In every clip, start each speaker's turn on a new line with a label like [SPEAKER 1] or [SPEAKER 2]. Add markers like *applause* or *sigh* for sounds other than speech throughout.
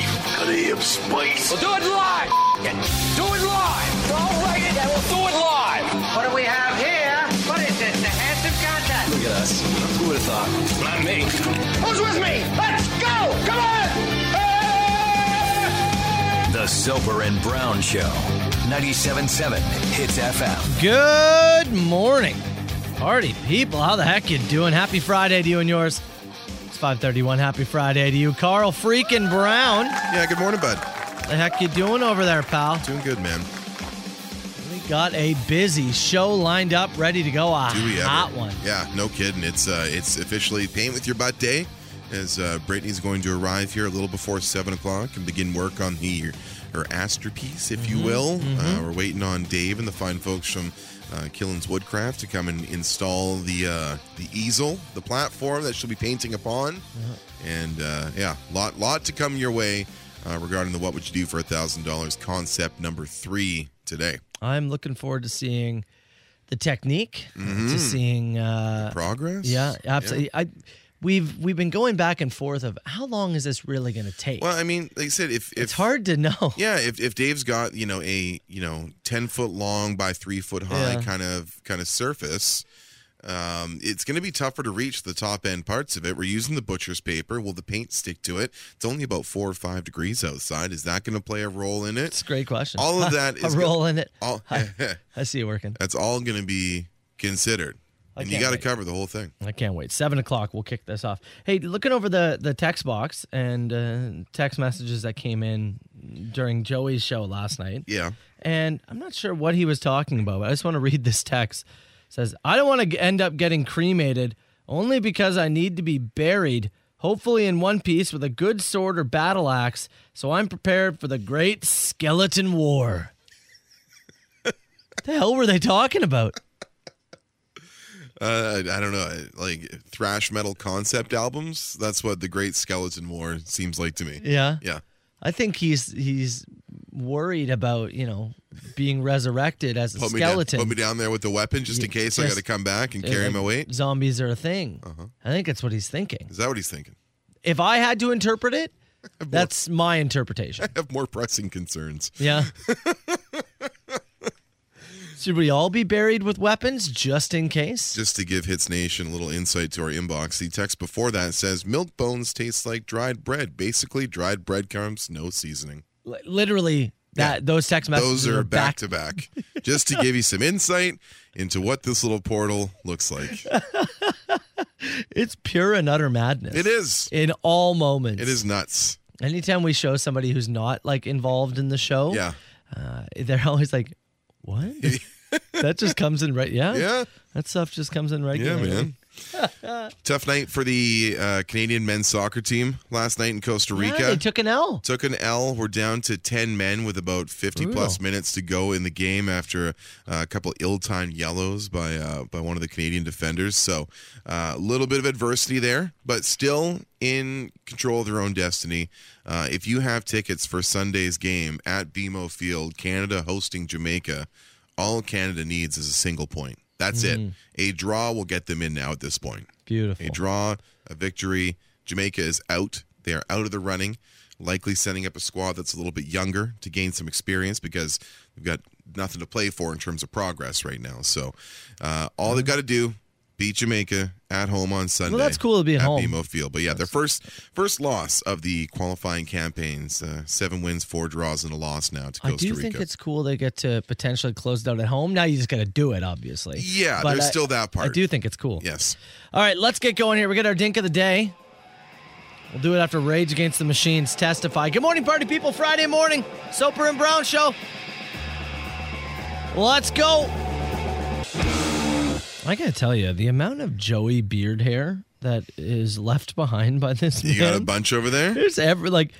[SPEAKER 1] sea of space.
[SPEAKER 2] We'll do it live. F- it. Do it live. Don't write it, and we'll do it live.
[SPEAKER 3] What do we have here? What is this? The handsome contest.
[SPEAKER 4] Look at us. Who would have thought?
[SPEAKER 1] Not me.
[SPEAKER 2] Who's with me? Let's go. Come on. Hey!
[SPEAKER 5] The Silver and Brown Show, 97.7 Hits FM.
[SPEAKER 6] Good morning, party people. How the heck you doing? Happy Friday to you and yours. 531. Happy Friday to you, Carl freaking Brown.
[SPEAKER 7] Yeah, good morning, bud.
[SPEAKER 6] The heck you doing over there, pal?
[SPEAKER 7] Doing good, man.
[SPEAKER 6] We got a busy show lined up, ready to go. A
[SPEAKER 7] Do we ever?
[SPEAKER 6] hot one.
[SPEAKER 7] Yeah, no kidding. It's uh, it's officially paint with your butt day, as uh, Brittany's going to arrive here a little before seven o'clock and begin work on the her masterpiece, if
[SPEAKER 6] Mm-hmm,
[SPEAKER 7] you will. Uh, we're waiting on Dave and the fine folks from. Uh, Killins Woodcraft to come and install the uh, the easel, the platform that she'll be painting upon,
[SPEAKER 6] Uh-huh.
[SPEAKER 7] and uh, yeah, lot lot to come your way uh, regarding the what would you do for a thousand dollars concept number three today.
[SPEAKER 6] I'm looking forward to seeing the technique,
[SPEAKER 7] Mm-hmm.
[SPEAKER 6] to seeing. Uh,
[SPEAKER 7] Progress?
[SPEAKER 6] yeah, absolutely. I we've we've been going back and forth of how long is this really going to take?
[SPEAKER 7] Well, I mean, like I said, if, if
[SPEAKER 6] it's hard to know.
[SPEAKER 7] Yeah, if, if Dave's got you know a you know ten foot long by three foot high
[SPEAKER 6] Yeah.
[SPEAKER 7] kind of kind of surface, um, it's going to be tougher to reach the top end parts of it. We're using the butcher's paper. Will the paint stick to it? It's only about four or five degrees outside. Is that going to play a role in
[SPEAKER 6] *laughs* It's
[SPEAKER 7] it?
[SPEAKER 6] a great question. *laughs*
[SPEAKER 7] All of that
[SPEAKER 6] a
[SPEAKER 7] is go-
[SPEAKER 6] roll in it.
[SPEAKER 7] All,
[SPEAKER 6] I see it working.
[SPEAKER 7] *laughs* that's all going to be considered,
[SPEAKER 6] I
[SPEAKER 7] and you
[SPEAKER 6] can't
[SPEAKER 7] got to
[SPEAKER 6] wait.
[SPEAKER 7] cover the whole thing.
[SPEAKER 6] I can't wait. Seven o'clock, we'll kick this off. Hey, looking over the the text box and uh, text messages that came in during Joey's show last night,
[SPEAKER 7] Yeah.
[SPEAKER 6] and I'm not sure what he was talking about. But I just want to read this text. It says, "I don't want to end up getting cremated only because I need to be buried, hopefully in one piece with a good sword or battle axe, so I'm prepared for the great skeleton war." *laughs* what the hell were they talking about?
[SPEAKER 7] Uh, I I don't know, like thrash metal concept albums. That's what the Great Skeleton War seems like to me.
[SPEAKER 6] Yeah.
[SPEAKER 7] Yeah.
[SPEAKER 6] I think he's he's worried about you know being resurrected as a
[SPEAKER 7] Put me, down,
[SPEAKER 6] skeleton. Uh,
[SPEAKER 7] put me down there with the weapon just in case I
[SPEAKER 6] just-
[SPEAKER 7] got to come back and
[SPEAKER 6] They're
[SPEAKER 7] carry
[SPEAKER 6] like,
[SPEAKER 7] my weight. Uh-huh.
[SPEAKER 6] Zombies are a thing. I think that's what he's thinking.
[SPEAKER 7] Is that what he's thinking?
[SPEAKER 6] If I had to
[SPEAKER 7] *laughs*
[SPEAKER 6] interpret it, that's my interpretation.
[SPEAKER 7] I have more *laughs* pressing concerns. *laughs*
[SPEAKER 6] Yeah. Should we all be buried with weapons just in case?
[SPEAKER 7] Just to give Hits Nation a little insight to our inbox, the text before that says milk bones taste like dried bread. Basically, dried breadcrumbs, no seasoning.
[SPEAKER 6] Li- Literally, that those text messages
[SPEAKER 7] Those are back
[SPEAKER 6] back
[SPEAKER 7] to back. Just to give you some insight into what this little portal looks
[SPEAKER 6] *laughs*
[SPEAKER 7] like.
[SPEAKER 6] *laughs* It's pure and utter madness.
[SPEAKER 7] It is.
[SPEAKER 6] in all moments.
[SPEAKER 7] It is nuts.
[SPEAKER 6] Anytime we show somebody who's not like involved in the show,
[SPEAKER 7] Yeah.
[SPEAKER 6] uh, they're *laughs* always like,
[SPEAKER 7] *laughs*
[SPEAKER 6] "What?" that just comes in right. Yeah,
[SPEAKER 7] Yeah.
[SPEAKER 6] That stuff just comes in right.
[SPEAKER 7] Yeah, man.
[SPEAKER 6] *laughs*
[SPEAKER 7] Tough night for the uh, Canadian men's soccer team last night in Costa Rica.
[SPEAKER 6] they took an L.
[SPEAKER 7] Took an L. We're down to 10 men with about 50 plus
[SPEAKER 6] Brutal.
[SPEAKER 7] minutes to go in the game after uh, a couple ill-timed yellows by uh, by one of the Canadian defenders. So uh, a little bit of adversity there, but still in control of their own destiny. Uh, if you have tickets for Sunday's game at BMO Field, Canada hosting Jamaica, all Canada needs is a single point. That's it. A draw will get them in now at this point.
[SPEAKER 6] Beautiful.
[SPEAKER 7] A draw, a victory. Jamaica is out. They are out of the running, likely setting up a squad that's a little bit younger to gain some experience because they've got nothing to play for in terms of progress right now. So uh, all they've got to do beat Jamaica at home on Sunday.
[SPEAKER 6] that's cool to be at home.
[SPEAKER 7] BMO Field, but yeah, their first first loss of the qualifying campaigns. Uh, seven wins, four draws, and a loss now to
[SPEAKER 6] I
[SPEAKER 7] Costa
[SPEAKER 6] do
[SPEAKER 7] Rica.
[SPEAKER 6] think it's cool they get to potentially close it out at home. Now you just got to do it, obviously.
[SPEAKER 7] Yeah,
[SPEAKER 6] But
[SPEAKER 7] there's
[SPEAKER 6] I-
[SPEAKER 7] still that part.
[SPEAKER 6] I do think it's cool.
[SPEAKER 7] yes.
[SPEAKER 6] All right, let's get going here. We got our dink of the day. We'll do it after Rage Against the Machines testify. Good morning, party people. Friday morning, Soper and Brown show. Let's go. I gotta tell you, the amount of Joey beard hair that is left behind by this
[SPEAKER 7] You got a
[SPEAKER 6] man.
[SPEAKER 7] bunch over there?
[SPEAKER 6] there's ever like,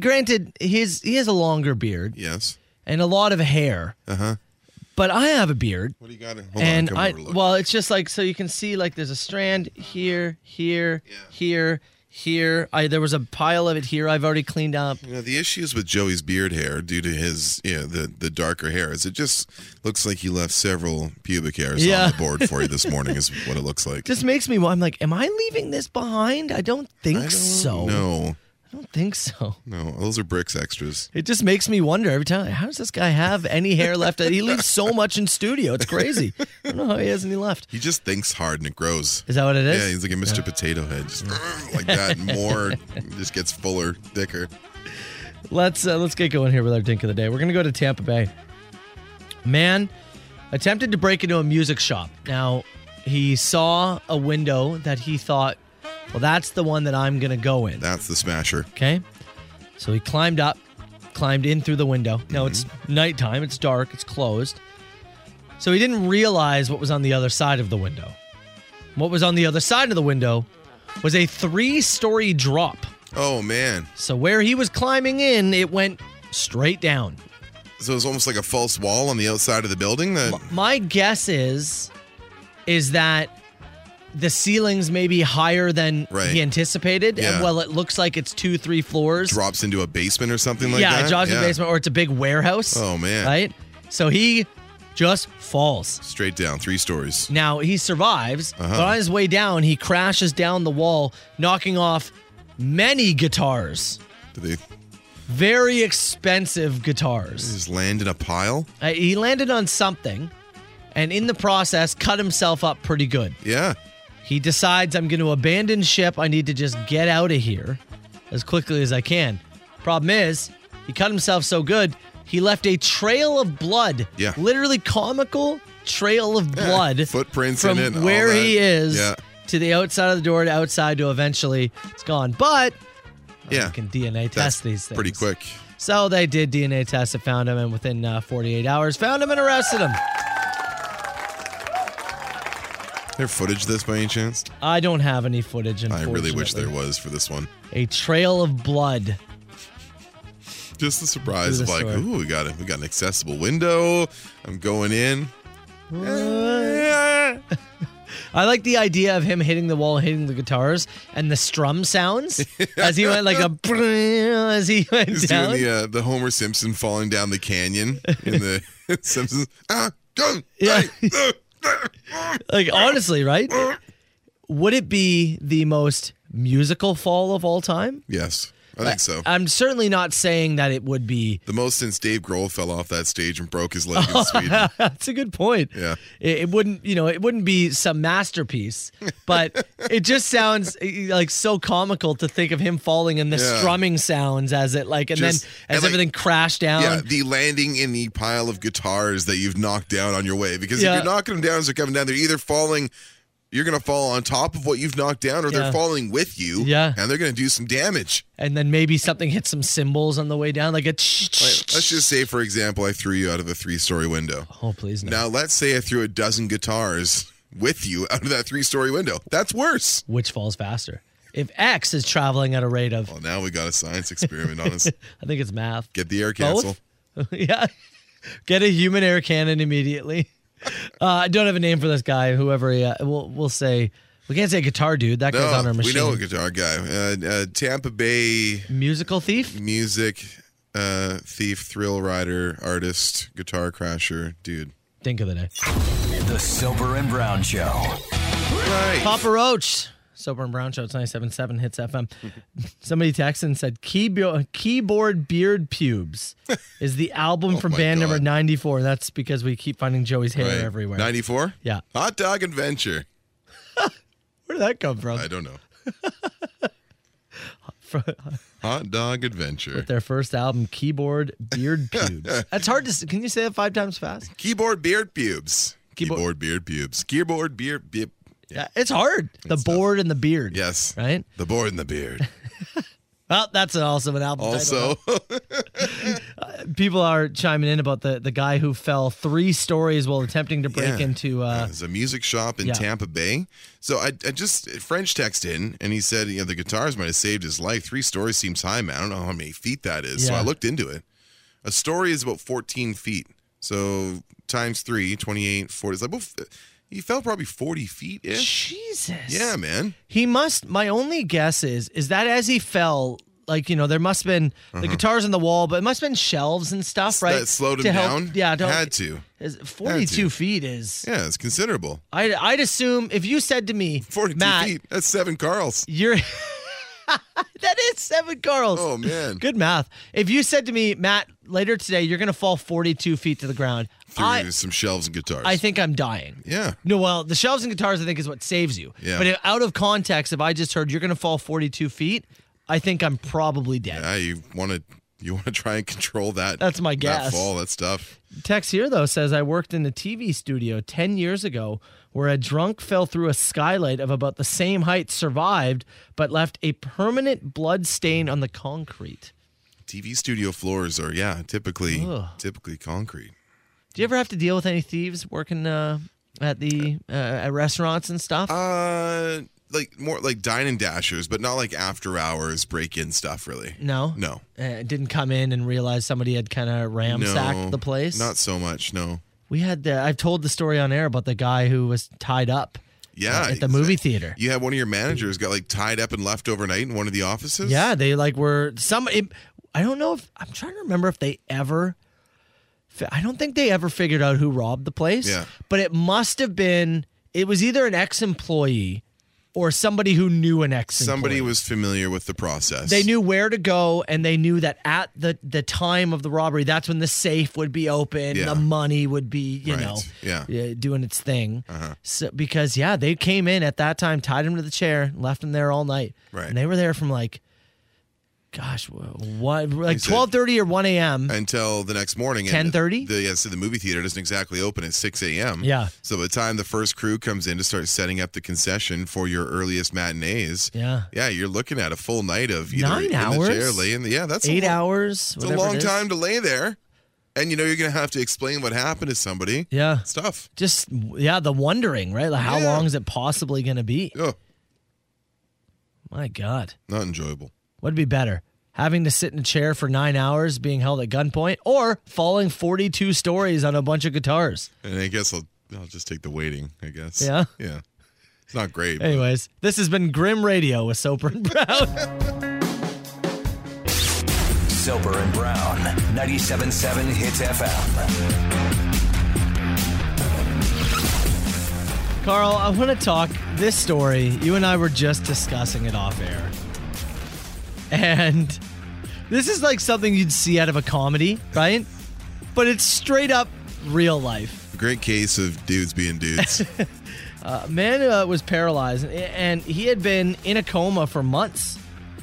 [SPEAKER 6] granted, his he has a longer beard
[SPEAKER 7] Yes.
[SPEAKER 6] and a lot of hair. Uh huh. But I have a beard
[SPEAKER 7] What do you got? Hold
[SPEAKER 6] and
[SPEAKER 7] on, come
[SPEAKER 6] I
[SPEAKER 7] over, look.
[SPEAKER 6] well, it's just like so you can see like there's a strand here, here, here, here. I there was a pile of it here. I've already
[SPEAKER 7] *laughs*
[SPEAKER 6] cleaned up.
[SPEAKER 7] You know, the issues with Joey's beard hair due to his, you know, the, the darker hair is it just looks like he left several pubic hairs
[SPEAKER 6] Yeah.
[SPEAKER 7] on the board for you
[SPEAKER 6] *laughs*
[SPEAKER 7] this morning, is what it looks like.
[SPEAKER 6] Just makes me. I'm like, am I leaving this behind? I don't think
[SPEAKER 7] I don't
[SPEAKER 6] so.
[SPEAKER 7] know.
[SPEAKER 6] I don't think so.
[SPEAKER 7] No, those are bricks extras.
[SPEAKER 6] It just makes me wonder every time. How does this guy have any hair left? He leaves so much in studio. It's crazy. I don't know how he has any left.
[SPEAKER 7] He just thinks hard and it grows.
[SPEAKER 6] Is that what it
[SPEAKER 7] Yeah, he's
[SPEAKER 6] is?
[SPEAKER 7] like a Mr. Potato Head, just *laughs* like that, and more just gets fuller, thicker.
[SPEAKER 6] Let's uh, let's get going here with our dink of the day. We're gonna go to Tampa Bay. Man attempted to break into a music shop. Now he saw a window that he thought, well, that's the one that I'm gonna go in.
[SPEAKER 7] That's the smasher.
[SPEAKER 6] Okay. So he climbed up, climbed in through the window. Now it's nighttime, it's dark, it's closed. So he didn't realize what was on the other side of the window. What was on the other side of the window was a three story drop.
[SPEAKER 7] Oh man,
[SPEAKER 6] So where he was climbing in, it went straight down.
[SPEAKER 7] so it's almost like a false wall on the outside of the building. That
[SPEAKER 6] My guess is is that the ceiling's maybe higher than
[SPEAKER 7] Right.
[SPEAKER 6] he anticipated.
[SPEAKER 7] Yeah.
[SPEAKER 6] And well, it looks like it's two, three floors.
[SPEAKER 7] drops into a basement or something like
[SPEAKER 6] yeah,
[SPEAKER 7] that.
[SPEAKER 6] it drops in the basement or it's a big warehouse.
[SPEAKER 7] Oh, man.
[SPEAKER 6] Right? So he just falls.
[SPEAKER 7] Straight down, three stories.
[SPEAKER 6] Now he survives,
[SPEAKER 7] Uh-huh.
[SPEAKER 6] but on his way down, he crashes down the wall, knocking off many guitars.
[SPEAKER 7] Did they
[SPEAKER 6] Very expensive guitars.
[SPEAKER 7] just land in a pile?
[SPEAKER 6] Uh, he landed on something and in the process cut himself up pretty good.
[SPEAKER 7] Yeah.
[SPEAKER 6] He decides I'm going to abandon ship. I need to just get out of here as quickly as I can. Problem is, he cut himself so good, he left a trail of blood.
[SPEAKER 7] Yeah.
[SPEAKER 6] Literally comical trail of
[SPEAKER 7] Yeah,
[SPEAKER 6] blood.
[SPEAKER 7] footprints in
[SPEAKER 6] from
[SPEAKER 7] it and all
[SPEAKER 6] where
[SPEAKER 7] that.
[SPEAKER 6] he is
[SPEAKER 7] Yeah.
[SPEAKER 6] to the outside of the door to outside to eventually it's gone. But
[SPEAKER 7] Yeah.
[SPEAKER 6] you can DNA
[SPEAKER 7] That's
[SPEAKER 6] test these things
[SPEAKER 7] Pretty quick.
[SPEAKER 6] So they did DNA test and found him, and within uh, 48 hours, found him and arrested him.
[SPEAKER 7] There footage of this by any chance?
[SPEAKER 6] I don't have any footage.
[SPEAKER 7] I really wish there
[SPEAKER 6] unfortunately.
[SPEAKER 7] was for this one.
[SPEAKER 6] a trail of blood.
[SPEAKER 7] Just the surprise
[SPEAKER 6] Through
[SPEAKER 7] of
[SPEAKER 6] the
[SPEAKER 7] like,
[SPEAKER 6] store.
[SPEAKER 7] ooh, we got a, we got an accessible window. I'm going
[SPEAKER 6] *laughs*
[SPEAKER 7] in.
[SPEAKER 6] I like the idea of him hitting the wall, hitting the guitars, and the strum sounds as he went
[SPEAKER 7] *laughs*
[SPEAKER 6] like a as he went
[SPEAKER 7] He's
[SPEAKER 6] down.
[SPEAKER 7] doing the uh, the Homer Simpson falling down the canyon in
[SPEAKER 6] *laughs*
[SPEAKER 7] the *laughs* Simpsons. Ah, go.
[SPEAKER 6] Yeah.
[SPEAKER 7] hey, uh, uh.
[SPEAKER 6] *laughs*
[SPEAKER 7] *laughs*
[SPEAKER 6] like honestly, right? Would it be the most musical fall of all time?
[SPEAKER 7] yes, I think so.
[SPEAKER 6] I'm certainly not saying that it would be.
[SPEAKER 7] the most since Dave Grohl fell off that stage and broke his leg
[SPEAKER 6] Oh, *laughs*
[SPEAKER 7] in Sweden.
[SPEAKER 6] That's a good point.
[SPEAKER 7] Yeah.
[SPEAKER 6] It, it wouldn't, you know, it wouldn't be some masterpiece,
[SPEAKER 7] *laughs*
[SPEAKER 6] but it just sounds eh, like so comical to think of him falling and the
[SPEAKER 7] Yeah.
[SPEAKER 6] strumming sounds as it like, and
[SPEAKER 7] Just-
[SPEAKER 6] then
[SPEAKER 7] and,
[SPEAKER 6] as
[SPEAKER 7] like-
[SPEAKER 6] everything crashed down.
[SPEAKER 7] Yeah, the landing in the pile of guitars that you've knocked down on your way. Because
[SPEAKER 6] Yeah.
[SPEAKER 7] if you're knocking them down as they're coming down, they're either falling, you're going to fall on top of what you've knocked down, or
[SPEAKER 6] Yeah.
[SPEAKER 7] they're falling with you.
[SPEAKER 6] Yeah.
[SPEAKER 7] And they're going to do some damage.
[SPEAKER 6] and then maybe something hit some symbols on the way down, like a. tsh, tsh,
[SPEAKER 7] Let's
[SPEAKER 6] tsh.
[SPEAKER 7] just say, for example, I threw you out of a three story window.
[SPEAKER 6] Oh please no!
[SPEAKER 7] Now, let's say I threw a dozen guitars with you out of that three story window. That's worse.
[SPEAKER 6] Which falls faster? If X is traveling at a rate of,
[SPEAKER 7] Well, now we got a science experiment on
[SPEAKER 6] *laughs*
[SPEAKER 7] us.
[SPEAKER 6] I think it's math.
[SPEAKER 7] Get the air cancel.
[SPEAKER 6] Both? *laughs* yeah, get a human air
[SPEAKER 7] *laughs*
[SPEAKER 6] cannon immediately. Uh, I don't have a name for this guy. Whoever he, uh, we'll we'll say we can't say guitar dude. That goes on
[SPEAKER 7] No,
[SPEAKER 6] our
[SPEAKER 7] we
[SPEAKER 6] machine.
[SPEAKER 7] know a guitar guy. Uh, uh, Tampa Bay
[SPEAKER 6] Musical thief.
[SPEAKER 7] music uh thief thrill rider artist guitar crasher dude
[SPEAKER 6] Think of the day.
[SPEAKER 5] The Soper and Brown Show.
[SPEAKER 7] right
[SPEAKER 6] Papa Roach. Sober and Brown Show. It's 97.7
[SPEAKER 7] *laughs*
[SPEAKER 6] Hits FM. Somebody texted and said Keybo- Keyboard Beard Pubes is
[SPEAKER 7] *laughs*
[SPEAKER 6] the album from
[SPEAKER 7] Oh my
[SPEAKER 6] band
[SPEAKER 7] God.
[SPEAKER 6] number 94. And that's because we keep finding Joey's hair everywhere.
[SPEAKER 7] 94
[SPEAKER 6] Yeah.
[SPEAKER 7] hot dog adventure
[SPEAKER 6] Where did that come from?
[SPEAKER 7] i
[SPEAKER 6] *laughs*
[SPEAKER 7] don't know
[SPEAKER 6] From
[SPEAKER 7] hot dog adventure
[SPEAKER 6] their first album, Keyboard
[SPEAKER 7] *laughs*
[SPEAKER 6] Beard Pubes. that's hard to s Can you say that five times fast?
[SPEAKER 7] keyboard beard pubes
[SPEAKER 6] Keyboard-
[SPEAKER 7] keyboard, beard pubes keyboard beard beard yeah.
[SPEAKER 6] Yeah, it's hard. The board and the beard.
[SPEAKER 7] yes
[SPEAKER 6] Right?
[SPEAKER 7] the board and the
[SPEAKER 6] *laughs*
[SPEAKER 7] beard
[SPEAKER 6] Well, that's also an album. title.
[SPEAKER 7] also
[SPEAKER 6] people are chiming in about the, the guy who fell three stories while attempting to break
[SPEAKER 7] Yeah. *laughs*
[SPEAKER 6] into. Uh,
[SPEAKER 7] There's a music shop in
[SPEAKER 6] Yeah.
[SPEAKER 7] Tampa Bay. So I, I just French text in, and he said, you know, the guitars might have saved his life. Three stories seems high, man. I don't know how many feet that is. So
[SPEAKER 6] Yeah.
[SPEAKER 7] I looked into it. A story is about 14 feet. So times three, 28, 40. It's like, well, f- he fell probably 40 feet ish.
[SPEAKER 6] Jesus.
[SPEAKER 7] Yeah, man.
[SPEAKER 6] He must. My only guess is is that as he fell, like you know, there must have been the guitars on the wall, but it must have been shelves and stuff, right?
[SPEAKER 7] Uh-huh. That slowed him
[SPEAKER 6] to help-
[SPEAKER 7] down.
[SPEAKER 6] Yeah, don't,
[SPEAKER 7] Had to.
[SPEAKER 6] is- Forty-two feet is.
[SPEAKER 7] Yeah, it's considerable.
[SPEAKER 6] I'd, I'd assume if you said to me,
[SPEAKER 7] 42
[SPEAKER 6] Matt,
[SPEAKER 7] feet. That's seven Carls.
[SPEAKER 6] you're. *laughs* that is seven Carls.
[SPEAKER 7] Oh, man.
[SPEAKER 6] Good math. If you said to me, Matt, later today you're going to fall 42 feet to the ground,
[SPEAKER 7] Through
[SPEAKER 6] I,
[SPEAKER 7] some shelves and guitars.
[SPEAKER 6] I think I'm dying.
[SPEAKER 7] yeah.
[SPEAKER 6] No, well, the shelves and guitars I think is what saves you.
[SPEAKER 7] Yeah.
[SPEAKER 6] But if, out of context, if I just heard you're going to fall 42 feet, I think I'm probably dead.
[SPEAKER 7] Yeah, Ah, you want to you want to *laughs* try and control that.
[SPEAKER 6] That's my
[SPEAKER 7] that
[SPEAKER 6] guess.
[SPEAKER 7] fall, that stuff.
[SPEAKER 6] Text here though says I worked in a TV studio 10 years ago where a drunk fell through a skylight of about the same height, survived, but left a permanent blood stain on the concrete.
[SPEAKER 7] TV studio floors are yeah, typically typically concrete.
[SPEAKER 6] Do you ever have to deal with any thieves working uh, at the uh, at restaurants and stuff?
[SPEAKER 7] Uh, like more like dine and dashers, but not like after hours break in stuff. Really,
[SPEAKER 6] no,
[SPEAKER 7] no,
[SPEAKER 6] Uh, didn't come in and realize somebody had kind of ram
[SPEAKER 7] no,
[SPEAKER 6] sacked the place.
[SPEAKER 7] Not so much. No.
[SPEAKER 6] we had the. I've told the story on air about the guy who was tied up. uh,
[SPEAKER 7] Yeah,
[SPEAKER 6] at the movie theater.
[SPEAKER 7] You had one of your managers got like tied up and left overnight in one of the offices.
[SPEAKER 6] Yeah, they like were some. It, I don't know if I'm trying to remember if they ever. fi- I don't think they ever figured out who robbed the place.
[SPEAKER 7] Yeah.
[SPEAKER 6] But it must have been. It was either an ex-employee, or somebody who knew an ex.
[SPEAKER 7] somebody was familiar with the process.
[SPEAKER 6] They knew where to go, and they knew that at the the time of the robbery, that's when the safe would be open,
[SPEAKER 7] Yeah.
[SPEAKER 6] the money would be, you
[SPEAKER 7] Right.
[SPEAKER 6] know,
[SPEAKER 7] Yeah. Uh-huh.
[SPEAKER 6] uh, doing its thing. So because yeah, they came in at that time, tied him to the chair, and left him there all night,
[SPEAKER 7] Right.
[SPEAKER 6] and they were there from like, gosh, wh- what, like
[SPEAKER 7] said-
[SPEAKER 6] twelve thirty or one a.m.
[SPEAKER 7] until the next morning.
[SPEAKER 6] 10:30?
[SPEAKER 7] And the, yeah, so the movie theater doesn't exactly open at 6 a.m.
[SPEAKER 6] Yeah.
[SPEAKER 7] So by the time the first crew comes in to start setting up the concession for your earliest matinees,
[SPEAKER 6] Yeah.
[SPEAKER 7] yeah, you're looking at a full night of either
[SPEAKER 6] Nine
[SPEAKER 7] in
[SPEAKER 6] hours?
[SPEAKER 7] the chair, laying the, yeah, that's a
[SPEAKER 6] Eight
[SPEAKER 7] lo-
[SPEAKER 6] hours.
[SPEAKER 7] It's a
[SPEAKER 6] whatever it
[SPEAKER 7] long
[SPEAKER 6] is.
[SPEAKER 7] time to lay there, and you know you're gonna have to explain what happened to somebody.
[SPEAKER 6] Yeah.
[SPEAKER 7] It's tough.
[SPEAKER 6] Just yeah, the wondering, right? Like how
[SPEAKER 7] Yeah.
[SPEAKER 6] long is it possibly going to be?
[SPEAKER 7] Oh,
[SPEAKER 6] My God.
[SPEAKER 7] not enjoyable.
[SPEAKER 6] What'd be better? Having to sit in a chair for nine hours being held at gunpoint or falling 42 stories on a bunch of guitars?
[SPEAKER 7] And I guess I'll I'll just take the waiting. I guess.
[SPEAKER 6] Yeah?
[SPEAKER 7] Yeah. It's not great. but-
[SPEAKER 6] Anyways, this has been Grim Radio with Soper and Brown.
[SPEAKER 5] Soper and Brown, 97.7 Hits FM.
[SPEAKER 6] Carl, I want to talk this story. You and I were just discussing it off air. And this is like something you'd see out of a comedy, right? But it's straight up real life.
[SPEAKER 7] A great case of dudes being dudes.
[SPEAKER 6] *laughs* A man uh, was paralyzed, and- and he had been in a coma for months.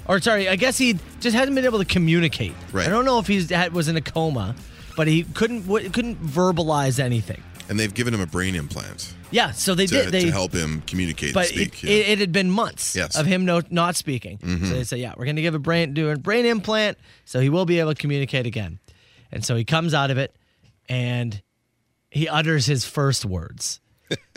[SPEAKER 6] Or sorry, I guess he just hasn't been able to communicate.
[SPEAKER 7] Right.
[SPEAKER 6] I don't know if he was in a coma, but he couldn't w- couldn't verbalize anything.
[SPEAKER 7] and they've given him a brain implant.
[SPEAKER 6] Yeah, so they
[SPEAKER 7] to,
[SPEAKER 6] did. They
[SPEAKER 7] to help him communicate
[SPEAKER 6] but
[SPEAKER 7] and speak.
[SPEAKER 6] it,
[SPEAKER 7] yeah.
[SPEAKER 6] it, it had been months
[SPEAKER 7] Yes. Mm-hmm.
[SPEAKER 6] of him no, not speaking. So they said, yeah, we're going to give a brain do a brain implant, so he will be able to communicate again. And so he comes out of it, and he utters his first words.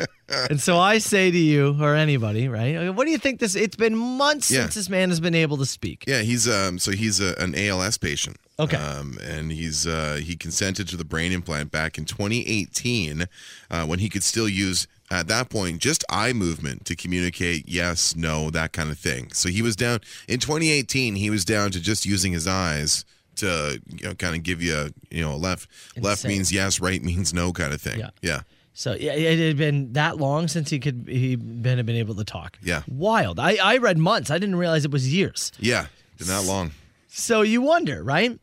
[SPEAKER 7] *laughs*
[SPEAKER 6] and so I say to you or anybody, right? What do you think this? It's been months
[SPEAKER 7] Yeah.
[SPEAKER 6] since this man has been able to speak.
[SPEAKER 7] yeah, he's um so he's a, an ALS patient.
[SPEAKER 6] Okay.
[SPEAKER 7] Um, and he's uh, he consented to the brain implant back in 2018 uh, when he could still use at that point just eye movement to communicate yes, no, that kind of thing. So he was down in 2018. He was down to just using his eyes to you know kind of give you a, you know a left left
[SPEAKER 6] Insane.
[SPEAKER 7] means yes, right means no kind of thing.
[SPEAKER 6] Yeah.
[SPEAKER 7] Yeah.
[SPEAKER 6] So yeah, it had been that long since he could he been had been able to talk.
[SPEAKER 7] Yeah.
[SPEAKER 6] wild. I I read months. I didn't realize it was years.
[SPEAKER 7] Yeah. Been that long.
[SPEAKER 6] So you wonder, right?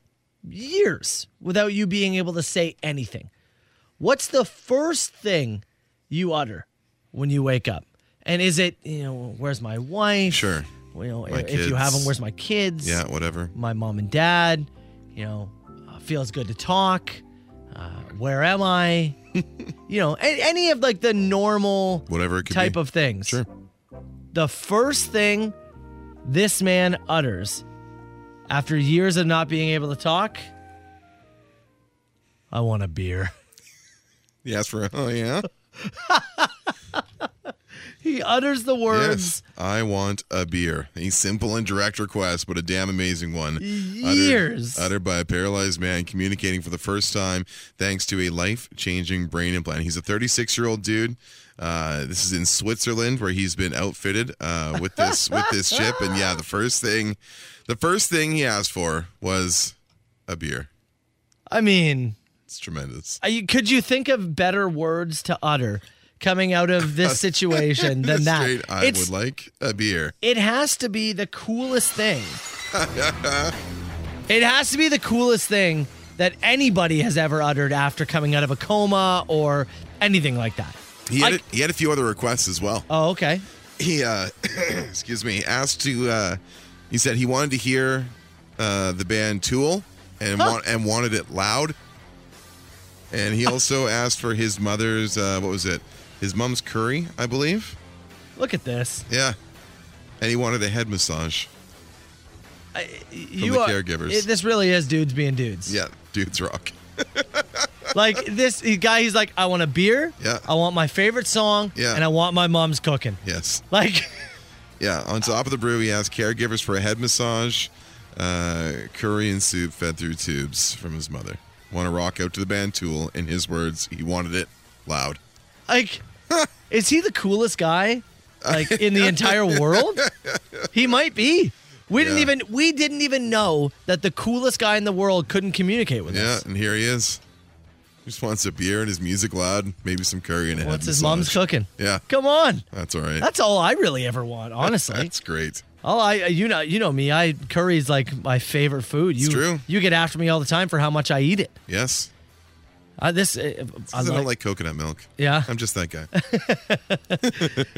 [SPEAKER 6] Years without you being able to say anything. What's the first thing you utter when you wake up? And is it, you know, where's my wife?
[SPEAKER 7] Sure.
[SPEAKER 6] You know,
[SPEAKER 7] My
[SPEAKER 6] if you have them,
[SPEAKER 7] kids.
[SPEAKER 6] where's my kids?
[SPEAKER 7] Yeah. Whatever.
[SPEAKER 6] My mom and dad, you know, uh, feels good to talk. Uh, where
[SPEAKER 7] *laughs*
[SPEAKER 6] am I? you know, a- any of like the normal
[SPEAKER 7] Whatever it could
[SPEAKER 6] type
[SPEAKER 7] be.
[SPEAKER 6] of things.
[SPEAKER 7] Sure.
[SPEAKER 6] The first thing this man utters after years of not being able to talk, I want a beer. *laughs*
[SPEAKER 7] He asked for a, oh *laughs* yeah.
[SPEAKER 6] He utters the
[SPEAKER 7] Yes,
[SPEAKER 6] words
[SPEAKER 7] I want a beer. A simple and direct request, but a damn amazing one. Uttered-
[SPEAKER 6] Years.
[SPEAKER 7] Uttered, by a paralyzed man communicating for the first time thanks to a life changing brain implant. He's a 36 year old dude. Uh, this is in Switzerland where he's been outfitted uh, with this with this chip. And yeah, the first thing, the first thing he asked for was a beer.
[SPEAKER 6] I mean,
[SPEAKER 7] It's tremendous.
[SPEAKER 6] are you- could you think of better words to utter coming out
[SPEAKER 7] *laughs*
[SPEAKER 6] of this situation than that?
[SPEAKER 7] Straight, I
[SPEAKER 6] It's-
[SPEAKER 7] would like a beer.
[SPEAKER 6] it has to be the coolest thing It has to be the coolest thing that anybody has ever uttered after coming out of a coma or anything like that.
[SPEAKER 7] He had,
[SPEAKER 6] I-
[SPEAKER 7] a, he had a few other requests as well.
[SPEAKER 6] Oh, okay.
[SPEAKER 7] He, uh, *clears throat* excuse me, asked to. Uh, he said he wanted to hear uh, the band Tool and
[SPEAKER 6] Huh.
[SPEAKER 7] want, and wanted it loud. And he also asked for his mother's uh, what was it? His mom's curry, I believe.
[SPEAKER 6] Look at this.
[SPEAKER 7] Yeah. And he wanted a head massage.
[SPEAKER 6] You
[SPEAKER 7] the caregivers.
[SPEAKER 6] it- this really is dudes being dudes.
[SPEAKER 7] Yeah, dudes rock.
[SPEAKER 6] *laughs* Like this guy, he's like, I want a beer.
[SPEAKER 7] Yeah.
[SPEAKER 6] I want my favorite song.
[SPEAKER 7] Yeah.
[SPEAKER 6] And I want my mom's cooking.
[SPEAKER 7] Yes.
[SPEAKER 6] Like, *laughs*
[SPEAKER 7] Yeah. On top of the brew, he asked caregivers for a head massage, uh, curry and soup fed through tubes from his mother. Want to rock out to the band Tool. In his words, he wanted it loud. *laughs*
[SPEAKER 6] like, is he the coolest guy like in the entire world? He might be. We didn't
[SPEAKER 7] Yeah.
[SPEAKER 6] even we didn't even know that the coolest guy in the world couldn't communicate with
[SPEAKER 7] Yeah,
[SPEAKER 6] us.
[SPEAKER 7] and here he is. Just wants a beer and his music loud, maybe some curry and a head
[SPEAKER 6] What's his
[SPEAKER 7] massage.
[SPEAKER 6] mom's cooking?
[SPEAKER 7] Yeah,
[SPEAKER 6] Come on.
[SPEAKER 7] that's all right.
[SPEAKER 6] That's all I really ever want, honestly.
[SPEAKER 7] *laughs* That's great.
[SPEAKER 6] Oh, I you know you know me. I curry's like my favorite food. You
[SPEAKER 7] true.
[SPEAKER 6] you get after me all the time for how much I eat it.
[SPEAKER 7] Yes.
[SPEAKER 6] Uh, this uh, I
[SPEAKER 7] I don't
[SPEAKER 6] like,
[SPEAKER 7] like coconut milk.
[SPEAKER 6] yeah.
[SPEAKER 7] I'm just that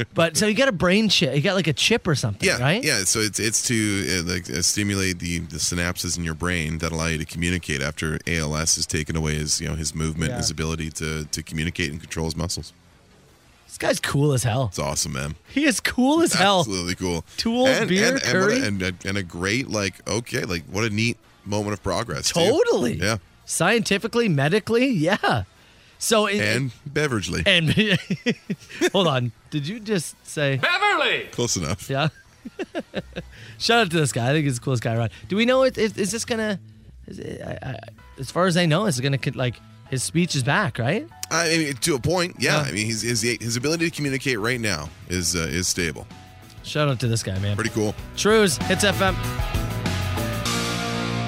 [SPEAKER 6] *laughs*
[SPEAKER 7] guy.
[SPEAKER 6] But so you got a brain chip. You got like a chip or something,
[SPEAKER 7] Yeah,
[SPEAKER 6] right?
[SPEAKER 7] yeah. So it's it's to uh, like uh, stimulate the, the synapses in your brain that allow you to communicate. After ALS is taken away, his you know his movement,
[SPEAKER 6] Yeah.
[SPEAKER 7] his ability to to communicate and control his muscles.
[SPEAKER 6] This guy's cool as hell.
[SPEAKER 7] It's awesome, man.
[SPEAKER 6] He is cool
[SPEAKER 7] *laughs*
[SPEAKER 6] as hell.
[SPEAKER 7] Absolutely cool.
[SPEAKER 6] Tool,
[SPEAKER 7] and,
[SPEAKER 6] beer,
[SPEAKER 7] and, and what a-
[SPEAKER 6] curry.
[SPEAKER 7] and, a, and a great like okay, like what a neat moment of progress. too.
[SPEAKER 6] Totally.
[SPEAKER 7] Yeah,
[SPEAKER 6] Scientifically, medically, yeah. So it,
[SPEAKER 7] and beveragely,
[SPEAKER 6] and *laughs* hold on. Did you just say
[SPEAKER 2] Beverly!
[SPEAKER 7] close enough.
[SPEAKER 6] yeah? *laughs* Shout out to this guy. I think he's the coolest guy around. Do we know it? Is, is this gonna? Is it, I, I, as far as I know, is it gonna like his speech is back, right?
[SPEAKER 7] I mean, to a point, yeah.
[SPEAKER 6] Yeah.
[SPEAKER 7] I mean, his, his his ability to communicate right now is uh, is stable.
[SPEAKER 6] Shout out to this guy, man.
[SPEAKER 7] Pretty cool.
[SPEAKER 6] Trues, Hits FM.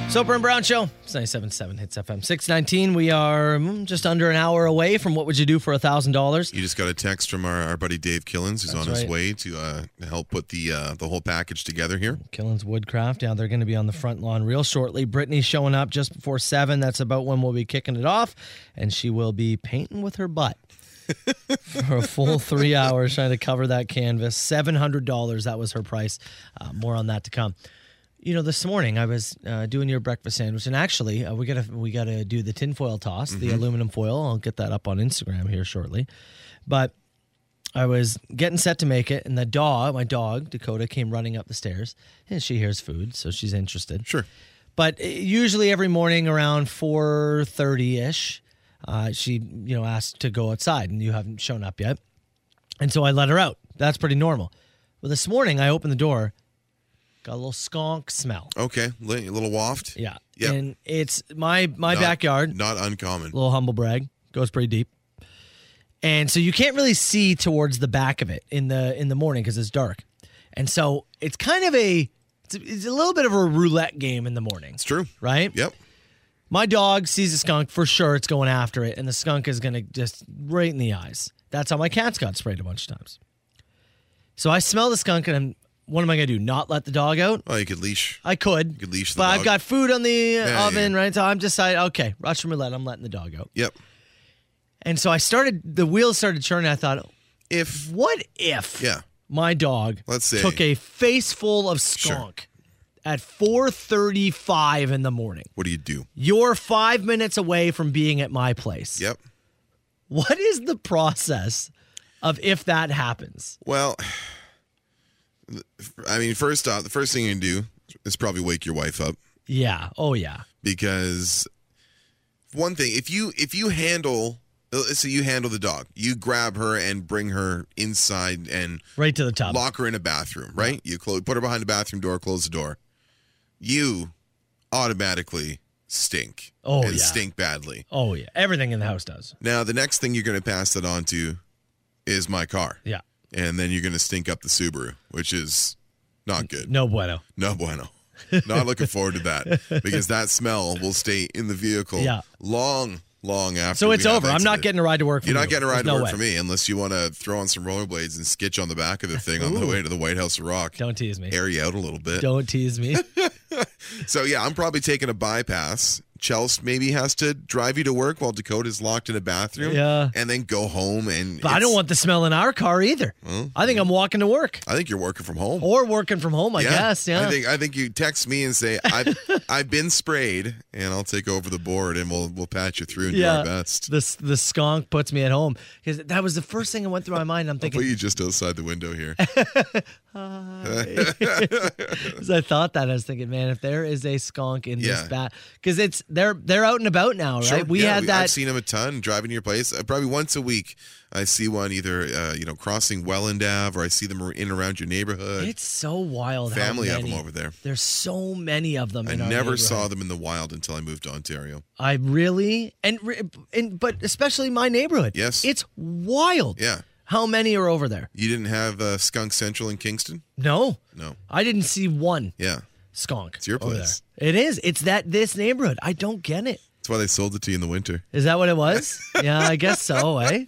[SPEAKER 6] Soper and Brown Show, it's 97.7 Hits FM. 619, we are mm, just under an hour away from What Would You Do for a $1,000?
[SPEAKER 7] You just got a text from our, our buddy Dave Killens, who's on his
[SPEAKER 6] right.
[SPEAKER 7] way to uh, help put the uh, the whole package together here.
[SPEAKER 6] Killins Woodcraft. Now they're going to be on the front lawn real shortly. Brittany's showing up just before seven. That's about when we'll be kicking it off, and she will be painting with her butt for a full three hours trying to cover that canvas. Seven hundred dollars. That was her price. Uh, more on that to come. You know, this morning I was uh, doing your breakfast sandwich, and actually uh, we gotta we gotta do the tinfoil toss, the aluminum foil. I'll get that up on Instagram here shortly, but. I was getting set to make it, and the dog, my dog Dakota, came running up the stairs, and she hears food, so she's interested.
[SPEAKER 7] Sure.
[SPEAKER 6] But uh, usually every morning around four thirty ish, uh, she you know asked to go outside, and you haven't shown up yet, and so I let her out. That's pretty normal. Well, this morning I opened the door, got a little skunk smell.
[SPEAKER 7] Okay. Li- A little waft.
[SPEAKER 6] Yeah,
[SPEAKER 7] Yeah.
[SPEAKER 6] and it's my my
[SPEAKER 7] Not-
[SPEAKER 6] backyard
[SPEAKER 7] Not uncommon.
[SPEAKER 6] little humble brag goes pretty deep and so you can't really see towards the back of it in the in the morning because it's dark and so it's kind of a it's, a it's a little bit of a roulette game in the morning
[SPEAKER 7] It's true.
[SPEAKER 6] right
[SPEAKER 7] Yep.
[SPEAKER 6] my dog sees a skunk for sure it's going after it and the skunk is going to just right in the eyes that's how my cats got sprayed a bunch of times so i smell the skunk and i'm what am i going to do not let the dog out
[SPEAKER 7] Oh, you could leash.
[SPEAKER 6] I could.
[SPEAKER 7] could leash the
[SPEAKER 6] but I've
[SPEAKER 7] dog.
[SPEAKER 6] got food on the uh,
[SPEAKER 7] Yeah,
[SPEAKER 6] oven,
[SPEAKER 7] yeah.
[SPEAKER 6] right? So I'm decided, okay, Russian roulette, I'm letting the dog out.
[SPEAKER 7] Yep.
[SPEAKER 6] And so I started, the wheels started churning. I thought,
[SPEAKER 7] If
[SPEAKER 6] what if
[SPEAKER 7] yeah,
[SPEAKER 6] my dog
[SPEAKER 7] Let's say-
[SPEAKER 6] took a face full of skunk at 4.35 in the morning?
[SPEAKER 7] what do you do?
[SPEAKER 6] You're five minutes away from being at my place.
[SPEAKER 7] Yep.
[SPEAKER 6] What is the process of if that happens?
[SPEAKER 7] Well, *sighs* I mean, first off, the first thing you can do is probably wake your wife up.
[SPEAKER 6] Yeah. Oh, yeah.
[SPEAKER 7] because one thing if you if you handle let's say you handle the dog you grab her and bring her inside and
[SPEAKER 6] Right to the top.
[SPEAKER 7] lock her in a bathroom right you close put her behind the bathroom door close the door you automatically stink
[SPEAKER 6] Oh,
[SPEAKER 7] and
[SPEAKER 6] yeah.
[SPEAKER 7] stink badly
[SPEAKER 6] Oh, yeah. Everything in the house does.
[SPEAKER 7] now the next thing you're going to pass that on to is my car
[SPEAKER 6] Yeah.
[SPEAKER 7] and then you're going to stink up the subaru which is not good
[SPEAKER 6] No bueno.
[SPEAKER 7] no bueno. Not looking forward to that because that smell will stay in the vehicle
[SPEAKER 6] Yeah.
[SPEAKER 7] long, long after.
[SPEAKER 6] So
[SPEAKER 7] we
[SPEAKER 6] it's
[SPEAKER 7] have
[SPEAKER 6] over. I'm not
[SPEAKER 7] exited.
[SPEAKER 6] getting a ride to work from
[SPEAKER 7] You're not
[SPEAKER 6] you.
[SPEAKER 7] getting a ride to
[SPEAKER 6] There's no
[SPEAKER 7] work
[SPEAKER 6] way.
[SPEAKER 7] for me unless you want to throw on some rollerblades and sketch on the back of the thing on the way to the White House of Rock.
[SPEAKER 6] Don't tease me.
[SPEAKER 7] *laughs* Air you out a little bit.
[SPEAKER 6] Don't tease me.
[SPEAKER 7] So yeah, I'm probably taking a bypass. Chelsea maybe has to drive you to work while Dakota's locked in a bathroom.
[SPEAKER 6] Yeah.
[SPEAKER 7] And then go home and
[SPEAKER 6] But I don't
[SPEAKER 7] it's-
[SPEAKER 6] want the smell in our car either. I think I'm walking to work
[SPEAKER 7] I think you're working from home.
[SPEAKER 6] or working from home, I guess. Yeah.
[SPEAKER 7] I think I think you text me and say I've
[SPEAKER 6] *laughs*
[SPEAKER 7] I've been sprayed and I'll take over the board and we'll we'll pat you through and do
[SPEAKER 6] yeah.
[SPEAKER 7] our best.
[SPEAKER 6] The, s- the skunk puts me at home because that was the first thing that went through my mind. I'm
[SPEAKER 7] Put
[SPEAKER 6] thinking,
[SPEAKER 7] you just outside the window here.
[SPEAKER 6] *laughs* 'cause I thought that, I was thinking, man, if there is a skunk in
[SPEAKER 7] Yeah.
[SPEAKER 6] this bat, because it's, they're, they're out and about now, right?
[SPEAKER 7] Sure,
[SPEAKER 6] we
[SPEAKER 7] yeah,
[SPEAKER 6] had
[SPEAKER 7] I've
[SPEAKER 6] that.
[SPEAKER 7] seen them a ton driving to your place. Uh, probably once a week, I see one either uh, you know crossing Welland Ave or I see them in around your neighborhood.
[SPEAKER 6] it's so wild. how
[SPEAKER 7] family of them
[SPEAKER 6] many.
[SPEAKER 7] over there.
[SPEAKER 6] There's so many of them.
[SPEAKER 7] I
[SPEAKER 6] in our
[SPEAKER 7] never
[SPEAKER 6] neighborhood.
[SPEAKER 7] saw them in the wild until I moved to Ontario.
[SPEAKER 6] I really and re- and but especially my neighborhood.
[SPEAKER 7] Yes.
[SPEAKER 6] it's wild.
[SPEAKER 7] Yeah.
[SPEAKER 6] how many are over there?
[SPEAKER 7] You didn't have uh, Skunk Central in Kingston?
[SPEAKER 6] No,
[SPEAKER 7] No.
[SPEAKER 6] I didn't see one
[SPEAKER 7] Yeah.
[SPEAKER 6] skunk. It's
[SPEAKER 7] your
[SPEAKER 6] over
[SPEAKER 7] place.
[SPEAKER 6] there. It is. It's that this neighborhood. I don't get it.
[SPEAKER 7] That's why they sold it to you in the winter.
[SPEAKER 6] Is that what
[SPEAKER 7] *laughs*
[SPEAKER 6] it was? yeah, I guess so. Eh?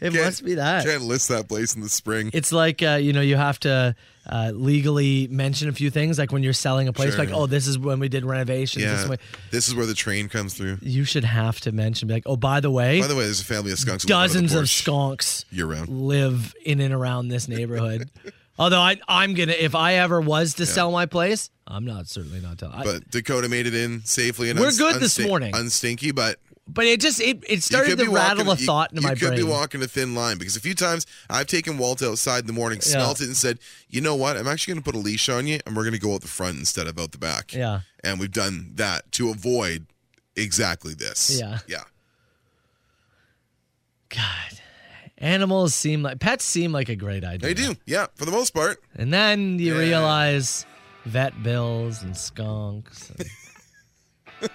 [SPEAKER 6] It
[SPEAKER 7] Can't-
[SPEAKER 6] must be that.
[SPEAKER 7] Can't list that place in the spring.
[SPEAKER 6] It's like uh, you know you have to uh, legally mention a few things, like when you're selling a place,
[SPEAKER 7] Sure.
[SPEAKER 6] like oh this is when we did renovations. This is
[SPEAKER 7] yeah.
[SPEAKER 6] when-"
[SPEAKER 7] This is where the train comes through.
[SPEAKER 6] you should have to mention, be like oh by the way,
[SPEAKER 7] By the way, there's a family of skunks. living on the
[SPEAKER 6] dozens of
[SPEAKER 7] porch
[SPEAKER 6] skunks.
[SPEAKER 7] Year round.
[SPEAKER 6] live in and around this neighborhood. *laughs* Although I, I'm gonna, if I ever was to sell my place, I'm not certainly not telling. I- But,
[SPEAKER 7] But Dakota made it in safely and
[SPEAKER 6] We're
[SPEAKER 7] uns-
[SPEAKER 6] good this
[SPEAKER 7] unsta-
[SPEAKER 6] morning.
[SPEAKER 7] Unstinky, but
[SPEAKER 6] it just it, it
[SPEAKER 7] you
[SPEAKER 6] started
[SPEAKER 7] could
[SPEAKER 6] to
[SPEAKER 7] be
[SPEAKER 6] rattle
[SPEAKER 7] walking,
[SPEAKER 6] a thought
[SPEAKER 7] you,
[SPEAKER 6] into
[SPEAKER 7] you
[SPEAKER 6] my
[SPEAKER 7] could
[SPEAKER 6] brain.
[SPEAKER 7] be walking a thin line because a few times I've taken Walt outside in the morning, smelt it, and said, "You know what? I'm actually going to put a leash on you, and we're going to go out the front instead of out the back."
[SPEAKER 6] Yeah.
[SPEAKER 7] and we've done that to avoid exactly this.
[SPEAKER 6] Yeah.
[SPEAKER 7] yeah.
[SPEAKER 6] God, animals seem like pets seem like a great idea.
[SPEAKER 7] They do. Yeah, for the most part.
[SPEAKER 6] And then you
[SPEAKER 7] Yeah.
[SPEAKER 6] realize vet bills and
[SPEAKER 7] *laughs*
[SPEAKER 6] skunks. and-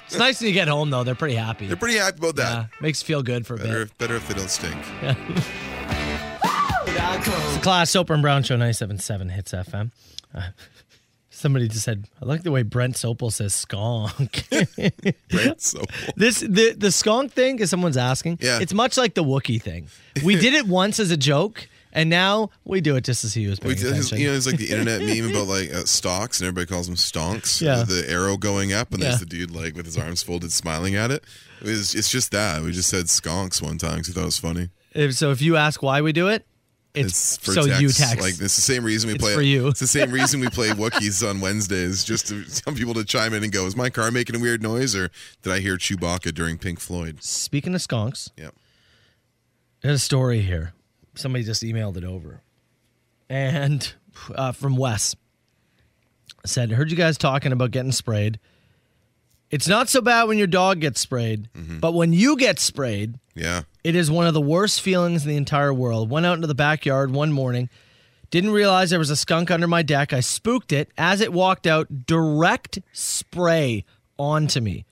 [SPEAKER 6] it's nice when you get home though; they're pretty happy.
[SPEAKER 7] They're pretty happy about
[SPEAKER 6] yeah,
[SPEAKER 7] that.
[SPEAKER 6] makes you feel good for a
[SPEAKER 7] Better,
[SPEAKER 6] bit.
[SPEAKER 7] if, better if they don't stink.
[SPEAKER 6] Class Soper and Brown Show 977 hits FM. Uh, *laughs* somebody just said, I like the way Brent Sopel says skunk. *laughs*
[SPEAKER 7] Right? So
[SPEAKER 6] this the the skunk thing is someone's asking.
[SPEAKER 7] Yeah.
[SPEAKER 6] It's much like the Wookiee thing. We did it once as a joke, and now we do it just to see who's paying
[SPEAKER 7] It's- it's-
[SPEAKER 6] attention.
[SPEAKER 7] you know, it's like the internet meme
[SPEAKER 6] *laughs*
[SPEAKER 7] about like uh, stocks, and everybody calls them stonks.
[SPEAKER 6] Yeah.
[SPEAKER 7] The arrow going up, and
[SPEAKER 6] Yeah.
[SPEAKER 7] there's the dude like with his arms folded, smiling at it. It was, it's just that we just said skonks one time because we thought it was funny.
[SPEAKER 6] If- so if you ask why we do it, it's,
[SPEAKER 7] It's for
[SPEAKER 6] so
[SPEAKER 7] text.
[SPEAKER 6] you text.
[SPEAKER 7] Like it's the same reason we
[SPEAKER 6] It's
[SPEAKER 7] play.
[SPEAKER 6] for you.
[SPEAKER 7] It's the
[SPEAKER 6] *laughs*
[SPEAKER 7] same reason we play Wookiees on Wednesdays, just to some people to chime in and go, "Is my car making a weird noise, or did I hear Chewbacca during Pink Floyd?"
[SPEAKER 6] Speaking of skunks,
[SPEAKER 7] Yeah.
[SPEAKER 6] There's a story here. Somebody just emailed it over. And uh, from Wes said, Heard you guys talking about getting sprayed. It's not so bad when your dog gets sprayed, but when you get sprayed,
[SPEAKER 7] Yeah.
[SPEAKER 6] it is one of the worst feelings in the entire world. Went out into the backyard one morning, didn't realize there was a skunk under my deck. I spooked it as it walked out, direct spray onto me.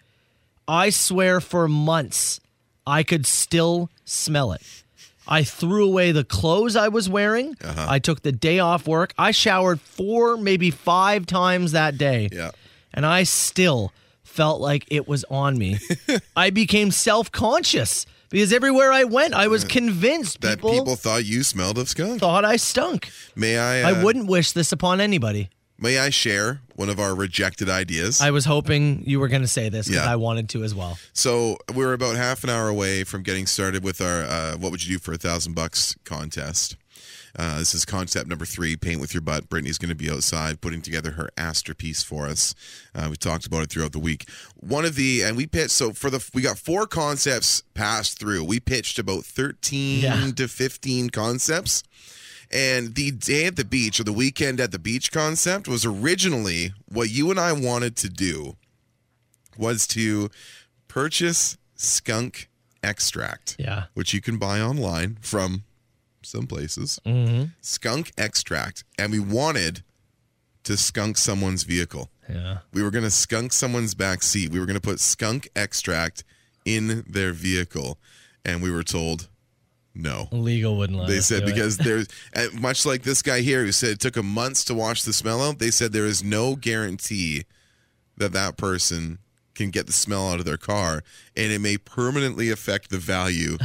[SPEAKER 6] I swear for months, I could still smell it. I threw away the clothes I was wearing. I took the day off work. I showered four, maybe five times that day
[SPEAKER 7] Yeah.
[SPEAKER 6] and I still felt like it was on me.
[SPEAKER 7] *laughs*
[SPEAKER 6] I became self conscious because everywhere I went, I was convinced
[SPEAKER 7] That
[SPEAKER 6] people,
[SPEAKER 7] people, thought you smelled of skunk.
[SPEAKER 6] thought I stunk.
[SPEAKER 7] May I?
[SPEAKER 6] I
[SPEAKER 7] uh,
[SPEAKER 6] wouldn't wish this upon anybody.
[SPEAKER 7] May I share one of our rejected ideas?
[SPEAKER 6] I was hoping you were going to say this because
[SPEAKER 7] Yeah.
[SPEAKER 6] I wanted to as well.
[SPEAKER 7] So we were about half an hour away from getting started with our uh, "What Would You Do for a Thousand Bucks" contest. Uh, this is concept number three: paint with your butt. Brittany's going to be outside putting together her masterpiece for us. Uh, we talked about it throughout the week. One of the and we pitched so for the we got four concepts passed through. We pitched about thirteen
[SPEAKER 6] Yeah.
[SPEAKER 7] to fifteen concepts. And the day at the beach or the weekend at the beach concept was originally what you and I wanted to do was to purchase skunk extract,
[SPEAKER 6] Yeah.
[SPEAKER 7] which you can buy online from some places. Skunk extract, and we wanted to skunk someone's vehicle.
[SPEAKER 6] Yeah.
[SPEAKER 7] We were going to skunk someone's back seat. We were going to put skunk extract in their vehicle, and we were told no.
[SPEAKER 6] Legal wouldn't let
[SPEAKER 7] They
[SPEAKER 6] us
[SPEAKER 7] said
[SPEAKER 6] do it.
[SPEAKER 7] because
[SPEAKER 6] *laughs*
[SPEAKER 7] there's uh, much like this guy here who said it took him months to wash the smell out. They said there is no guarantee that that person can get the smell out of their car, and it may permanently affect the
[SPEAKER 6] *laughs*
[SPEAKER 7] value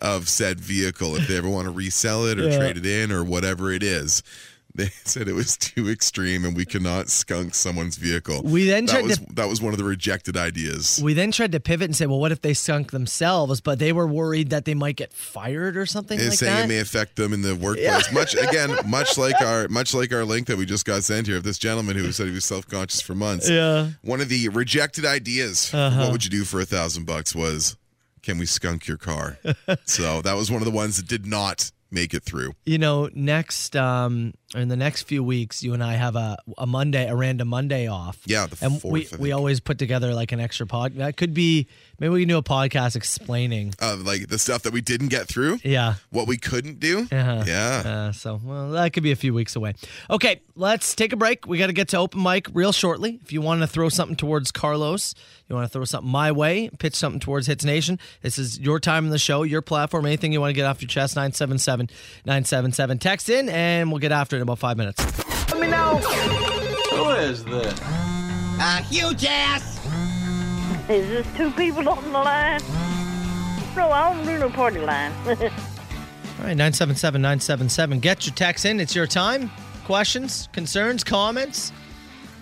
[SPEAKER 7] of said vehicle if they ever want to resell it or
[SPEAKER 6] Yeah.
[SPEAKER 7] trade it in or whatever it is. *laughs* They said it was too extreme and we cannot skunk someone's vehicle.
[SPEAKER 6] We then
[SPEAKER 7] that
[SPEAKER 6] tried
[SPEAKER 7] was,
[SPEAKER 6] to-
[SPEAKER 7] that was one of the rejected ideas.
[SPEAKER 6] We then tried to pivot and say, well, what if they sunk themselves, but they were worried that they might get fired or something
[SPEAKER 7] Is
[SPEAKER 6] like
[SPEAKER 7] saying
[SPEAKER 6] that?
[SPEAKER 7] it may affect them in the workplace. Much
[SPEAKER 6] *laughs*
[SPEAKER 7] again, much like our much like our link that we just got sent here of this gentleman who said he was self conscious for months.
[SPEAKER 6] yeah. Uh-huh.
[SPEAKER 7] One of the rejected ideas. for What would you do for a thousand bucks? Was can we skunk your
[SPEAKER 6] *laughs*
[SPEAKER 7] car? so that was one of the ones that did not make it through.
[SPEAKER 6] You know, next um in the next few weeks, you and I have a a Monday, a random Monday off.
[SPEAKER 7] Yeah, the
[SPEAKER 6] and
[SPEAKER 7] fourth,
[SPEAKER 6] we
[SPEAKER 7] I
[SPEAKER 6] we
[SPEAKER 7] think.
[SPEAKER 6] always put together like an extra pod. That could be maybe we can do a podcast explaining.
[SPEAKER 7] Uh, like the stuff that we didn't get through,
[SPEAKER 6] Yeah.
[SPEAKER 7] what we couldn't do.
[SPEAKER 6] Uh-huh.
[SPEAKER 7] Yeah.
[SPEAKER 6] Uh, so, well, that could be a few weeks away. Okay, let's take a break. We got to get to open mic real shortly. If you want to throw something towards Carlos, you want to throw something my way, pitch something towards Hits Nation, this is your time in the show, your platform, anything you want to get off your chest, 977 977. Text in, and we'll get after it in about five minutes.
[SPEAKER 1] Is this two people on the line? No, I don't do no party line. *laughs*
[SPEAKER 6] All right, 977 977. Get your text in. It's your time. Questions, concerns, comments.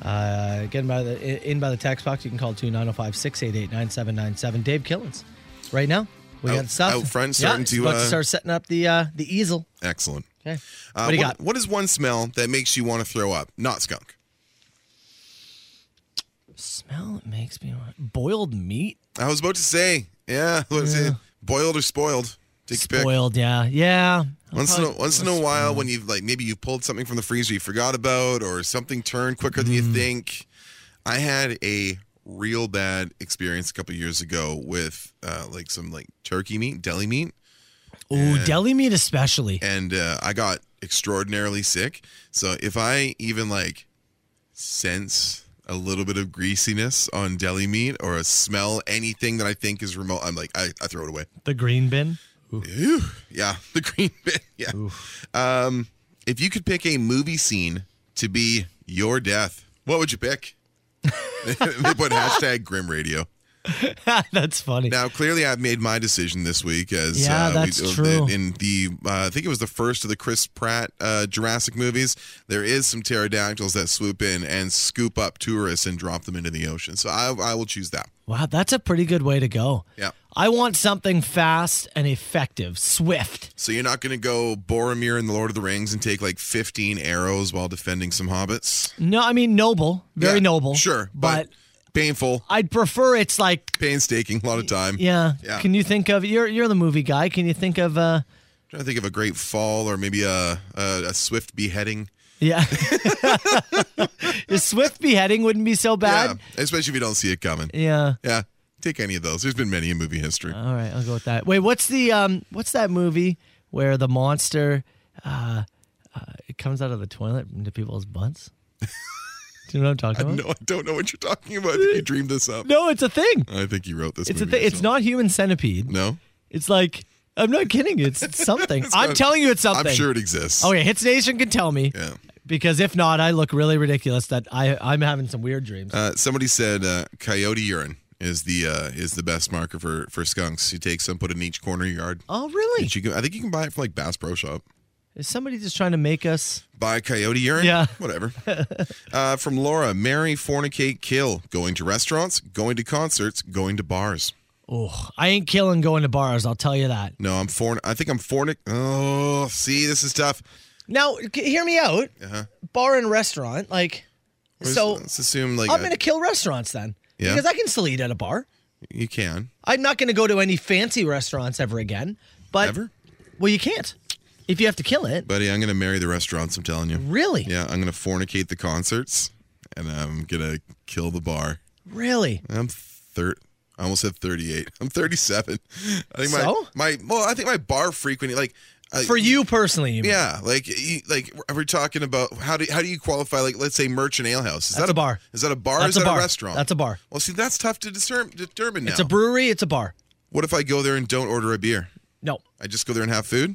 [SPEAKER 6] Uh, get 'em by the, in by the text box. You can call 2905 688 9797. Dave Killens. Right now, we
[SPEAKER 7] Out-
[SPEAKER 6] got stuff.
[SPEAKER 7] out front,
[SPEAKER 6] Yeah,
[SPEAKER 7] starting to,
[SPEAKER 6] about
[SPEAKER 7] uh,
[SPEAKER 6] start setting up the uh, the easel.
[SPEAKER 7] Excellent.
[SPEAKER 6] Okay.
[SPEAKER 7] Uh,
[SPEAKER 6] what do you got?
[SPEAKER 7] What is one smell that makes you want to throw up? Not skunk.
[SPEAKER 6] Smell it makes me want. Boiled meat?
[SPEAKER 7] I was about to say, yeah, what is it? Boiled or spoiled? Take your pick.
[SPEAKER 6] Boiled, yeah. Yeah. I'll
[SPEAKER 7] Once in a,
[SPEAKER 6] probably-
[SPEAKER 7] once in a while, when you've like maybe you pulled something from the freezer you forgot about, or something turned quicker than you think. I had a real bad experience a couple years ago with uh, like some like turkey meat, deli meat,
[SPEAKER 6] Ooh, deli meat especially.
[SPEAKER 7] and uh, I got extraordinarily sick. So if I even like sense a little bit of greasiness on deli meat or a smell anything that I think is remote, I'm like I, I throw it away.
[SPEAKER 6] The green bin. *laughs*
[SPEAKER 7] Ew. Yeah, *laughs* the green bin. Yeah. Um, if you could pick a movie scene to be your death, what would you pick? *laughs* they put hashtag Grim Radio.
[SPEAKER 6] That's funny.
[SPEAKER 7] Now, clearly, I've made my decision this week as uh,
[SPEAKER 6] Yeah, that's true.
[SPEAKER 7] in the uh, I think it was the first of the Chris Pratt uh, Jurassic movies. There is some pterodactyls that swoop in and scoop up tourists and drop them into the ocean. So I, I will choose that.
[SPEAKER 6] Wow, that's a pretty good way to go.
[SPEAKER 7] Yeah.
[SPEAKER 6] I want something fast and effective, swift.
[SPEAKER 7] So you're not going to go Boromir in the Lord of the Rings and take like 15 arrows while defending some hobbits.
[SPEAKER 6] No, I mean noble, very
[SPEAKER 7] Yeah,
[SPEAKER 6] noble.
[SPEAKER 7] Sure, but,
[SPEAKER 6] but,
[SPEAKER 7] painful,
[SPEAKER 6] I'd prefer it's like
[SPEAKER 7] painstaking, a lot of time.
[SPEAKER 6] yeah.
[SPEAKER 7] Yeah.
[SPEAKER 6] Can you think of you're you're the movie guy? Can you think of uh
[SPEAKER 7] trying to think of a great fall or maybe a a, a swift beheading. *laughs*
[SPEAKER 6] yeah. the swift beheading wouldn't be so
[SPEAKER 7] Yeah,
[SPEAKER 6] bad.
[SPEAKER 7] especially if you don't see it coming.
[SPEAKER 6] Yeah.
[SPEAKER 7] Yeah, take any of those. There's been many in movie history.
[SPEAKER 6] All right, I'll go with that. Wait, what's the um what's that movie where the monster uh, uh it comes out of the toilet into people's butts? Do you know what I'm talking about?
[SPEAKER 7] no, *laughs* I don't know what you're talking about. I think
[SPEAKER 6] *laughs*
[SPEAKER 7] you dreamed this up.
[SPEAKER 6] no, it's a thing.
[SPEAKER 7] I think you wrote this.
[SPEAKER 6] It's a
[SPEAKER 7] movie
[SPEAKER 6] thing. It's
[SPEAKER 7] yourself.
[SPEAKER 6] not human centipede.
[SPEAKER 7] No,
[SPEAKER 6] It's like I'm not kidding.
[SPEAKER 7] *laughs*
[SPEAKER 6] It's it's something. I'm
[SPEAKER 7] not-
[SPEAKER 6] telling you, it's something. Oh,
[SPEAKER 7] I'm sure it exists.
[SPEAKER 6] Okay, Hits Nation can tell me
[SPEAKER 7] Yeah.
[SPEAKER 6] because if not, I look really ridiculous. That I I'm having some weird dreams.
[SPEAKER 7] Uh, somebody said uh, coyote urine is the uh, is the best marker for for skunks. You take some, put it in each corner of your yard.
[SPEAKER 6] oh really?
[SPEAKER 7] But you can- I think you can buy it from like Bass Pro Shop.
[SPEAKER 6] Is somebody just trying to make us?
[SPEAKER 7] Buy coyote urine?
[SPEAKER 6] Yeah. *laughs*
[SPEAKER 7] Whatever. uh, from Laura, marry, fornicate, kill. Going to restaurants, going to concerts, going to bars.
[SPEAKER 6] Oh, I ain't killing going to bars. I'll tell you that.
[SPEAKER 7] No, I'm forn. I think I'm fornic. Oh, see, this is tough.
[SPEAKER 6] Now, c- hear me out.
[SPEAKER 7] Uh-huh.
[SPEAKER 6] Bar and restaurant, like,
[SPEAKER 7] Let's-
[SPEAKER 6] so
[SPEAKER 7] let's assume like
[SPEAKER 6] I'm
[SPEAKER 7] uh,
[SPEAKER 6] gonna kill restaurants then
[SPEAKER 7] Yeah.
[SPEAKER 6] because I can still eat at a bar.
[SPEAKER 7] uh, you can.
[SPEAKER 6] I'm not gonna go to any fancy restaurants ever again. But
[SPEAKER 7] Ever?
[SPEAKER 6] well, you can't if you have to kill it.
[SPEAKER 7] Buddy, I'm going to marry the restaurants, I'm telling you.
[SPEAKER 6] really?
[SPEAKER 7] Yeah, I'm going to fornicate the concerts and I'm going to kill the bar.
[SPEAKER 6] Really?
[SPEAKER 7] I'm third. I almost said 38. I'm 37. I think my
[SPEAKER 6] So?
[SPEAKER 7] my well, I think my bar frequency like uh, I-
[SPEAKER 6] For you personally, you mean?
[SPEAKER 7] Yeah, like you, like we're talking about how do how do you qualify? Like let's say Merchant Ale House. Is
[SPEAKER 6] That's
[SPEAKER 7] that
[SPEAKER 6] a bar.
[SPEAKER 7] Is that a bar?
[SPEAKER 6] That's
[SPEAKER 7] or is
[SPEAKER 6] a
[SPEAKER 7] that
[SPEAKER 6] bar.
[SPEAKER 7] a restaurant?
[SPEAKER 6] That's a bar.
[SPEAKER 7] Well, see, that's tough to discern, determine now.
[SPEAKER 6] It's a brewery, it's a bar.
[SPEAKER 7] what if I go there and don't order a beer?
[SPEAKER 6] No.
[SPEAKER 7] I just go there and have food.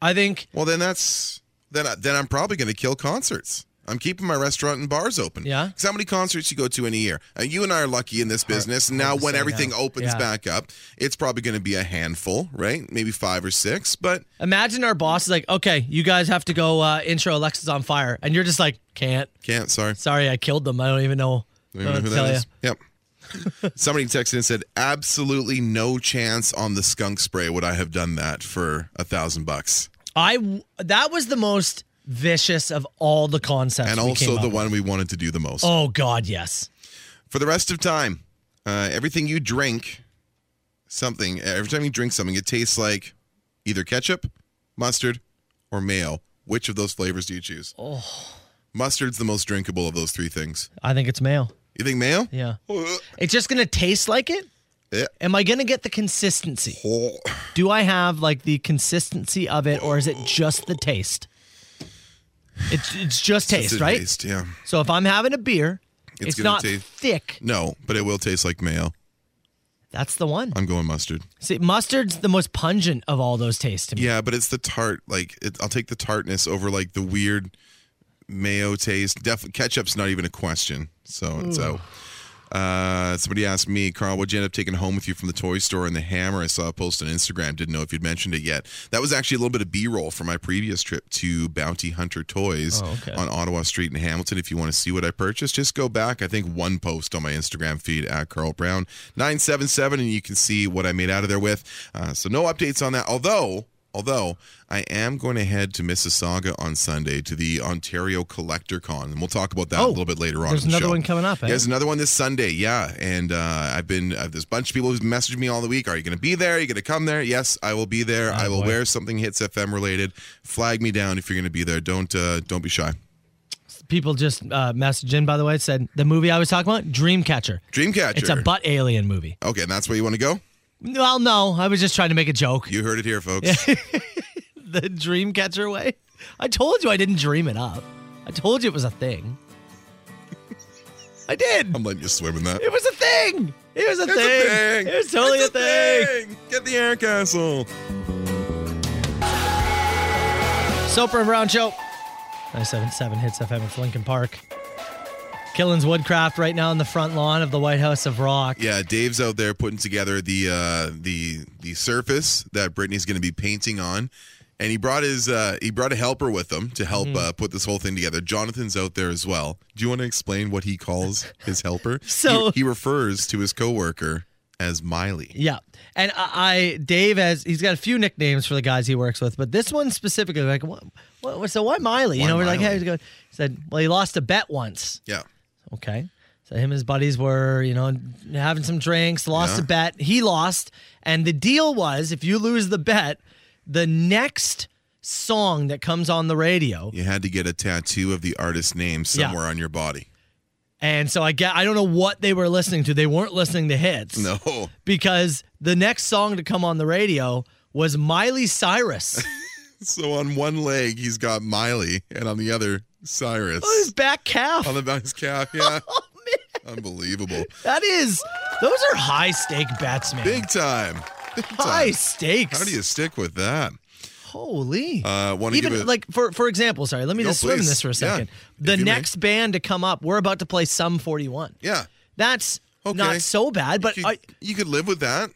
[SPEAKER 6] I think
[SPEAKER 7] Well, then that's then I, then I'm probably going to kill concerts. I'm keeping my restaurant and bars open.
[SPEAKER 6] Yeah.
[SPEAKER 7] 'Cause how many concerts you go to in a year? Uh, you and I are lucky in this business. Now,
[SPEAKER 6] to
[SPEAKER 7] when
[SPEAKER 6] say
[SPEAKER 7] everything
[SPEAKER 6] no.
[SPEAKER 7] opens
[SPEAKER 6] Yeah.
[SPEAKER 7] back up, it's probably going to be a handful, right? Maybe five or six. But
[SPEAKER 6] Imagine our boss is like, okay, you guys have to go uh, intro Alexa's on fire. And you're just like, can't.
[SPEAKER 7] can't. Sorry.
[SPEAKER 6] Sorry, I killed them. I don't even know.
[SPEAKER 7] Don't even
[SPEAKER 6] what
[SPEAKER 7] know who
[SPEAKER 6] to Uh, tell
[SPEAKER 7] that
[SPEAKER 6] ya.
[SPEAKER 7] is. Yep. *laughs* Somebody texted and said, "Absolutely no chance on the skunk spray would I have done that for a thousand bucks."
[SPEAKER 6] I w- that was the most vicious of all the concepts.
[SPEAKER 7] And
[SPEAKER 6] we
[SPEAKER 7] also
[SPEAKER 6] came up
[SPEAKER 7] the
[SPEAKER 6] with.
[SPEAKER 7] one we wanted to do the most.
[SPEAKER 6] Oh God, yes.
[SPEAKER 7] For the rest of time, uh, everything you drink, something every time you drink something, it tastes like either ketchup, mustard, or mayo. Which of those flavors do you choose? Oh. Mustard's the most drinkable of those three things.
[SPEAKER 6] I think it's mayo.
[SPEAKER 7] You think mayo? *laughs* Oh.
[SPEAKER 6] Yeah. It's just gonna taste like it.
[SPEAKER 7] Yeah.
[SPEAKER 6] Am I gonna get the consistency?
[SPEAKER 7] Oh.
[SPEAKER 6] Do I have like the consistency of it, or is it just the taste? It's it's just taste,
[SPEAKER 7] It's a
[SPEAKER 6] right?
[SPEAKER 7] taste, yeah.
[SPEAKER 6] So if I'm having a beer,
[SPEAKER 7] It's
[SPEAKER 6] it's,
[SPEAKER 7] gonna
[SPEAKER 6] not
[SPEAKER 7] taste-
[SPEAKER 6] thick.
[SPEAKER 7] No, but it will taste like mayo.
[SPEAKER 6] That's the one.
[SPEAKER 7] I'm going mustard.
[SPEAKER 6] See, mustard's the most pungent of all those tastes to me.
[SPEAKER 7] Yeah, but it's the tart. Like it, I'll take the tartness over like the weird mayo taste. Def- ketchup's not even a question. So it's out. Uh, somebody asked me, Carl, what'd you end up taking home with you from the toy store? And the hammer I saw a post on Instagram. Didn't know if you'd mentioned it yet. That was actually a little bit of B-roll from my previous trip to Bounty Hunter Toys
[SPEAKER 6] Oh, okay.
[SPEAKER 7] on Ottawa Street in Hamilton. If you want to see what I purchased, just go back. I think one post on my Instagram feed at Carl Brown nine seven seven, and you can see what I made out of there with. Uh, so no updates on that. Although. Although I am going to head to Mississauga on Sunday to the Ontario Collector Con, and we'll talk about that a
[SPEAKER 6] Oh,
[SPEAKER 7] little bit later on.
[SPEAKER 6] there's
[SPEAKER 7] in the
[SPEAKER 6] another
[SPEAKER 7] show.
[SPEAKER 6] one coming up, eh?
[SPEAKER 7] There's another one this Sunday, yeah. And uh, I've been uh, there's a bunch of people who've messaged me all the week. Are you going to be there? Are you going to come there? Yes, I will be there. I will
[SPEAKER 6] Oh, boy.
[SPEAKER 7] wear something hits FM related. Flag me down if you're going to be there. Don't uh, don't be shy.
[SPEAKER 6] People just uh, messaged in, by the way, said the movie I was talking about, Dreamcatcher.
[SPEAKER 7] Dreamcatcher.
[SPEAKER 6] It's a butt alien movie.
[SPEAKER 7] Okay, and that's where you want to go?
[SPEAKER 6] Well, no, I was just trying to make a joke.
[SPEAKER 7] You heard it here, folks.
[SPEAKER 6] The Dreamcatcher way. I told you I didn't dream it up. I told you it was a thing. I did.
[SPEAKER 7] I'm letting you swim in
[SPEAKER 6] *laughs*
[SPEAKER 7] that.
[SPEAKER 6] It was a thing. It was a,
[SPEAKER 7] It's
[SPEAKER 6] thing.
[SPEAKER 7] a thing.
[SPEAKER 6] It was totally
[SPEAKER 7] It's
[SPEAKER 6] a, thing.
[SPEAKER 7] Get the air castle.
[SPEAKER 6] Soper and Brown Show. 977 hits FM with Lincoln Park. Killins Woodcraft right now on the front lawn of the White House of Rock.
[SPEAKER 7] Yeah, Dave's out there putting together the uh, the the surface that Brittany's going to be painting on, and he brought his uh, he brought a helper with him to help uh, put this whole thing together. Jonathan's out there as well. Do you want to explain what he calls his helper?
[SPEAKER 6] So-
[SPEAKER 7] he, he refers to his coworker as Miley.
[SPEAKER 6] Yeah. And I, I Dave has he's got a few nicknames for the guys he works with, but this one specifically, like, what, what, so why Miley?
[SPEAKER 7] Why
[SPEAKER 6] you know, we're like,
[SPEAKER 7] Miley?
[SPEAKER 6] hey, he's going. He said, well, he lost a bet once.
[SPEAKER 7] Yeah,
[SPEAKER 6] Okay. So him and his buddies were, you know, having some drinks, lost
[SPEAKER 7] Yeah.
[SPEAKER 6] a bet. He lost. And the deal was if you lose the bet, the next song that comes on the radio.
[SPEAKER 7] you had to get a tattoo of the artist's name somewhere on your body.
[SPEAKER 6] And so I get I don't know what they were listening to. They weren't listening to hits.
[SPEAKER 7] No,
[SPEAKER 6] Because the next song to come on the radio was
[SPEAKER 7] *laughs*
[SPEAKER 6] Miley Cyrus.
[SPEAKER 7] so on one leg he's got Miley, and on the other Cyrus
[SPEAKER 6] Oh, his back calf.
[SPEAKER 7] on the back of his calf. Yeah, unbelievable.
[SPEAKER 6] That is, those are high stake bets, man.
[SPEAKER 7] Big time. Big
[SPEAKER 6] high
[SPEAKER 7] time.
[SPEAKER 6] stakes.
[SPEAKER 7] How do you stick with that?
[SPEAKER 6] Holy.
[SPEAKER 7] Uh, wanna
[SPEAKER 6] Even
[SPEAKER 7] give a-
[SPEAKER 6] like for for example, sorry, let me
[SPEAKER 7] No,
[SPEAKER 6] just swim in
[SPEAKER 7] please.
[SPEAKER 6] this for
[SPEAKER 7] Yeah,
[SPEAKER 6] a second.
[SPEAKER 7] if you
[SPEAKER 6] the
[SPEAKER 7] may.
[SPEAKER 6] next band to come up, we're about to play some 41.
[SPEAKER 7] Yeah.
[SPEAKER 6] That's
[SPEAKER 7] Okay.
[SPEAKER 6] not so bad, but
[SPEAKER 7] you,
[SPEAKER 6] I,
[SPEAKER 7] you could live with that.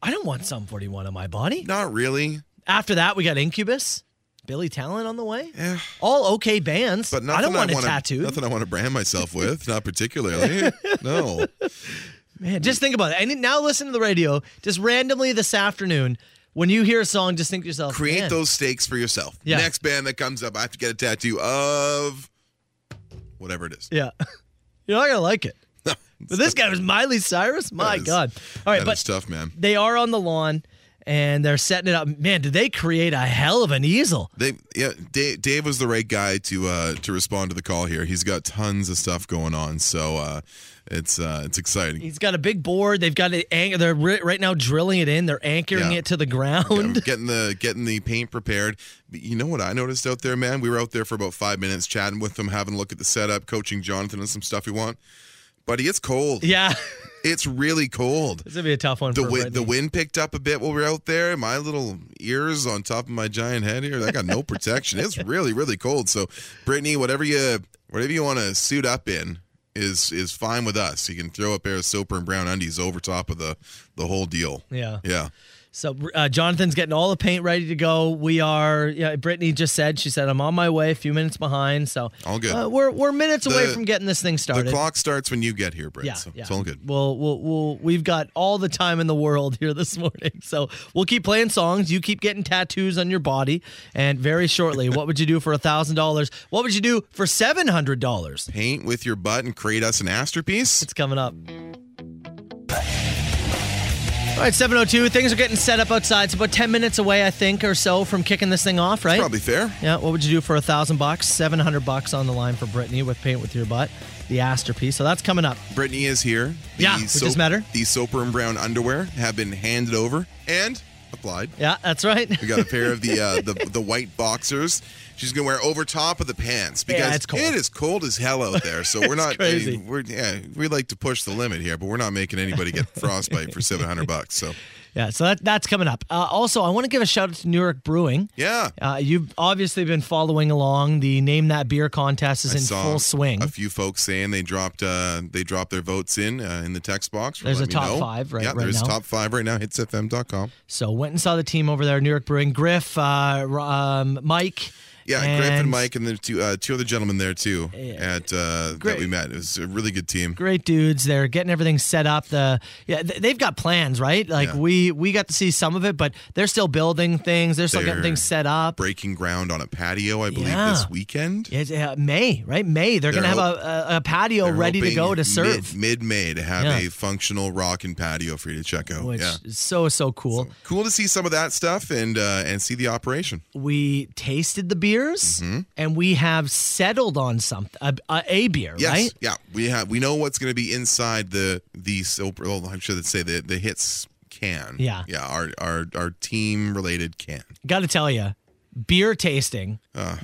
[SPEAKER 6] I don't want some 41 on my body.
[SPEAKER 7] Not really.
[SPEAKER 6] After that, we got Incubus, Billy Talent on the way.
[SPEAKER 7] Yeah.
[SPEAKER 6] All okay bands.
[SPEAKER 7] Eh. But nothing
[SPEAKER 6] I don't want it
[SPEAKER 7] wanna-
[SPEAKER 6] tattooed.
[SPEAKER 7] Nothing I want to brand myself with. Not
[SPEAKER 6] *laughs*
[SPEAKER 7] particularly. no.
[SPEAKER 6] Man, just think about it. And now listen to the radio just randomly this afternoon. When you hear a song, just think to yourself,
[SPEAKER 7] Create
[SPEAKER 6] man,
[SPEAKER 7] those stakes for yourself.
[SPEAKER 6] Yeah.
[SPEAKER 7] Next band that comes up, I have to get a tattoo of whatever it is.
[SPEAKER 6] Yeah. *laughs* You're not going to
[SPEAKER 7] *laughs*
[SPEAKER 6] like it. But this guy was Miley Cyrus? My
[SPEAKER 7] is-
[SPEAKER 6] God. All right,
[SPEAKER 7] That
[SPEAKER 6] but
[SPEAKER 7] is tough, man.
[SPEAKER 6] they are on the lawn and they're setting it up. Man, did they create a hell of an easel?
[SPEAKER 7] They yeah, Dave, Dave was the right guy to uh, to respond to the call here. He's got tons of stuff going on, so uh, it's uh, it's exciting.
[SPEAKER 6] He's got a big board. They've got it. Ang- they're ri- right now drilling it in. They're anchoring
[SPEAKER 7] Yeah.
[SPEAKER 6] it to the
[SPEAKER 7] Yeah, I'm
[SPEAKER 6] ground.
[SPEAKER 7] getting the getting the paint prepared. But you know what I noticed out there, man? We were out there for about five minutes chatting with them, having a look at the setup, coaching Jonathan on some stuff we want. Buddy, it's cold.
[SPEAKER 6] *laughs* Yeah,
[SPEAKER 7] It's really cold.
[SPEAKER 6] this would be a tough one.
[SPEAKER 7] The
[SPEAKER 6] for
[SPEAKER 7] wind, the
[SPEAKER 6] Brittany.
[SPEAKER 7] wind picked up a bit while we were out there. My little ears
[SPEAKER 6] *laughs*
[SPEAKER 7] on top of my giant head here, I got no protection. It's really, really cold. So, Brittany, whatever you whatever you want to suit up in is is fine with us. You can throw a pair of soaper and brown undies over top of the the whole deal.
[SPEAKER 6] Yeah.
[SPEAKER 7] Yeah.
[SPEAKER 6] So uh, Jonathan's getting all the paint ready to go. We are. Yeah, Brittany just said she said I'm on my way, a few minutes behind. So
[SPEAKER 7] All good.
[SPEAKER 6] Uh, we're we're minutes away
[SPEAKER 7] The-
[SPEAKER 6] from getting this thing started.
[SPEAKER 7] The clock starts when you get here, Brett. so It's all good.
[SPEAKER 6] Well, we'll, we'll, we've got all the time in the world here this *laughs* morning. So we'll keep playing songs. You keep getting tattoos on your body. And very shortly, what would you do for $1,000? What would you do for $700?
[SPEAKER 7] Paint with your butt and create us an masterpiece.
[SPEAKER 6] It's coming up. All right, 702. Things are getting set up outside. It's about 10 minutes away, I think, or so from kicking this thing off, right?
[SPEAKER 7] Probably fair.
[SPEAKER 6] Yeah, what would you do for a thousand bucks? Seven hundred bucks on the line for Brittany with paint with your butt, the masterpiece. So that's coming up.
[SPEAKER 7] Brittany is here. The
[SPEAKER 6] Yeah, we just met her.
[SPEAKER 7] The soaper and brown underwear have been handed over and applied.
[SPEAKER 6] Yeah, that's right.
[SPEAKER 7] We got a pair of the uh, the
[SPEAKER 6] *laughs*
[SPEAKER 7] the white boxers. She's gonna wear over top of the pants because
[SPEAKER 6] it's cold.
[SPEAKER 7] it is cold as hell out there. So
[SPEAKER 6] *laughs*
[SPEAKER 7] we're not. I mean,
[SPEAKER 6] crazy.
[SPEAKER 7] we're yeah. We like to push the limit here, but we're not making anybody
[SPEAKER 6] *laughs*
[SPEAKER 7] get frostbite for seven hundred bucks. So
[SPEAKER 6] Yeah, so that, that's coming up. Uh, also, I want to give a shout out to Newark Brewing.
[SPEAKER 7] yeah.
[SPEAKER 6] Uh, you've obviously been following along. The Name That Beer contest is
[SPEAKER 7] I
[SPEAKER 6] in
[SPEAKER 7] saw
[SPEAKER 6] full swing.
[SPEAKER 7] A few folks saying they dropped uh, they dropped their votes in uh, in the text box.
[SPEAKER 6] There's
[SPEAKER 7] Let me
[SPEAKER 6] a top
[SPEAKER 7] know.
[SPEAKER 6] five right-
[SPEAKER 7] yeah,
[SPEAKER 6] right
[SPEAKER 7] there's
[SPEAKER 6] now.
[SPEAKER 7] top five right now. Hitsfm.com.
[SPEAKER 6] so went and saw the team over there, Newark Brewing. Griff, uh, R- um, Mike.
[SPEAKER 7] Yeah, Griff and Mike and the two uh, two other gentlemen there too at uh, that
[SPEAKER 6] Great.
[SPEAKER 7] we met. It was a really good team.
[SPEAKER 6] Great dudes. They're getting everything set up. The yeah, th- they've got plans, right? Like
[SPEAKER 7] Yeah.
[SPEAKER 6] we we got to see some of it, but they're still building things. They're still getting
[SPEAKER 7] They're
[SPEAKER 6] things set up.
[SPEAKER 7] Breaking ground on a patio, I believe,
[SPEAKER 6] Yeah.
[SPEAKER 7] this weekend.
[SPEAKER 6] It's, uh, May, right? May. They're,
[SPEAKER 7] They're
[SPEAKER 6] gonna
[SPEAKER 7] hope-
[SPEAKER 6] have a, a, a patio
[SPEAKER 7] They're
[SPEAKER 6] ready to
[SPEAKER 7] hoping
[SPEAKER 6] go to serve.
[SPEAKER 7] mid May to have
[SPEAKER 6] Yeah.
[SPEAKER 7] a functional rock and patio for you to check out.
[SPEAKER 6] which
[SPEAKER 7] yeah.
[SPEAKER 6] is so so cool.
[SPEAKER 7] Cool to see some of that stuff and uh, and see the operation.
[SPEAKER 6] we tasted the beers
[SPEAKER 7] Mm-hmm.
[SPEAKER 6] and we have settled on something a, a, a beer
[SPEAKER 7] Yes,
[SPEAKER 6] right
[SPEAKER 7] yeah, we have we know what's going to be inside the the soap. Well, I should say the the hits can.
[SPEAKER 6] Yeah.
[SPEAKER 7] yeah, our our our team related can.
[SPEAKER 6] gotta tell you beer tasting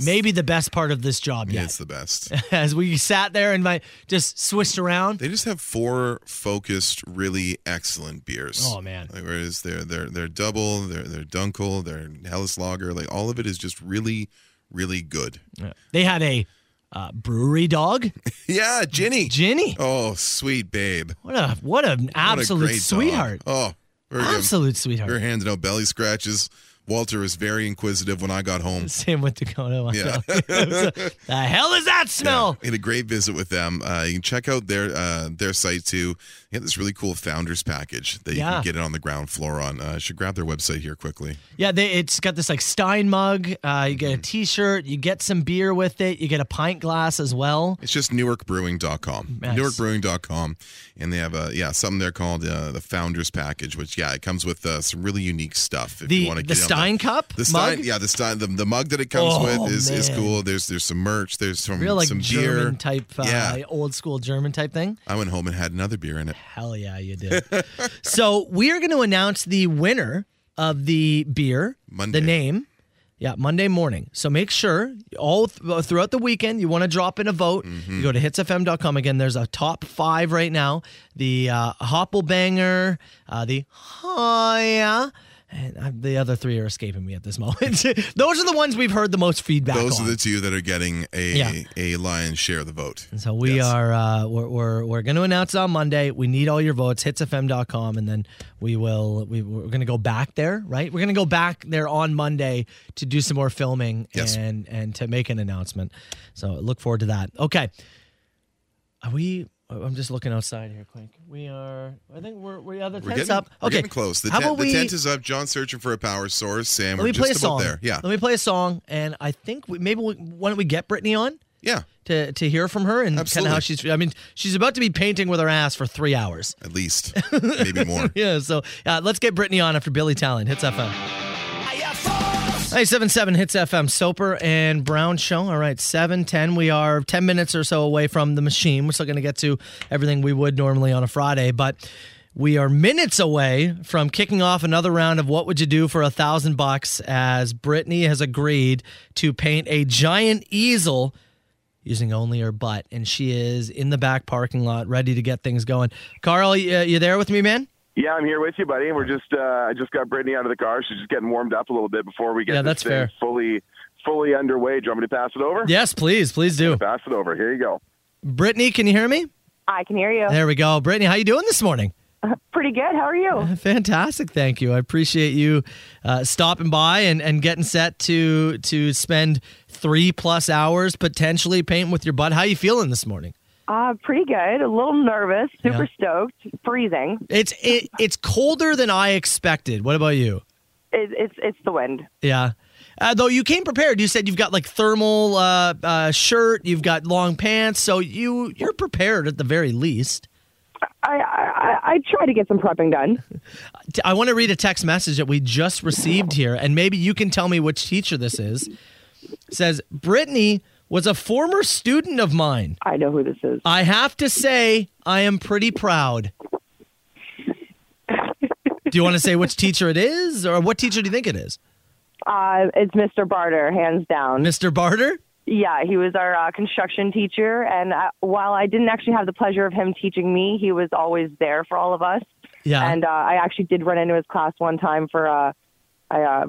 [SPEAKER 6] maybe the best part of this job
[SPEAKER 7] Yeah,
[SPEAKER 6] yet
[SPEAKER 7] it's the
[SPEAKER 6] *laughs*
[SPEAKER 7] best.
[SPEAKER 6] as we sat there and my just swished around
[SPEAKER 7] They just have four focused, really excellent beers.
[SPEAKER 6] Oh, man.
[SPEAKER 7] Like, whereas their their their double, their their Dunkel, their Hellas Lager, like all of it is just really, really good. *laughs*
[SPEAKER 6] they had a uh, brewery dog
[SPEAKER 7] Yeah, Ginny.
[SPEAKER 6] ginny
[SPEAKER 7] Oh, sweet babe.
[SPEAKER 6] what a what an
[SPEAKER 7] What a
[SPEAKER 6] absolute
[SPEAKER 7] great dog.
[SPEAKER 6] sweetheart
[SPEAKER 7] Oh, we were,
[SPEAKER 6] absolute
[SPEAKER 7] we were
[SPEAKER 6] sweetheart
[SPEAKER 7] handing out belly scratches. Walter was very inquisitive when I got home.
[SPEAKER 6] *laughs* same with dakota *laughs*
[SPEAKER 7] Yeah.
[SPEAKER 6] the hell is that smell
[SPEAKER 7] We had a great visit with them. Uh, you can check out their uh, their site too. They have this really cool founders package that you
[SPEAKER 6] Yeah.
[SPEAKER 7] can get it on the ground floor on. Uh, I should grab their website here quickly.
[SPEAKER 6] Yeah, they, it's got this like Stein mug. Uh, you get
[SPEAKER 7] Mm-hmm.
[SPEAKER 6] a T-shirt, you get some beer with it, you get a pint glass as well.
[SPEAKER 7] It's just newarkbrewing.com.
[SPEAKER 6] Nice.
[SPEAKER 7] Newarkbrewing.com. And they have a, yeah, something there called uh, the Founders Package, which, yeah, it comes with uh, some really unique stuff. If you
[SPEAKER 6] The
[SPEAKER 7] want to
[SPEAKER 6] the
[SPEAKER 7] get on
[SPEAKER 6] Stein cup,
[SPEAKER 7] The Stein,
[SPEAKER 6] mug?
[SPEAKER 7] yeah, the Stein, the, the mug that it comes
[SPEAKER 6] Oh,
[SPEAKER 7] with is, is
[SPEAKER 6] man.
[SPEAKER 7] cool. There's there's some merch. There's some
[SPEAKER 6] real like
[SPEAKER 7] some
[SPEAKER 6] German
[SPEAKER 7] beer.
[SPEAKER 6] type, uh,
[SPEAKER 7] Yeah.
[SPEAKER 6] old school German type thing.
[SPEAKER 7] I went home and had another beer in it.
[SPEAKER 6] Hell yeah,
[SPEAKER 7] *laughs*
[SPEAKER 6] you did. so we are going to announce the winner of the beer,
[SPEAKER 7] Monday.
[SPEAKER 6] the name. Yeah, Monday morning. So make sure all th- uh, throughout the weekend you want to drop in a vote.
[SPEAKER 7] Mm-hmm.
[SPEAKER 6] You go to hitsfm.com again. There's a top five right now: the uh, Hopple Banger, uh, the Hiya, and uh, the other three are escaping me at this moment. *laughs* Those are the ones we've heard the most feedback.
[SPEAKER 7] Those
[SPEAKER 6] on.
[SPEAKER 7] are the two that are getting a
[SPEAKER 6] Yeah.
[SPEAKER 7] a lion's share of the vote.
[SPEAKER 6] So we
[SPEAKER 7] Yes.
[SPEAKER 6] are uh, we're we're, we're going to announce it on Monday. We need all your votes. Hitsfm.com, and then we will we, we're going to go back there, right? We're going to go back there on Monday to do some more filming
[SPEAKER 7] Yes.
[SPEAKER 6] and and to make an announcement. So look forward to that. Okay, are we? I'm just looking outside here, quick. We are. I think we're we are the
[SPEAKER 7] We're
[SPEAKER 6] tent's
[SPEAKER 7] getting,
[SPEAKER 6] up.
[SPEAKER 7] we're
[SPEAKER 6] Okay,
[SPEAKER 7] getting close. The,
[SPEAKER 6] How
[SPEAKER 7] tent,
[SPEAKER 6] about we?
[SPEAKER 7] the tent is up. John's searching for a power source, and
[SPEAKER 6] let
[SPEAKER 7] we're
[SPEAKER 6] me
[SPEAKER 7] just
[SPEAKER 6] play a
[SPEAKER 7] about
[SPEAKER 6] song.
[SPEAKER 7] there. Yeah.
[SPEAKER 6] Let me play a song, and I think we, maybe we, why don't we get Brittany on?
[SPEAKER 7] yeah.
[SPEAKER 6] to to hear from her and kind of how
[SPEAKER 7] Absolutely.
[SPEAKER 6] she's. I mean, she's about to be painting with her ass for three hours.
[SPEAKER 7] At least.
[SPEAKER 6] *laughs*
[SPEAKER 7] Maybe more.
[SPEAKER 6] Yeah, so uh, let's get Brittany on after Billy Talent hits FM. 977 hits FM Soper and Brown Show. All right, 710. We are 10 minutes or so away from the machine. We're still going to get to everything we would normally on a Friday, but we are minutes away from kicking off another round of what would you do for a thousand bucks as Brittany has agreed to paint a giant easel using only her butt and she is in the back parking lot ready to get things going carl you, you there with me man
[SPEAKER 4] Yeah, I'm here with you, buddy. We're just uh, I just got Brittany out of the car. She's just getting warmed up a little bit before we get
[SPEAKER 6] Yeah,
[SPEAKER 4] this
[SPEAKER 6] that's
[SPEAKER 4] thing
[SPEAKER 6] fair.
[SPEAKER 4] fully fully underway. Do you want me to pass it over?
[SPEAKER 6] Yes, please, please do.
[SPEAKER 4] Pass it over. Here you go.
[SPEAKER 6] Brittany, can you hear me?
[SPEAKER 8] I can hear you.
[SPEAKER 6] There we go. Brittany, how you doing this morning?
[SPEAKER 8] Pretty good. How are you?
[SPEAKER 6] Fantastic, thank you. I appreciate you uh, stopping by and, and getting set to to spend three plus hours potentially painting with your butt. How you feeling this morning?
[SPEAKER 8] Uh, pretty good. A little nervous. Super stoked. Freezing.
[SPEAKER 6] It's it, it's colder than I expected. What about you?
[SPEAKER 8] It, it's it's the wind.
[SPEAKER 6] Yeah. Uh, though you came prepared, you said you've got like thermal uh, uh, shirt, you've got long pants, so you you're prepared at the very least.
[SPEAKER 8] I, I I- I try to get some prepping done.
[SPEAKER 6] T- I want to read a text message that we just received here, and maybe you can tell me which teacher this is. It says Brittany was a former student of mine.
[SPEAKER 8] I know who this is.
[SPEAKER 6] I have to say, I am pretty proud. do you want to say which teacher it is, or what teacher do you think it is,
[SPEAKER 8] Uh, it's Mr. Barter, hands down.
[SPEAKER 6] Mr. Barter?
[SPEAKER 8] Yeah, he was our uh, construction teacher, and uh, while I didn't actually have the pleasure of him teaching me, he was always there for all of us.
[SPEAKER 6] Yeah. *laughs*
[SPEAKER 8] And uh, I actually did run into his class one time for uh, I uh,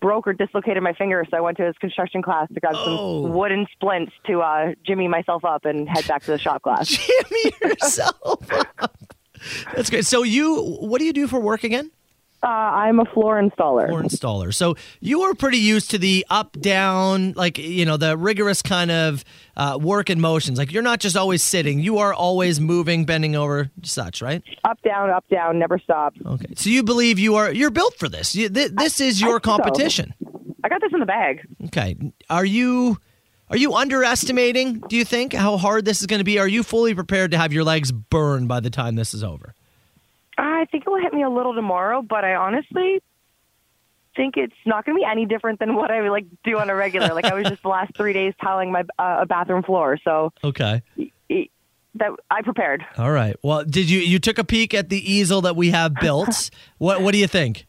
[SPEAKER 8] broke or dislocated my finger, so I went to his construction class to grab
[SPEAKER 6] Oh.
[SPEAKER 8] some wooden splints to uh, jimmy myself up and head back to the
[SPEAKER 6] *laughs*
[SPEAKER 8] shop class.
[SPEAKER 6] Jimmy yourself. up. That's great. So you, what do you do for work again?
[SPEAKER 8] Uh, I'm a floor installer.
[SPEAKER 6] Or installer. So you are pretty used to the up down, like you know, the rigorous kind of uh, work and motions. Like you're not just always sitting; you are always moving, bending over, such. Right?
[SPEAKER 8] Up down, up down, never stop.
[SPEAKER 6] Okay. So you believe you are you're built for this. You, th- this is your
[SPEAKER 8] think so.
[SPEAKER 6] competition.
[SPEAKER 8] I got this in the bag.
[SPEAKER 6] Okay. Are you? Are you underestimating, do you think, how hard this is going to be? Are you fully prepared to have your legs burn by the time this is over?
[SPEAKER 8] I think it will hit me a little tomorrow, but I honestly think it's not going to be any different than what I like do on a regular. like I was just the last three days tiling my uh, a bathroom floor, so
[SPEAKER 6] Okay.
[SPEAKER 8] it, that I prepared.
[SPEAKER 6] All right. Well, did you you took a peek at the easel that we have
[SPEAKER 8] *laughs*
[SPEAKER 6] built? what what do you think?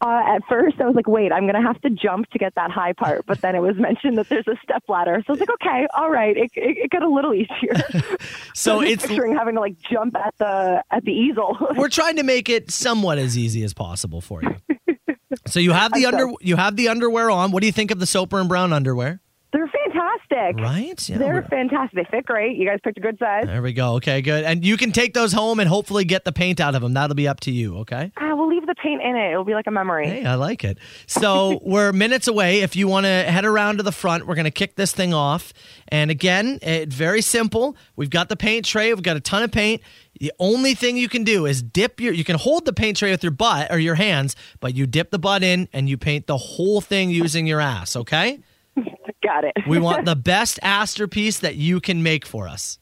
[SPEAKER 8] Uh, at first, I was like, "Wait, I'm going to have to jump to get that high part," but then it was *laughs* mentioned that there's a step ladder, so I was like, "Okay, all right." It, it, it got a little easier.
[SPEAKER 6] *laughs* So
[SPEAKER 8] I'm just
[SPEAKER 6] it's
[SPEAKER 8] picturing having to like jump at the at the easel. *laughs*
[SPEAKER 6] we're trying to make it somewhat as easy as possible for you. So you have the under you have the underwear on. What do you think of the Soper and Brown underwear?
[SPEAKER 8] They're fantastic.
[SPEAKER 6] Right? Yeah.
[SPEAKER 8] They're
[SPEAKER 6] we're-
[SPEAKER 8] fantastic. They fit great. You guys picked a good size.
[SPEAKER 6] There we go. Okay, good. And you can take those home and hopefully get the paint out of them. That'll be up to you, okay?
[SPEAKER 8] Ah, we'll leave the paint in it. It'll be like a memory.
[SPEAKER 6] Hey, I like it. So we're minutes away. If you want to head around to the front, we're going to kick this thing off. And again, it very simple. We've got the paint tray. We've got a ton of paint. The only thing you can do is dip your. You can hold the paint tray with your butt or your hands, but you dip the butt in and you paint the whole thing using your ass. Okay.
[SPEAKER 8] Got it.
[SPEAKER 6] We want the best asterpiece that you can make for us.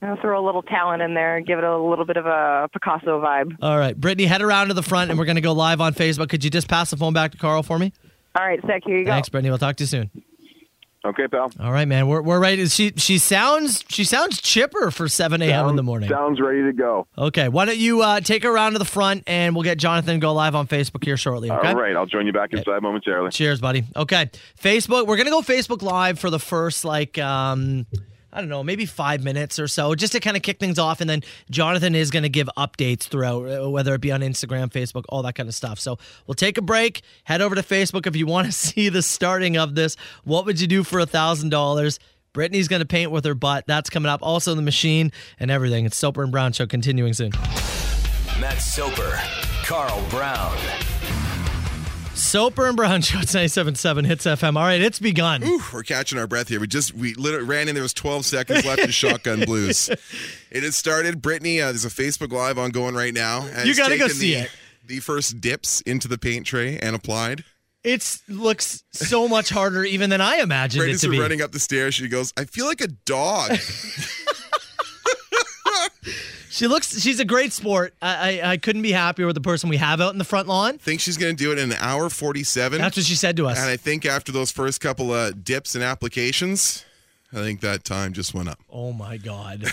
[SPEAKER 8] I'll throw a little talent in there and give it a little bit of a Picasso vibe.
[SPEAKER 6] All right, Brittany, head around to the front, and we're going to go live on Facebook. Could you just pass the phone back to Carl for me?
[SPEAKER 8] All right, Zach, here you go.
[SPEAKER 6] Thanks, Brittany. We'll talk to you soon.
[SPEAKER 4] Okay, pal.
[SPEAKER 6] All right, man. We're we're ready. She she sounds she sounds chipper for seven a.m. in the morning.
[SPEAKER 4] Sounds ready to go.
[SPEAKER 6] Okay, why don't you uh, take her around to the front and we'll get Jonathan to go live on Facebook here shortly. Okay.
[SPEAKER 4] All right, I'll join you back inside momentarily.
[SPEAKER 6] Cheers, buddy. Okay, Facebook. We're gonna go Facebook Live for the first like um, I don't know, maybe five minutes or so, just to kind of kick things off, and then Jonathan is gonna give updates throughout, uh, whether it be on Instagram, Facebook, all that kind of stuff. So we'll take a break. Head over to Facebook if you want to *laughs* see the starting of this. What would you do for a thousand dollars? Brittany's gonna paint with her butt. That's coming up. Also the machine and everything. It's Soper and Brown show continuing soon.
[SPEAKER 5] Matt Soper, Carl Brown.
[SPEAKER 6] Soper and Brown show. *laughs* It's 97.7 hits FM. All right, it's begun.
[SPEAKER 7] Oof, we're catching our breath here. We just we literally ran in. There was 12 seconds left in Shotgun
[SPEAKER 6] *laughs*
[SPEAKER 7] Blues. It has started. Brittany, uh, there's a Facebook Live ongoing right now. Has
[SPEAKER 6] You gotta go
[SPEAKER 7] taken
[SPEAKER 6] see
[SPEAKER 7] the,
[SPEAKER 6] it.
[SPEAKER 7] The first dips into the paint tray and applied.
[SPEAKER 6] It looks so much harder even than I imagined it
[SPEAKER 7] Brittany's
[SPEAKER 6] to be.
[SPEAKER 7] running up the stairs. She goes, "I feel like a
[SPEAKER 6] *laughs*
[SPEAKER 7] dog."
[SPEAKER 6] She looks. She's a great sport. I, I I couldn't be happier with the person we have out in the front lawn.
[SPEAKER 7] think she's gonna do it in an hour 47.
[SPEAKER 6] That's what she said to us.
[SPEAKER 7] and I think after those first couple of dips and applications, I think that time just went up.
[SPEAKER 6] oh
[SPEAKER 7] *laughs*
[SPEAKER 6] my god,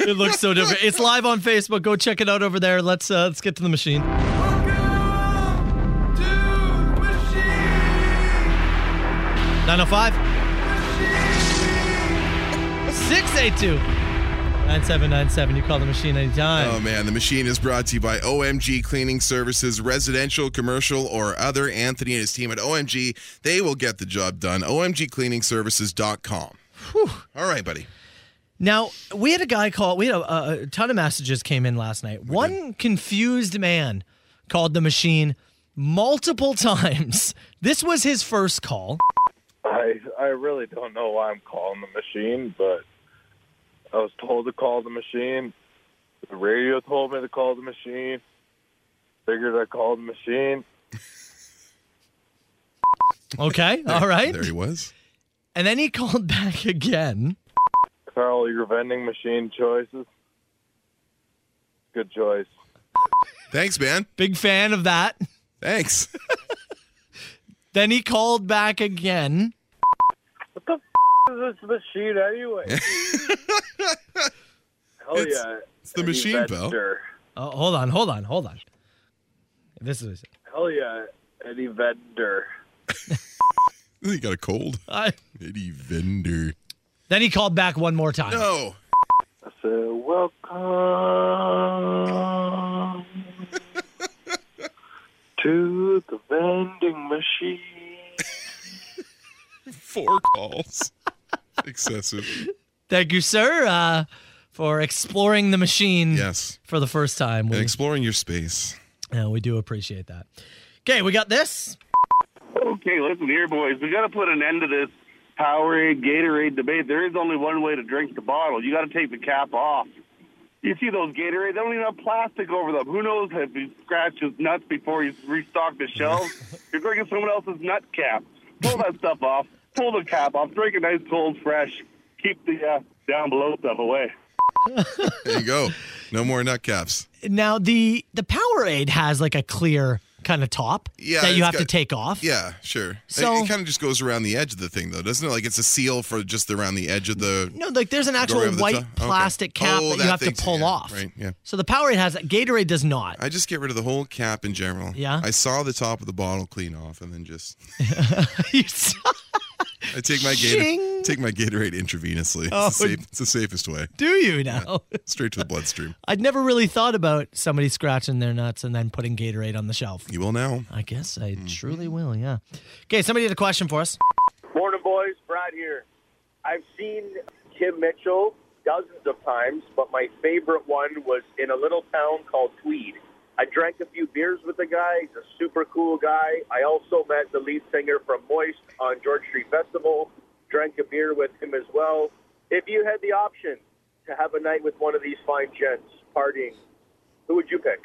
[SPEAKER 6] it looks so different. It's live on Facebook. Go check it out over there. Let's uh, let's get to the machine. Nine oh five. Six eight two. 9797. You call the machine anytime.
[SPEAKER 7] Oh man, the machine is brought to you by OMG Cleaning Services, residential, commercial, or other. Anthony and his team at OMG, they will get the job done. OMGCleaningservices.com. All right, buddy.
[SPEAKER 6] Now, we had a guy call, we had a, a ton of messages came in last night. One confused man called the machine multiple *laughs* times. This was his first call.
[SPEAKER 9] I I really don't know why I'm calling the machine, but I was told to call the machine. The radio told me to call the machine. Figured I called the machine.
[SPEAKER 6] Okay. All
[SPEAKER 7] *laughs*
[SPEAKER 6] right.
[SPEAKER 7] There he was.
[SPEAKER 6] And then he called *laughs* back again.
[SPEAKER 9] Carl, your vending machine choices. Good choice.
[SPEAKER 7] Thanks, man.
[SPEAKER 6] Big fan of that.
[SPEAKER 7] Thanks.
[SPEAKER 6] Then he called back again.
[SPEAKER 9] What the f- is this machine
[SPEAKER 7] *laughs*
[SPEAKER 9] anyway? Hell
[SPEAKER 7] It's-
[SPEAKER 9] yeah.
[SPEAKER 7] it's the
[SPEAKER 9] Eddie
[SPEAKER 7] machine, pal.
[SPEAKER 9] Vedder.
[SPEAKER 6] Oh, hold on, hold on, hold on. This is
[SPEAKER 9] Hell yeah, Eddie Vedder.
[SPEAKER 7] he got a cold.
[SPEAKER 6] I,
[SPEAKER 7] Eddie Vendor.
[SPEAKER 6] uh,
[SPEAKER 7] Oh.
[SPEAKER 6] then he called back one more time.
[SPEAKER 7] No.
[SPEAKER 9] I said, Welcome to the vending machine.
[SPEAKER 7] Four calls. Excessive.
[SPEAKER 6] Thank you, sir, uh, for exploring the machine
[SPEAKER 7] Yes.
[SPEAKER 6] for the first time. We,
[SPEAKER 7] And exploring your space.
[SPEAKER 6] yeah, we do appreciate that. Okay, we got this.
[SPEAKER 10] Okay, listen here, boys. We got to put an end to this Powerade Gatorade debate. There is only one way to drink the bottle. You got to take the cap off. You see those Gatorade? They don't even have plastic over them. Who knows if he scratched his nuts before he's restocked the shelves? You're drinking someone else's nut cap. Pull that stuff off. Pull the cap off. Drink it nice, cold, fresh. Keep the uh, down below stuff away.
[SPEAKER 7] There you
[SPEAKER 6] *laughs*
[SPEAKER 7] go. No more nut caps.
[SPEAKER 6] Now the the Powerade has like a clear kind of top
[SPEAKER 7] Yeah,
[SPEAKER 6] that you
[SPEAKER 7] it's
[SPEAKER 6] have to
[SPEAKER 7] got-
[SPEAKER 6] take off.
[SPEAKER 7] Yeah, sure. It-
[SPEAKER 6] So-
[SPEAKER 7] it kind of just goes around the edge of the thing, though, doesn't it? Like it's a seal for just around the edge of the.
[SPEAKER 6] No, like there's an
[SPEAKER 7] Go
[SPEAKER 6] actual
[SPEAKER 7] over the
[SPEAKER 6] white
[SPEAKER 7] top. Okay.
[SPEAKER 6] plastic cap
[SPEAKER 7] Oh,
[SPEAKER 6] that,
[SPEAKER 7] that
[SPEAKER 6] you have to
[SPEAKER 7] thing's-
[SPEAKER 6] pull
[SPEAKER 7] yeah,
[SPEAKER 6] off.
[SPEAKER 7] right, yeah.
[SPEAKER 6] So the Powerade has that. Gatorade does not.
[SPEAKER 7] I just get rid of the whole cap in general.
[SPEAKER 6] Yeah.
[SPEAKER 7] I saw the top of the bottle clean off, and then just
[SPEAKER 6] *laughs* You s-
[SPEAKER 7] I take my Gatorade,
[SPEAKER 6] Shing.
[SPEAKER 7] take my Gatorade intravenously. It's, the
[SPEAKER 6] Oh.
[SPEAKER 7] safe, it's the safest way,
[SPEAKER 6] Do you now?
[SPEAKER 7] straight to the bloodstream.
[SPEAKER 6] I'd never really thought about somebody scratching their nuts and then putting Gatorade on the shelf.
[SPEAKER 7] You will now.
[SPEAKER 6] I guess I
[SPEAKER 7] Mm-hmm.
[SPEAKER 6] truly will, yeah. Okay, somebody had a question for us.
[SPEAKER 10] Morning, boys. Brad here. I've seen Kim Mitchell dozens of times, but my favorite one was in a little town called Tweed. I drank a few beers with the guy. He's a super cool guy. I also met the lead singer from Moist on George Street Festival. Drank a beer with him as well. If you had the option to have a night with one of these fine gents partying, who would you pick?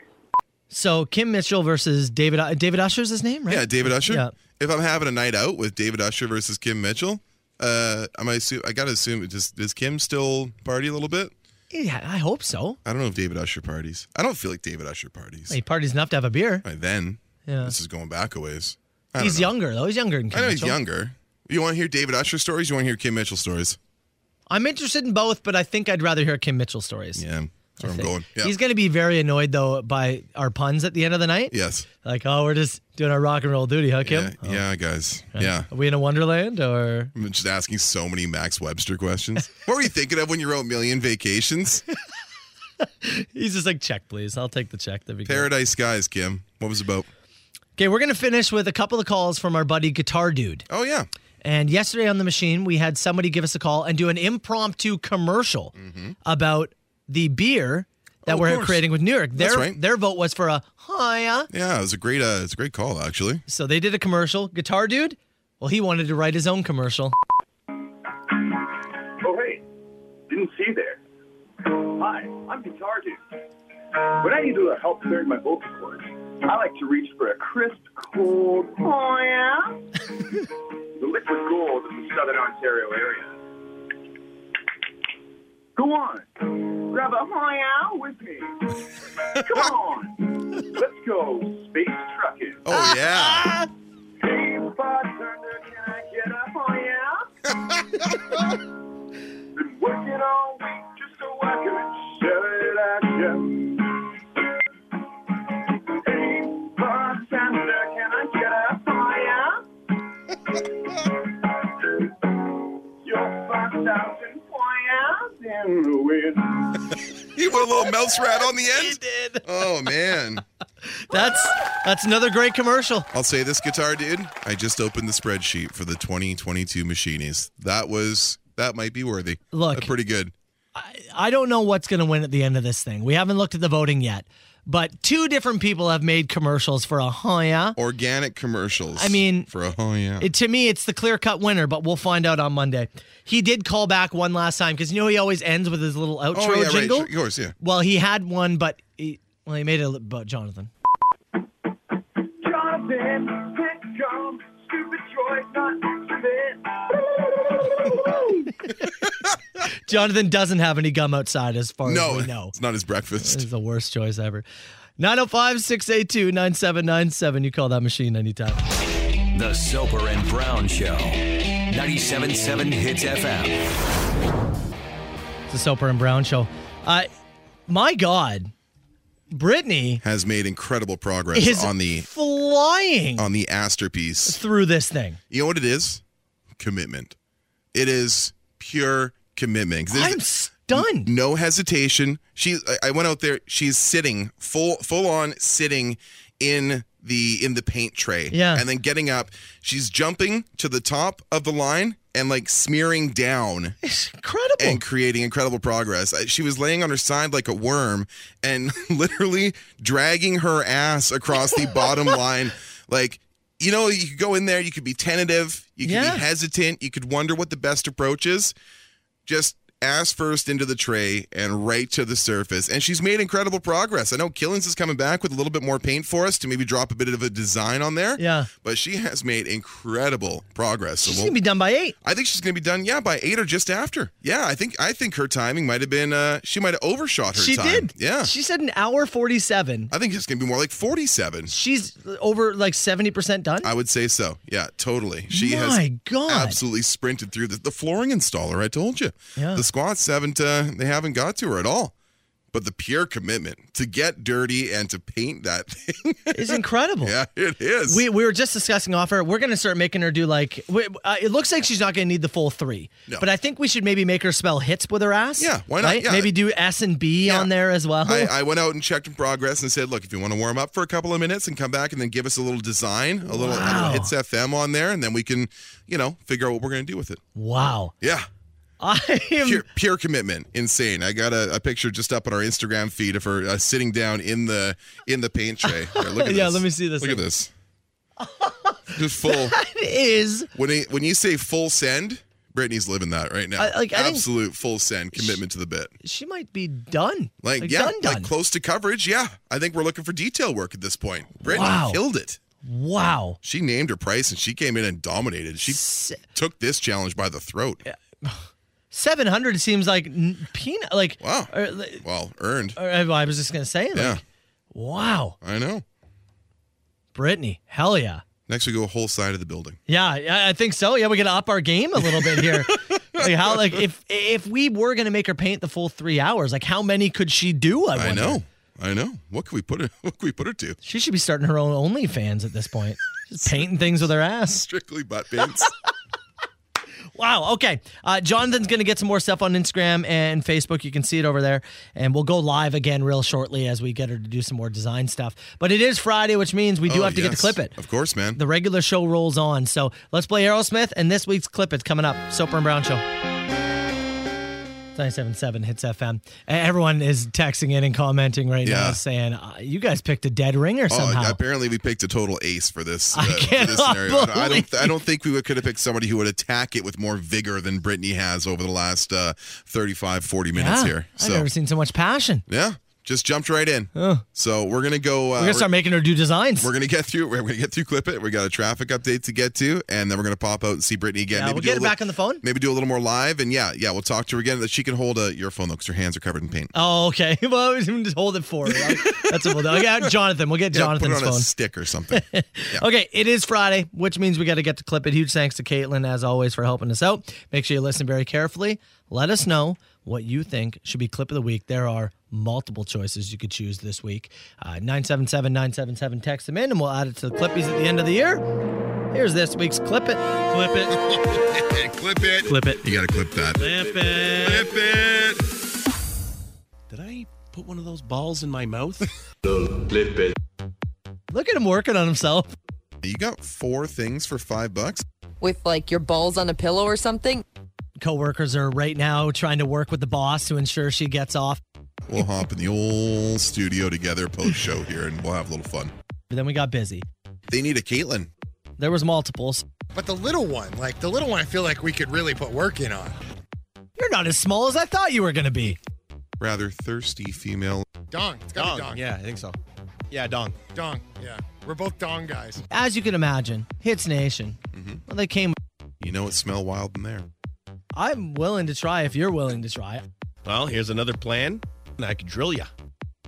[SPEAKER 6] So Kim Mitchell versus David uh, David Usher's his name, right?
[SPEAKER 7] Yeah, David Usher.
[SPEAKER 6] Yeah.
[SPEAKER 7] If I'm having a night out with David Usher versus Kim Mitchell, uh, I'm assume I gotta assume it just does Kim still party a little bit?
[SPEAKER 6] Yeah, I hope so.
[SPEAKER 7] I don't know if David Usher parties. I don't feel like David Usher parties.
[SPEAKER 6] He parties enough to have a beer.
[SPEAKER 7] By then,
[SPEAKER 6] Yeah.
[SPEAKER 7] this is going back a ways. I don't
[SPEAKER 6] He's
[SPEAKER 7] know.
[SPEAKER 6] younger though. He's younger than Kim
[SPEAKER 7] I know he's
[SPEAKER 6] Mitchell.
[SPEAKER 7] younger. You want to hear David Usher stories? You want to hear Kim Mitchell stories?
[SPEAKER 6] I'm interested in both, but I think I'd rather hear Kim Mitchell stories.
[SPEAKER 7] Yeah, that's where I'm
[SPEAKER 6] think.
[SPEAKER 7] going. Yeah.
[SPEAKER 6] He's gonna be very annoyed though by our puns at the end of the night.
[SPEAKER 7] yes.
[SPEAKER 6] Like, oh, we're just doing our rock and roll duty, huh, Kim?
[SPEAKER 7] Yeah, yeah, guys. Yeah.
[SPEAKER 6] Are we in a wonderland or *laughs*
[SPEAKER 7] I'm just asking so many Max Webster questions. what were you thinking of when you wrote Million
[SPEAKER 6] *laughs*
[SPEAKER 7] Vacations?
[SPEAKER 6] he's just like, check please. I'll take the check. That'd be great.
[SPEAKER 7] Paradise Skies, Kim. What was it about?
[SPEAKER 6] Okay, we're gonna finish with a couple of calls from our buddy Guitar Dude.
[SPEAKER 7] Oh yeah.
[SPEAKER 6] And yesterday on the machine, we had somebody give us a call and do an impromptu commercial about the beer that
[SPEAKER 7] Mm-hmm. Oh, of
[SPEAKER 6] we're
[SPEAKER 7] course.
[SPEAKER 6] creating with New York. Their,
[SPEAKER 7] That's right.
[SPEAKER 6] their vote was for a hiya.
[SPEAKER 7] Yeah, it was a great uh it's a great call actually.
[SPEAKER 6] So they did a commercial. Guitar Dude, well, he wanted to write his own commercial.
[SPEAKER 10] Oh, hey, didn't see you there. Hi, I'm Guitar Dude. When I need to uh, help clearing my vocal cords, I like to reach for a crisp, cold, oh yeah, *laughs* the liquid gold of the Southern Ontario area. Go on, grab a oh yeah with me. Come *laughs* on, let's go space trucking.
[SPEAKER 6] *laughs*
[SPEAKER 7] Oh yeah.
[SPEAKER 10] Hey, bartender, can I get up on ya? Been working all week just so I can share it at ya. Hey, bartender, can I get up on ya? Your 5,000 points in the wind.
[SPEAKER 7] little mouse rat on the
[SPEAKER 6] He
[SPEAKER 7] end.
[SPEAKER 6] did.
[SPEAKER 7] Oh man.
[SPEAKER 6] That's that's another great commercial.
[SPEAKER 7] I'll say this guitar dude, I just opened the spreadsheet for the 2022 Machinis. That was that might be worthy.
[SPEAKER 6] Look.
[SPEAKER 7] Uh, pretty good.
[SPEAKER 6] I don't know what's going to win at the end of this thing. We haven't looked at the voting yet, but two different people have made commercials for a Hoya.
[SPEAKER 7] Organic commercials.
[SPEAKER 6] I mean,
[SPEAKER 7] for a oh yeah.
[SPEAKER 6] It, to me, it's the clear cut winner, but we'll find out on Monday. He did call back one last time because you know he always ends with his little outro
[SPEAKER 7] oh yeah, right.
[SPEAKER 6] jingle.
[SPEAKER 7] Sure, of course, yeah.
[SPEAKER 6] Well, he had one, but he, well, he made it about Jonathan.
[SPEAKER 10] Jonathan, quick jump, stupid choice, not
[SPEAKER 6] Jonathan doesn't have any gum outside, as far
[SPEAKER 7] No, *laughs*
[SPEAKER 6] as Oh, we know.
[SPEAKER 7] it's not his breakfast.
[SPEAKER 6] This is the worst choice ever. 905 682 9797. You call that machine anytime.
[SPEAKER 5] The Soper and Brown Show. 97.7 Hits FM.
[SPEAKER 6] It's the Soper and Brown show. Uh, my God, Brittany
[SPEAKER 7] Has made incredible progress
[SPEAKER 6] is
[SPEAKER 7] on the
[SPEAKER 6] flying
[SPEAKER 7] on the Asterpiece.
[SPEAKER 6] through this thing.
[SPEAKER 7] You know what it is? Commitment. It is pure commitment. 'Cause there's-
[SPEAKER 6] I'm stunned.
[SPEAKER 7] No hesitation. She. I- I went out there. She's sitting full, full on sitting in the in the paint tray.
[SPEAKER 6] Yeah.
[SPEAKER 7] And then getting up. She's jumping to the top of the line and like smearing down
[SPEAKER 6] It's incredible.
[SPEAKER 7] and creating incredible progress. Uh, She was laying on her side like a worm and *laughs* literally dragging her ass across the
[SPEAKER 6] *laughs*
[SPEAKER 7] bottom line. Like, you know, you could go in there, you could be tentative, you could
[SPEAKER 6] Yeah.
[SPEAKER 7] be hesitant, you could wonder what the best approach is. Just ass first into the tray and right to the surface. And she's made incredible progress. I know Killens is coming back with a little bit more paint for us to maybe drop a bit of a design on there.
[SPEAKER 6] Yeah.
[SPEAKER 7] But she has made incredible progress. So
[SPEAKER 6] She's
[SPEAKER 7] we'll-
[SPEAKER 6] gonna be done by eight.
[SPEAKER 7] I think she's going to be done. Yeah, by eight or just after. Yeah, I think I think her timing might have been. Uh, she might have overshot her.
[SPEAKER 6] She
[SPEAKER 7] time.
[SPEAKER 6] did.
[SPEAKER 7] Yeah,
[SPEAKER 6] She said an hour forty-seven.
[SPEAKER 7] I think it's going to be more like forty-seven.
[SPEAKER 6] She's over like seventy percent done.
[SPEAKER 7] I would say so. Yeah, totally. She has
[SPEAKER 6] my God.
[SPEAKER 7] absolutely sprinted through the, the flooring installer. I told you.
[SPEAKER 6] Yeah.
[SPEAKER 7] The squats haven't. Uh, they haven't got to her at all. But the pure commitment to get dirty and to paint that *laughs* thing.
[SPEAKER 6] It's incredible.
[SPEAKER 7] yeah, it is.
[SPEAKER 6] We, we were just discussing off air. We're going to start making her do like. We, uh, it looks like she's not going to need the full three,
[SPEAKER 7] No.
[SPEAKER 6] but I think we should maybe make her spell hits with her ass.
[SPEAKER 7] Yeah, why not?
[SPEAKER 6] right?
[SPEAKER 7] Yeah.
[SPEAKER 6] Maybe do S and B
[SPEAKER 7] Yeah.
[SPEAKER 6] on there as well.
[SPEAKER 7] I, I went out and checked in progress and said, look, if you want to warm up for a couple of minutes and come back and then give us a little design, a little I don't know,
[SPEAKER 6] Wow.
[SPEAKER 7] hits FM on there, and then we can, you know, figure out what we're going to do with it.
[SPEAKER 6] wow, *laughs*
[SPEAKER 7] Yeah.
[SPEAKER 6] I am
[SPEAKER 7] Pure, pure commitment. Insane. I got a, a picture just up on our Instagram feed of her uh, sitting down in the in the paint tray. Here, look at
[SPEAKER 6] *laughs* Yeah,
[SPEAKER 7] this.
[SPEAKER 6] let me see this
[SPEAKER 7] Look at
[SPEAKER 6] thing.
[SPEAKER 7] this. just full.
[SPEAKER 6] It *laughs* is
[SPEAKER 7] When, he, when you say full send, Brittany's living that right now.
[SPEAKER 6] I- like, I think-
[SPEAKER 7] Absolute full send commitment to the bit.
[SPEAKER 6] she might be done.
[SPEAKER 7] Like, yeah,
[SPEAKER 6] done, done.
[SPEAKER 7] like close to coverage. Yeah, I think we're looking for detail work at this point. Brittany
[SPEAKER 6] Wow.
[SPEAKER 7] killed it.
[SPEAKER 6] wow.
[SPEAKER 7] She named her price and she came in and dominated. She took this challenge by the throat.
[SPEAKER 6] Seven hundred seems like n- peanut. Like
[SPEAKER 7] Wow.
[SPEAKER 6] or, li-
[SPEAKER 7] Well, earned.
[SPEAKER 6] or, I was just gonna say, like,
[SPEAKER 7] yeah,
[SPEAKER 6] wow,
[SPEAKER 7] I know.
[SPEAKER 6] Brittany, hell yeah,
[SPEAKER 7] Next, we go a whole side of the building.
[SPEAKER 6] yeah, I I think so. Yeah, we gotta up our game a little bit
[SPEAKER 7] *laughs*
[SPEAKER 6] here. like how, like if if we were gonna make her paint the full three hours, like how many could she do? I,
[SPEAKER 7] I
[SPEAKER 6] wonder?
[SPEAKER 7] know. I know. What can we put her? *laughs* What can we put her to?
[SPEAKER 6] She should be starting her own OnlyFans at this point. Just painting things with her ass.
[SPEAKER 7] Strictly
[SPEAKER 6] *laughs*
[SPEAKER 7] butt pants.
[SPEAKER 6] Wow. Okay. Uh, Jonathan's going to get some more stuff on Instagram and Facebook. You can see it over there. And we'll go live again real shortly as we get her to do some more design stuff. But it is Friday, which means we do
[SPEAKER 7] Oh,
[SPEAKER 6] have to get
[SPEAKER 7] yes.
[SPEAKER 6] to clip it.
[SPEAKER 7] Of course, man.
[SPEAKER 6] The regular show rolls on. So let's play Aerosmith. And this week's clip it's coming up. Soper and Brown Show. 977 hits FM. Uh, Everyone is texting in and commenting right now
[SPEAKER 7] Yeah.
[SPEAKER 6] saying, uh, you guys picked a dead ringer
[SPEAKER 7] Oh,
[SPEAKER 6] somehow.
[SPEAKER 7] apparently we picked a total ace for this. uh,
[SPEAKER 6] I
[SPEAKER 7] for this
[SPEAKER 6] cannot
[SPEAKER 7] scenario. I don't- I
[SPEAKER 6] believe
[SPEAKER 7] don't. I don't think we would- could have picked somebody who would attack it with more vigor than Brittany has over the last uh, 35, 40 minutes here.
[SPEAKER 6] I've
[SPEAKER 7] So Uh,
[SPEAKER 6] never seen so much passion.
[SPEAKER 7] yeah, just jumped right in. So we're gonna go. Uh,
[SPEAKER 6] We're going to start making her do designs.
[SPEAKER 7] we're gonna get through. We're gonna get through. Clip it. We got a traffic update to get to, and then we're gonna pop out and see Brittany again.
[SPEAKER 6] Yeah, Uh, we'll
[SPEAKER 7] do a
[SPEAKER 6] get her
[SPEAKER 7] little-
[SPEAKER 6] back on the phone.
[SPEAKER 7] Maybe do a little more live, and yeah, yeah, we'll talk to her again. That she can hold a your phone though, because her hands are covered in paint.
[SPEAKER 6] Oh, okay. *laughs* Well, we can just hold it for her.
[SPEAKER 7] *laughs*
[SPEAKER 6] That's what we'll do. Okay, Jonathan. We'll get
[SPEAKER 7] Yeah,
[SPEAKER 6] Jonathan's
[SPEAKER 7] put it on
[SPEAKER 6] phone.
[SPEAKER 7] a stick or
[SPEAKER 6] *laughs*
[SPEAKER 7] something.
[SPEAKER 6] Okay, it is Friday, which means we got to get to clip it. Huge thanks to Caitlin, as always, for helping us out. Make sure you listen very carefully. Let us know what you think should be clip of the week. There are multiple choices you could choose this week. Uh, 977 977, text them in, and we'll add it to the clippies at the end of the year. Here's this week's clip it. Clip it.
[SPEAKER 7] clip it.
[SPEAKER 6] Clip it.
[SPEAKER 7] You gotta clip that.
[SPEAKER 6] Clip it.
[SPEAKER 7] Clip it.
[SPEAKER 11] Did I put one of those balls in my mouth?
[SPEAKER 6] Look at him working on himself.
[SPEAKER 7] You got four things for five bucks?
[SPEAKER 12] With like your balls on a pillow or something?
[SPEAKER 6] Coworkers are right now trying to work with the boss to ensure she gets off.
[SPEAKER 7] We'll hop in the old studio together post show here and we'll have a little fun.
[SPEAKER 6] But then we got busy.
[SPEAKER 7] They need a Caitlin.
[SPEAKER 6] There was multiples.
[SPEAKER 13] But the little one, like the little one, I feel like we could really put work in on.
[SPEAKER 6] You're not as small as I thought you were going to be.
[SPEAKER 7] Rather thirsty female.
[SPEAKER 13] Dong. It's gotta be dong.
[SPEAKER 11] Yeah, I think so. Yeah, dong.
[SPEAKER 13] Dong. Yeah. We're both dong guys.
[SPEAKER 6] As you can imagine, Hits Nation. Well, they came.
[SPEAKER 7] You know it smell wild in there.
[SPEAKER 6] I'm willing to try if you're willing to try.
[SPEAKER 11] Well, here's another plan. I could drill you.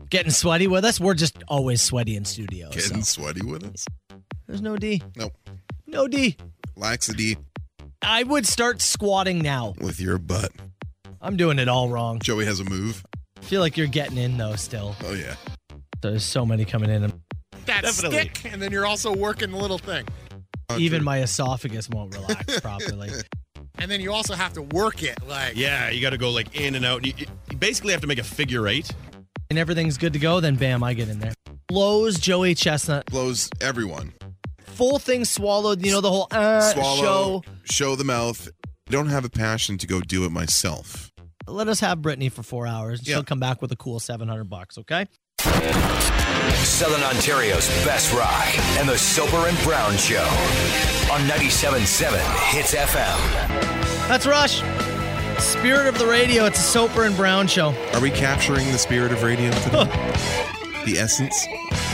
[SPEAKER 6] Getting sweaty with us? We're just always sweaty in studio.
[SPEAKER 7] Getting sweaty with us?
[SPEAKER 6] There's no D.
[SPEAKER 7] Nope.
[SPEAKER 6] No D.
[SPEAKER 7] Lacks a D
[SPEAKER 6] I would start squatting now.
[SPEAKER 7] with your butt.
[SPEAKER 6] I'm doing it all wrong.
[SPEAKER 7] Joey has a move.
[SPEAKER 6] Feel like you're getting in though still.
[SPEAKER 7] Oh, yeah.
[SPEAKER 6] There's so many coming in.
[SPEAKER 13] That
[SPEAKER 6] Definitely.
[SPEAKER 13] stick, and then you're also working the little thing.
[SPEAKER 6] Even my esophagus won't
[SPEAKER 11] *laughs*
[SPEAKER 6] relax properly.
[SPEAKER 13] And then you also have to work it. Like,
[SPEAKER 11] Yeah, you got to go like in and out. You, you- you basically have to make a figure eight.
[SPEAKER 6] And everything's good to go, then bam, I get in there. Blows Joey Chestnut.
[SPEAKER 7] Blows everyone.
[SPEAKER 6] Full thing swallowed, you know, the whole uh, show.
[SPEAKER 7] Swallow, show the mouth. I don't have a passion to go do it myself.
[SPEAKER 6] Let us have Brittany for four hours. She'll come back with a cool 700 bucks, okay?
[SPEAKER 5] Southern Ontario's best rock and the Soper and Brown Show on 97.7 Hits FM.
[SPEAKER 6] That's Rush. Spirit of the radio. It's a Soper and Brown show.
[SPEAKER 7] Are we capturing the spirit of radio
[SPEAKER 6] *laughs*
[SPEAKER 7] today? the essence?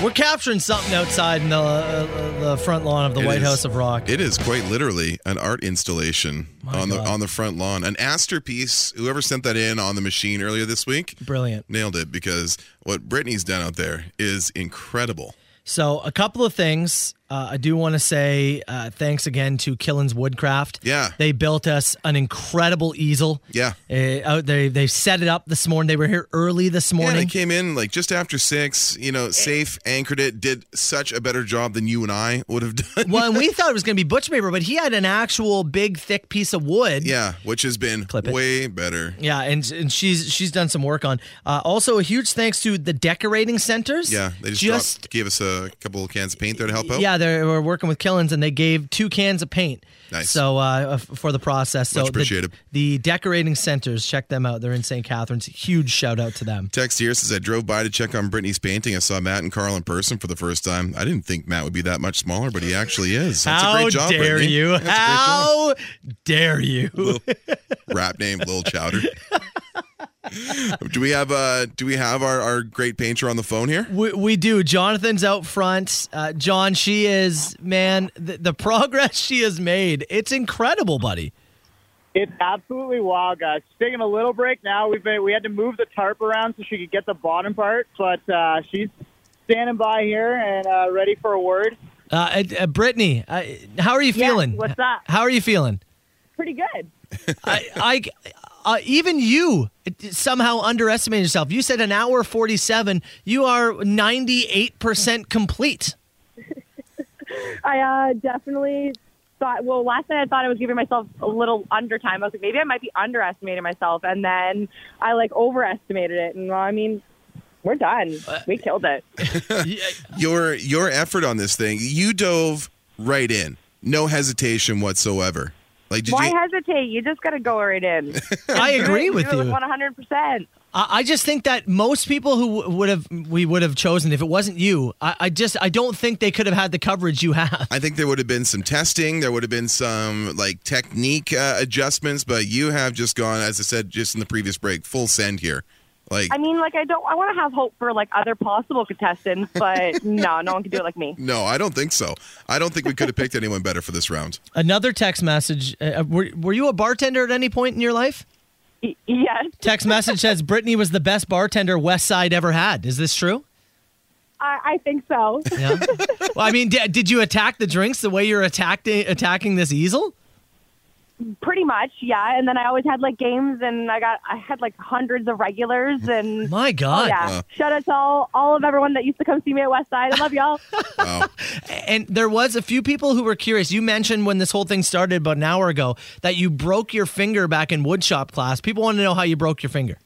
[SPEAKER 6] We're capturing something outside in the, uh, the front lawn of the
[SPEAKER 7] It
[SPEAKER 6] White
[SPEAKER 7] is-
[SPEAKER 6] House of Rock.
[SPEAKER 7] It is quite literally an art installation on the on the front lawn. An masterpiece. Whoever sent that in on the machine earlier this week
[SPEAKER 6] Brilliant.
[SPEAKER 7] nailed it because what Brittany's done out there is incredible.
[SPEAKER 6] So, a couple of things. Uh, I do want to say uh, thanks again to Killen's Woodcraft.
[SPEAKER 7] Yeah.
[SPEAKER 6] They built us an incredible easel.
[SPEAKER 7] Yeah.
[SPEAKER 6] Uh, out they they set it up this morning. They were here early this
[SPEAKER 7] Yeah, they
[SPEAKER 6] morning.
[SPEAKER 7] came in like just after six, you know, safe, anchored it, did such a better job than you and I would have *laughs* done.
[SPEAKER 6] *laughs* well, and we thought it was going to be butcher paper, but he had an actual big, thick piece of wood.
[SPEAKER 7] Yeah, which has been way better.
[SPEAKER 6] Yeah, and and she's she's done some work on. Uh, also, a huge thanks to the decorating centers.
[SPEAKER 7] Yeah, they just, dropped, gave us a couple of cans of paint there to help out.
[SPEAKER 6] yeah, they were working with Killens, and they gave two cans of paint.
[SPEAKER 7] Nice.
[SPEAKER 6] So uh, f- for the process, so
[SPEAKER 7] Much
[SPEAKER 6] the-
[SPEAKER 7] appreciated.
[SPEAKER 6] The, decorating centers, check them out. They're in St. Catharines. Huge shout out to them.
[SPEAKER 7] Text here says I drove by to check on Brittany's painting. I saw Matt and Carl in person for the first time. I didn't think Matt would be that much smaller, but he actually is. That's
[SPEAKER 6] How
[SPEAKER 7] a great job,
[SPEAKER 6] dare
[SPEAKER 7] Brittany.
[SPEAKER 6] you?
[SPEAKER 7] That's a great job.
[SPEAKER 6] How dare you?
[SPEAKER 7] Rap name Lil
[SPEAKER 6] *laughs*
[SPEAKER 7] Chowder. do we have uh do we have our, our great painter on the phone here?
[SPEAKER 6] We, we do. Jonathan's out front. Uh, John, she is man. The, the progress she has made, it's incredible, buddy.
[SPEAKER 14] It's absolutely wild, guys. She's taking a little break now. We've been, we had to move the tarp around so she could get the bottom part, but uh, she's standing by here and uh, ready for a word.
[SPEAKER 6] Uh, uh, uh, Brittany, uh, how are you
[SPEAKER 14] Yes,
[SPEAKER 6] feeling?
[SPEAKER 14] what's up?
[SPEAKER 6] How are you feeling?
[SPEAKER 8] pretty good.
[SPEAKER 6] I, I uh, even you somehow underestimated yourself. You said an hour forty-seven. You are ninety-eight percent complete.
[SPEAKER 8] I uh, definitely thought. Well, last night I thought I was giving myself a little under time. I was like, maybe I might be underestimating myself, and then I like overestimated it. And well, I mean, we're done. we killed it.
[SPEAKER 7] Your your effort on this thing, you dove right in. No hesitation whatsoever. Like did
[SPEAKER 8] Why
[SPEAKER 7] you
[SPEAKER 8] hesitate? You just gotta go right in.
[SPEAKER 6] I agree with you.
[SPEAKER 8] One hundred percent.
[SPEAKER 6] I, I just think that most people who w- would have we would have chosen if it wasn't you. I, I just I don't think they could have had the coverage you have.
[SPEAKER 7] I think there would have been some testing. There would have been some like technique uh, adjustments, but you have just gone, as I said just in the previous break, full send here. Like,
[SPEAKER 8] I mean, like I don't. I want to have hope for like other possible contestants,
[SPEAKER 12] *laughs*
[SPEAKER 8] but no, no one can do it like me.
[SPEAKER 7] no, I don't think so. I don't think we could have picked anyone better for this round.
[SPEAKER 6] *laughs* Another text message. Uh, were, were you a bartender at any point in your life?
[SPEAKER 8] Yes.
[SPEAKER 6] Text message says Brittany was the best bartender West Side ever had. Is this true?
[SPEAKER 8] I, I think so. *laughs*
[SPEAKER 6] Yeah. well, I mean, d- did you attack the drinks the way you're attacking attacking this easel?
[SPEAKER 8] Pretty much, yeah. And then I always had like games, and I got I had like hundreds of regulars, and
[SPEAKER 6] My God.
[SPEAKER 8] Oh, yeah.
[SPEAKER 6] Wow.
[SPEAKER 8] Shout out to all, all of everyone that used to come see me at Westside. I love y'all.
[SPEAKER 6] And there was a few people who were curious. You mentioned when this whole thing started about an hour ago that you broke your finger back in woodshop class. People want to know how you broke your finger.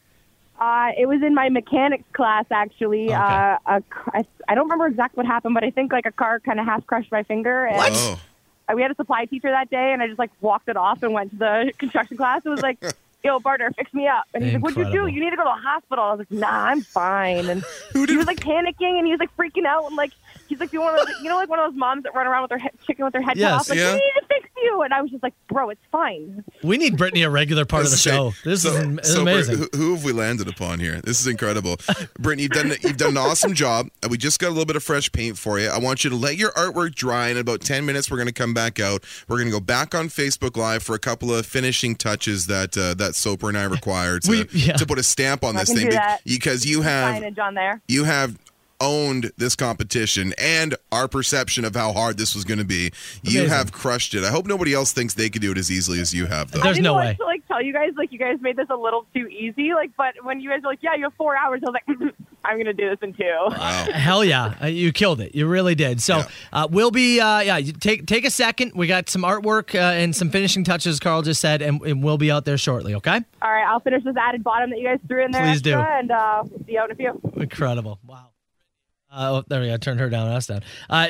[SPEAKER 8] Uh, it was in my mechanics class, actually. Uh, a ca- I I don't remember exactly what happened, but I think like a car kind of half crushed my finger. And
[SPEAKER 7] What? Oh.
[SPEAKER 8] uh, We had a supply teacher that day, and I just like walked it off and went to the *laughs* construction class. It was like, "Yo, Barter, fix me up." And he's like, "What'd you do?
[SPEAKER 6] Incredible.
[SPEAKER 8] You need to go to the hospital." I was like, "Nah, I'm fine."
[SPEAKER 6] *laughs*
[SPEAKER 8] And he was like panicking, and he was like freaking out, and like he's like, "You want to, you know, like one of those moms that run around with their head, chicken with their head cut
[SPEAKER 6] Yes,
[SPEAKER 8] off, like
[SPEAKER 6] yeah.
[SPEAKER 8] we need to fix you." And I was just like, "Bro, it's fine."
[SPEAKER 6] We need Brittany a regular
[SPEAKER 7] *laughs*
[SPEAKER 6] part of the show. This is, am- this is
[SPEAKER 7] So, Brit-
[SPEAKER 6] amazing.
[SPEAKER 7] who, who have we landed upon here? This is incredible, *laughs* Brittany. You've done you've done an awesome job. Uh, We just got a little bit of fresh paint for you. I want you to let your artwork dry. In about ten minutes, we're going to come back out. We're going to go back on Facebook Live for a couple of finishing touches that uh, that Soper and I require
[SPEAKER 6] *laughs*
[SPEAKER 7] to, to put a stamp on
[SPEAKER 8] I
[SPEAKER 7] this
[SPEAKER 8] can
[SPEAKER 7] thing
[SPEAKER 8] do
[SPEAKER 7] be-
[SPEAKER 8] that.
[SPEAKER 7] because you
[SPEAKER 6] Uh,
[SPEAKER 7] have
[SPEAKER 8] Signage on there.
[SPEAKER 7] you have owned this competition and our perception of how hard this was going to be. You
[SPEAKER 8] Amazing.
[SPEAKER 7] have crushed it. I hope nobody else thinks they could do it as easily as you have, though.
[SPEAKER 8] I didn't want To like tell you guys, like you guys made this a little too easy. Like, but when you guys were like, "Yeah, you have four hours," I was like, *laughs* "I'm gonna do this in two.
[SPEAKER 6] Hell yeah, Uh, you killed it. You really did. So uh, we'll be uh, yeah. You take take a second. We got some artwork uh, and some finishing touches. Carl just said, and, and we'll be out there shortly. Okay.
[SPEAKER 8] All right, I'll finish this added bottom that you guys threw in there.
[SPEAKER 6] Please do.
[SPEAKER 8] extra, and uh, we'll see you out in a few.
[SPEAKER 6] Incredible. Wow. Uh, oh, there we go. Turned her down, us down. Uh,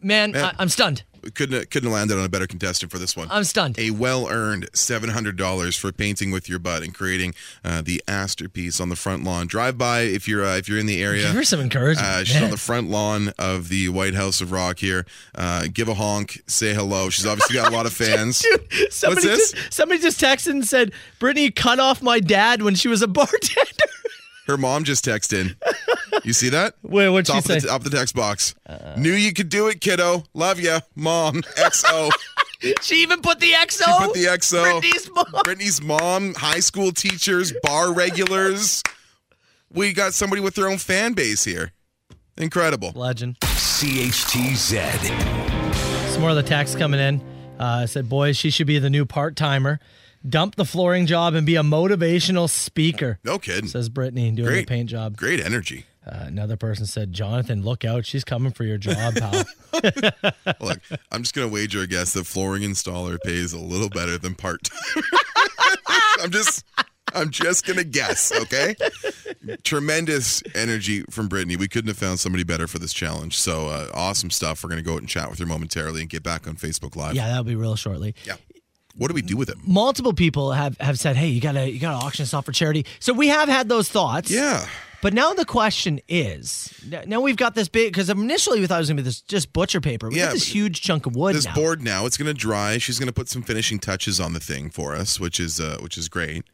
[SPEAKER 6] man, I, I'm stunned.
[SPEAKER 7] Couldn't couldn't have landed on a better contestant for this one.
[SPEAKER 6] I'm stunned.
[SPEAKER 7] A well earned seven hundred dollars for painting with your butt and creating uh, the masterpiece on the front lawn. Drive by if you're uh, if you're in the area.
[SPEAKER 6] Give her some encouragement,
[SPEAKER 7] Uh, she's
[SPEAKER 6] man.
[SPEAKER 7] on the front lawn of the White House of Rock here. Uh, give a honk, say hello. She's obviously got a
[SPEAKER 6] *laughs*
[SPEAKER 7] lot of fans.
[SPEAKER 6] *laughs* Somebody
[SPEAKER 7] What's this?
[SPEAKER 6] just somebody just texted and said, Brittany cut off my dad when she was a bartender.
[SPEAKER 7] Her mom just texted in. You see that?
[SPEAKER 6] Wait, what'd
[SPEAKER 7] top
[SPEAKER 6] she
[SPEAKER 7] of
[SPEAKER 6] say? Uh.
[SPEAKER 7] The, top of the text box. Knew you could do it, kiddo. Love ya, mom. XO.
[SPEAKER 6] she even put the XO.
[SPEAKER 7] She put the XO.
[SPEAKER 6] *laughs* Brittany's mom.
[SPEAKER 7] Brittany's mom. High school teachers. Bar regulars. We got somebody with their own fan base here. Incredible.
[SPEAKER 6] Legend.
[SPEAKER 5] CHTZ.
[SPEAKER 6] Some more of the text coming in. Uh, said, boys, she should be the new part timer. Dump the flooring job and be a motivational speaker.
[SPEAKER 7] No kidding.
[SPEAKER 6] Says Brittany doing
[SPEAKER 7] Great.
[SPEAKER 6] the paint job.
[SPEAKER 7] Great energy.
[SPEAKER 6] Uh, another person said, Jonathan, look out. She's coming for your job, pal.
[SPEAKER 7] Look, I'm just gonna wager a guess that flooring installer pays a little better than part time. *laughs* I'm just I'm just gonna guess, okay? Tremendous energy from Brittany. We couldn't have found somebody better for this challenge. So uh, awesome stuff. We're gonna go out and chat with her momentarily and get back on Facebook Live.
[SPEAKER 6] yeah, that'll be real shortly.
[SPEAKER 7] Yeah. What do we do with it?
[SPEAKER 6] Multiple people have, have said, hey, you gotta you gotta auction this off for charity. So we have had those thoughts.
[SPEAKER 7] Yeah.
[SPEAKER 6] But now the question is, now- now we've got this big because initially we thought it was gonna be this just butcher paper. We
[SPEAKER 7] Yeah,
[SPEAKER 6] got this
[SPEAKER 7] but-
[SPEAKER 6] huge chunk of wood
[SPEAKER 7] This
[SPEAKER 6] now.
[SPEAKER 7] board now, it's gonna dry. She's gonna put some finishing touches on the thing for us, which is uh, which is great.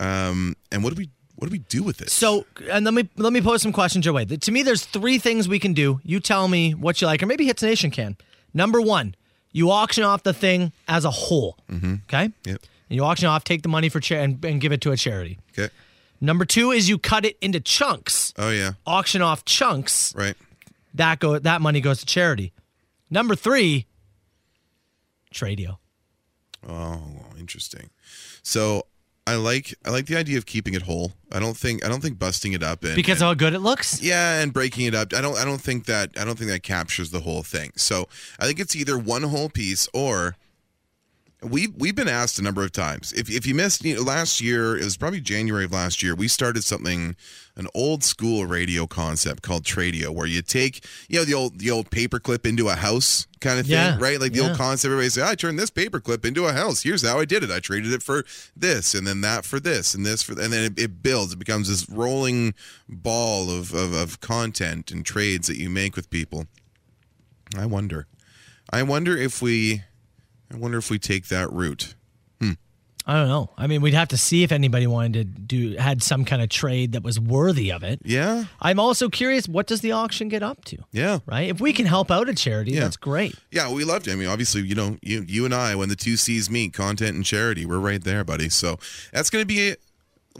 [SPEAKER 7] Um, and what do we what do we do with it?
[SPEAKER 6] So, and let me let me pose some questions your way. To me, there's three things we can do. You tell me what you like, or maybe Hits Nation can. Number one, you auction off the thing as a whole. Okay.
[SPEAKER 7] Mm-hmm. Yep.
[SPEAKER 6] And you auction off, take the money for cha- and, and give it to a charity.
[SPEAKER 7] Okay.
[SPEAKER 6] Number two is you cut it into chunks.
[SPEAKER 7] Oh yeah.
[SPEAKER 6] Auction off chunks.
[SPEAKER 7] Right.
[SPEAKER 6] That go that money goes to charity. Number three, Tradio.
[SPEAKER 7] Oh, interesting. So I like I like the idea of keeping it whole. I don't think I don't think busting it up and
[SPEAKER 6] Because of how good it looks?
[SPEAKER 7] yeah, and breaking it up. I don't I don't think that I don't think that captures the whole thing. So I think it's either one whole piece or we we've been asked a number of times. If if you missed you know, last year, it was probably January of last year. We started something, an old school radio concept called Tradio, where you take you know the old the old paperclip into a house kind of thing,
[SPEAKER 15] Yeah,
[SPEAKER 7] right? Like the
[SPEAKER 15] yeah.
[SPEAKER 7] old concept. Everybody say, I turned this paperclip into a house. Here's how I did it. I traded it for this, and then that for this, and this for, and then it, it builds. It becomes this rolling ball of, of of content and trades that you make with people. I wonder. I wonder if we I wonder if we take that route.
[SPEAKER 6] I don't know. I mean, we'd have to see if anybody wanted to do had some kind of trade that was worthy of it.
[SPEAKER 7] Yeah.
[SPEAKER 6] I'm also curious what does the auction get up to?
[SPEAKER 7] Yeah.
[SPEAKER 6] Right? If we can help out a charity, that's great.
[SPEAKER 7] Yeah, we loved it. I mean, obviously, you know, you you and I, when the two C's meet, content and charity, we're right there, buddy. So that's going to be it.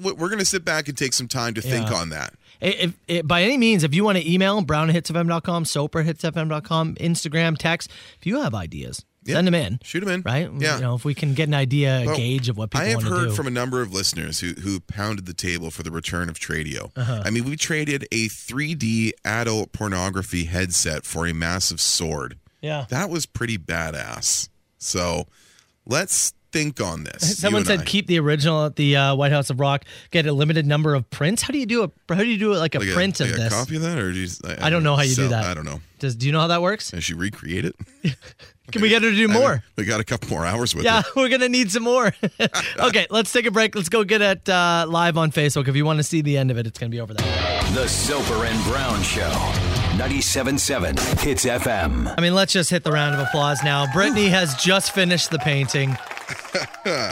[SPEAKER 7] We- We're going to sit back and take some time to think
[SPEAKER 6] Yeah.
[SPEAKER 7] on that.
[SPEAKER 6] If, if, by any means, if you want to email brownhitsfm.com, soperhitsfm.com, Instagram, text, if you have ideas, send them in.
[SPEAKER 7] Shoot them in.
[SPEAKER 6] Right?
[SPEAKER 7] Yeah.
[SPEAKER 6] You know, if we can get an idea, a
[SPEAKER 7] Well,
[SPEAKER 6] gauge of what people
[SPEAKER 7] I have
[SPEAKER 6] want to
[SPEAKER 7] heard
[SPEAKER 6] do.
[SPEAKER 7] from a number of listeners who who pounded the table for the return of Tradio.
[SPEAKER 6] Uh-huh.
[SPEAKER 7] I mean, we traded a 3D adult pornography headset for a massive sword.
[SPEAKER 6] Yeah.
[SPEAKER 7] That was pretty badass. So let's think on this.
[SPEAKER 6] *laughs* Someone
[SPEAKER 7] you
[SPEAKER 6] said
[SPEAKER 7] and I.
[SPEAKER 6] keep the original at the uh, White House of Rock. Get a limited number of prints. How do you do a? How do you do it like a
[SPEAKER 7] Like
[SPEAKER 6] print
[SPEAKER 7] like
[SPEAKER 6] of
[SPEAKER 7] a
[SPEAKER 6] this?
[SPEAKER 7] copy of that, or do you, I,
[SPEAKER 6] I don't know how you do
[SPEAKER 7] sell-
[SPEAKER 6] that.
[SPEAKER 7] I don't know.
[SPEAKER 6] Does do you know how that works?
[SPEAKER 7] Does she recreate it?
[SPEAKER 6] Can we get her to do
[SPEAKER 7] I mean,
[SPEAKER 6] more?
[SPEAKER 7] we got a couple more hours with
[SPEAKER 6] *laughs* yeah,
[SPEAKER 7] *laughs* it.
[SPEAKER 6] we're gonna need some more. *laughs* okay, let's take a break. Let's go get it uh, live on Facebook. If you want to see the end of it, it's gonna be over there.
[SPEAKER 5] The Soper and Brown Show. 97.7 Hits FM.
[SPEAKER 6] I mean, let's just hit the round of applause now. Brittany has just finished
[SPEAKER 7] *laughs*
[SPEAKER 6] the painting,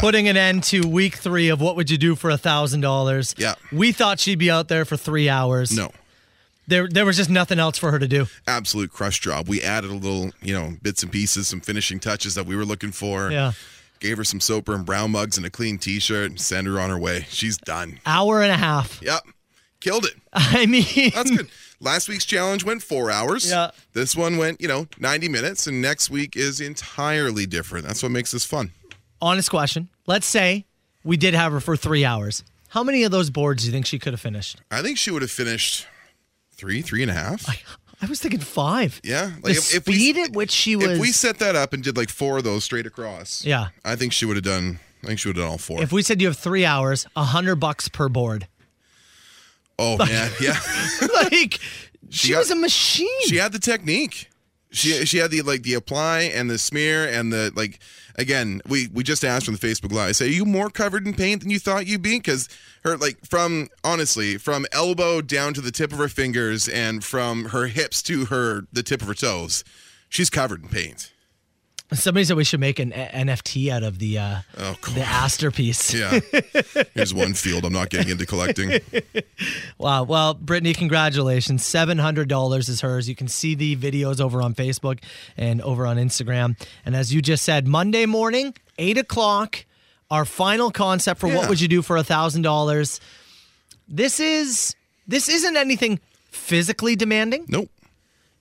[SPEAKER 6] putting an end to week three of What Would You Do for a Thousand Dollars. Yeah, we thought she'd be out there for three hours.
[SPEAKER 7] No.
[SPEAKER 6] there there was just nothing else for her to do.
[SPEAKER 7] Absolute crush job. We added a little, you know, bits and pieces, some finishing touches that we were looking for.
[SPEAKER 6] Yeah.
[SPEAKER 7] Gave her some soaper and brown mugs and a clean T-shirt. and Send her on her way. She's done.
[SPEAKER 6] Hour and a half.
[SPEAKER 7] Yep. Killed it.
[SPEAKER 6] *laughs* I mean, *laughs*
[SPEAKER 7] that's good. Last week's challenge went four hours.
[SPEAKER 6] Yeah.
[SPEAKER 7] This one went, you know, 90 minutes, and next week is entirely different. That's what makes this fun.
[SPEAKER 6] Honest question. Let's say we did have her for three hours. How many of those boards do you think she could have finished?
[SPEAKER 7] I think she would have finished three, three and a half.
[SPEAKER 6] I was thinking five.
[SPEAKER 7] yeah.
[SPEAKER 6] the speed at which she was.
[SPEAKER 7] If we set that up and did like four of those straight across,
[SPEAKER 6] Yeah.
[SPEAKER 7] I think she would have done. I think she would have done all four.
[SPEAKER 6] If we said you have three hours, a hundred bucks
[SPEAKER 7] *laughs*
[SPEAKER 6] per board.
[SPEAKER 7] oh
[SPEAKER 6] *laughs*
[SPEAKER 7] man, yeah.
[SPEAKER 6] like she,
[SPEAKER 7] got-
[SPEAKER 6] was a machine.
[SPEAKER 7] She had the technique. She she had the like the apply and the smear and the like. Again, we we just asked from the Facebook live. Say, are you more covered in paint than you thought you'd be? Because her like from honestly from elbow down to the tip of her fingers and from her hips to her the tip of her toes, she's covered in paint.
[SPEAKER 6] Somebody said we should make an E a- NFT out of the uh,
[SPEAKER 7] Oh.
[SPEAKER 6] the Aster piece.
[SPEAKER 7] Yeah. Here's one field I'm not getting into collecting.
[SPEAKER 6] *laughs* Wow. Well, Brittany, congratulations. $700 is hers. You can see the videos over on Facebook and over on Instagram. And as you just said, Monday morning, 8 o'clock, our final concept for
[SPEAKER 15] Yeah.
[SPEAKER 6] what would you do for $1,000. This is, this isn't anything physically demanding.
[SPEAKER 7] Nope.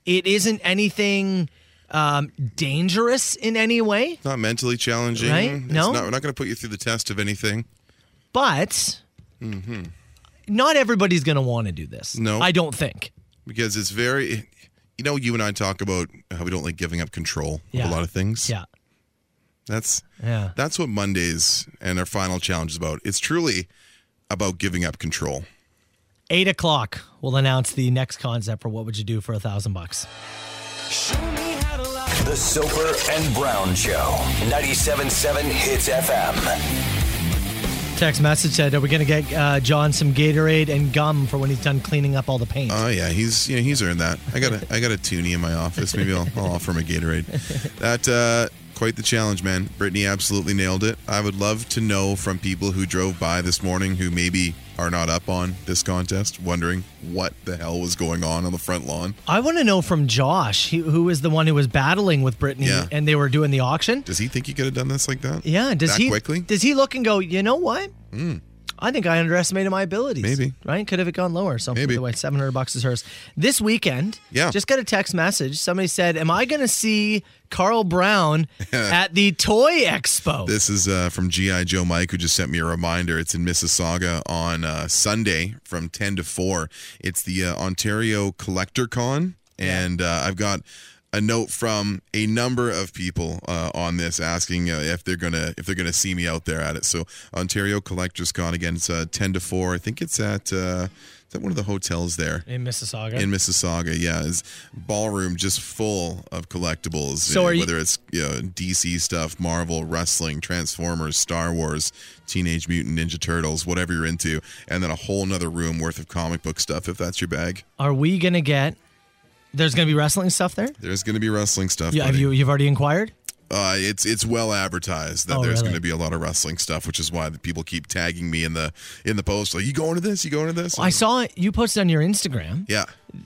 [SPEAKER 6] It isn't anything um, dangerous in any way.
[SPEAKER 7] Not mentally challenging.
[SPEAKER 6] Right?
[SPEAKER 7] It's
[SPEAKER 6] No?
[SPEAKER 7] not- we're not going to put you through the test of anything.
[SPEAKER 6] But
[SPEAKER 7] hmm
[SPEAKER 6] not everybody's going to want to do this.
[SPEAKER 7] No.
[SPEAKER 6] I don't think.
[SPEAKER 7] because it's very you know you and i talk about how we don't like giving up control
[SPEAKER 6] Yeah.
[SPEAKER 7] of a lot of things
[SPEAKER 6] yeah
[SPEAKER 7] that's
[SPEAKER 6] Yeah.
[SPEAKER 7] that's what mondays and our final challenge is about it's truly about giving up control
[SPEAKER 6] Eight o'clock, we'll announce the next concept for what would you do for a thousand bucks.
[SPEAKER 5] The Soper and Brown Show. 97.7 Hits FM.
[SPEAKER 6] Text message said, "Are we going to get uh, John some Gatorade and gum for when he's done cleaning up all the paint?"
[SPEAKER 7] oh yeah he's you know he's earned that i got a i got a toonie in my office maybe i'll, I'll offer him a gatorade that uh quite the challenge man brittany absolutely nailed it i would love to know from people who drove by this morning who maybe are not up on this contest wondering what the hell was going on on the front lawn
[SPEAKER 6] I want to know from Josh, he- who is the one who was battling with Brittany,
[SPEAKER 7] Yeah.
[SPEAKER 6] and they were doing the auction.
[SPEAKER 7] does he think he could have done this like that
[SPEAKER 6] Yeah, does
[SPEAKER 7] That
[SPEAKER 6] he
[SPEAKER 7] quickly?
[SPEAKER 6] does he look and go, you know what?
[SPEAKER 7] Mm.
[SPEAKER 6] I think I underestimated my abilities.
[SPEAKER 7] Maybe.
[SPEAKER 6] right? Could have it gone lower. So maybe the way seven hundred bucks is hers this weekend.
[SPEAKER 7] Yeah.
[SPEAKER 6] just got a text message. Somebody said, "Am I going to see
[SPEAKER 7] *laughs*
[SPEAKER 6] Carl Brown at the Toy Expo?"
[SPEAKER 7] This is uh, from GI Joe Mike, who just sent me a reminder. It's in Mississauga on uh, Sunday from ten to four. It's the uh, Ontario Collector Con, and uh, I've got a note from a number of people uh, on this asking uh, if they're gonna if they're gonna see me out there at it. So Ontario Collectors Con again. It's uh, ten to four. I think it's at uh, it's at one of the hotels there.
[SPEAKER 6] in Mississauga.
[SPEAKER 7] *laughs* In Mississauga, yeah, is ballroom just full of collectibles.
[SPEAKER 6] So
[SPEAKER 7] you know,
[SPEAKER 6] are you-
[SPEAKER 7] whether it's you know, DC stuff, Marvel, wrestling, Transformers, Star Wars, Teenage Mutant Ninja Turtles, whatever you're into, and then a whole nother room worth of comic book stuff if that's your bag.
[SPEAKER 6] Are we gonna get? There's gonna be wrestling stuff there.
[SPEAKER 7] There's going to be wrestling stuff.
[SPEAKER 6] yeah, have
[SPEAKER 7] buddy.
[SPEAKER 6] you you've already inquired?
[SPEAKER 7] Uh, it's it's well advertised that
[SPEAKER 6] Oh,
[SPEAKER 7] there's
[SPEAKER 6] really?
[SPEAKER 7] going to be a lot of wrestling stuff, which is why the people keep tagging me in the in the post. Like, you going to this? You going to this?
[SPEAKER 6] I saw it. You posted on your Instagram.
[SPEAKER 7] yeah.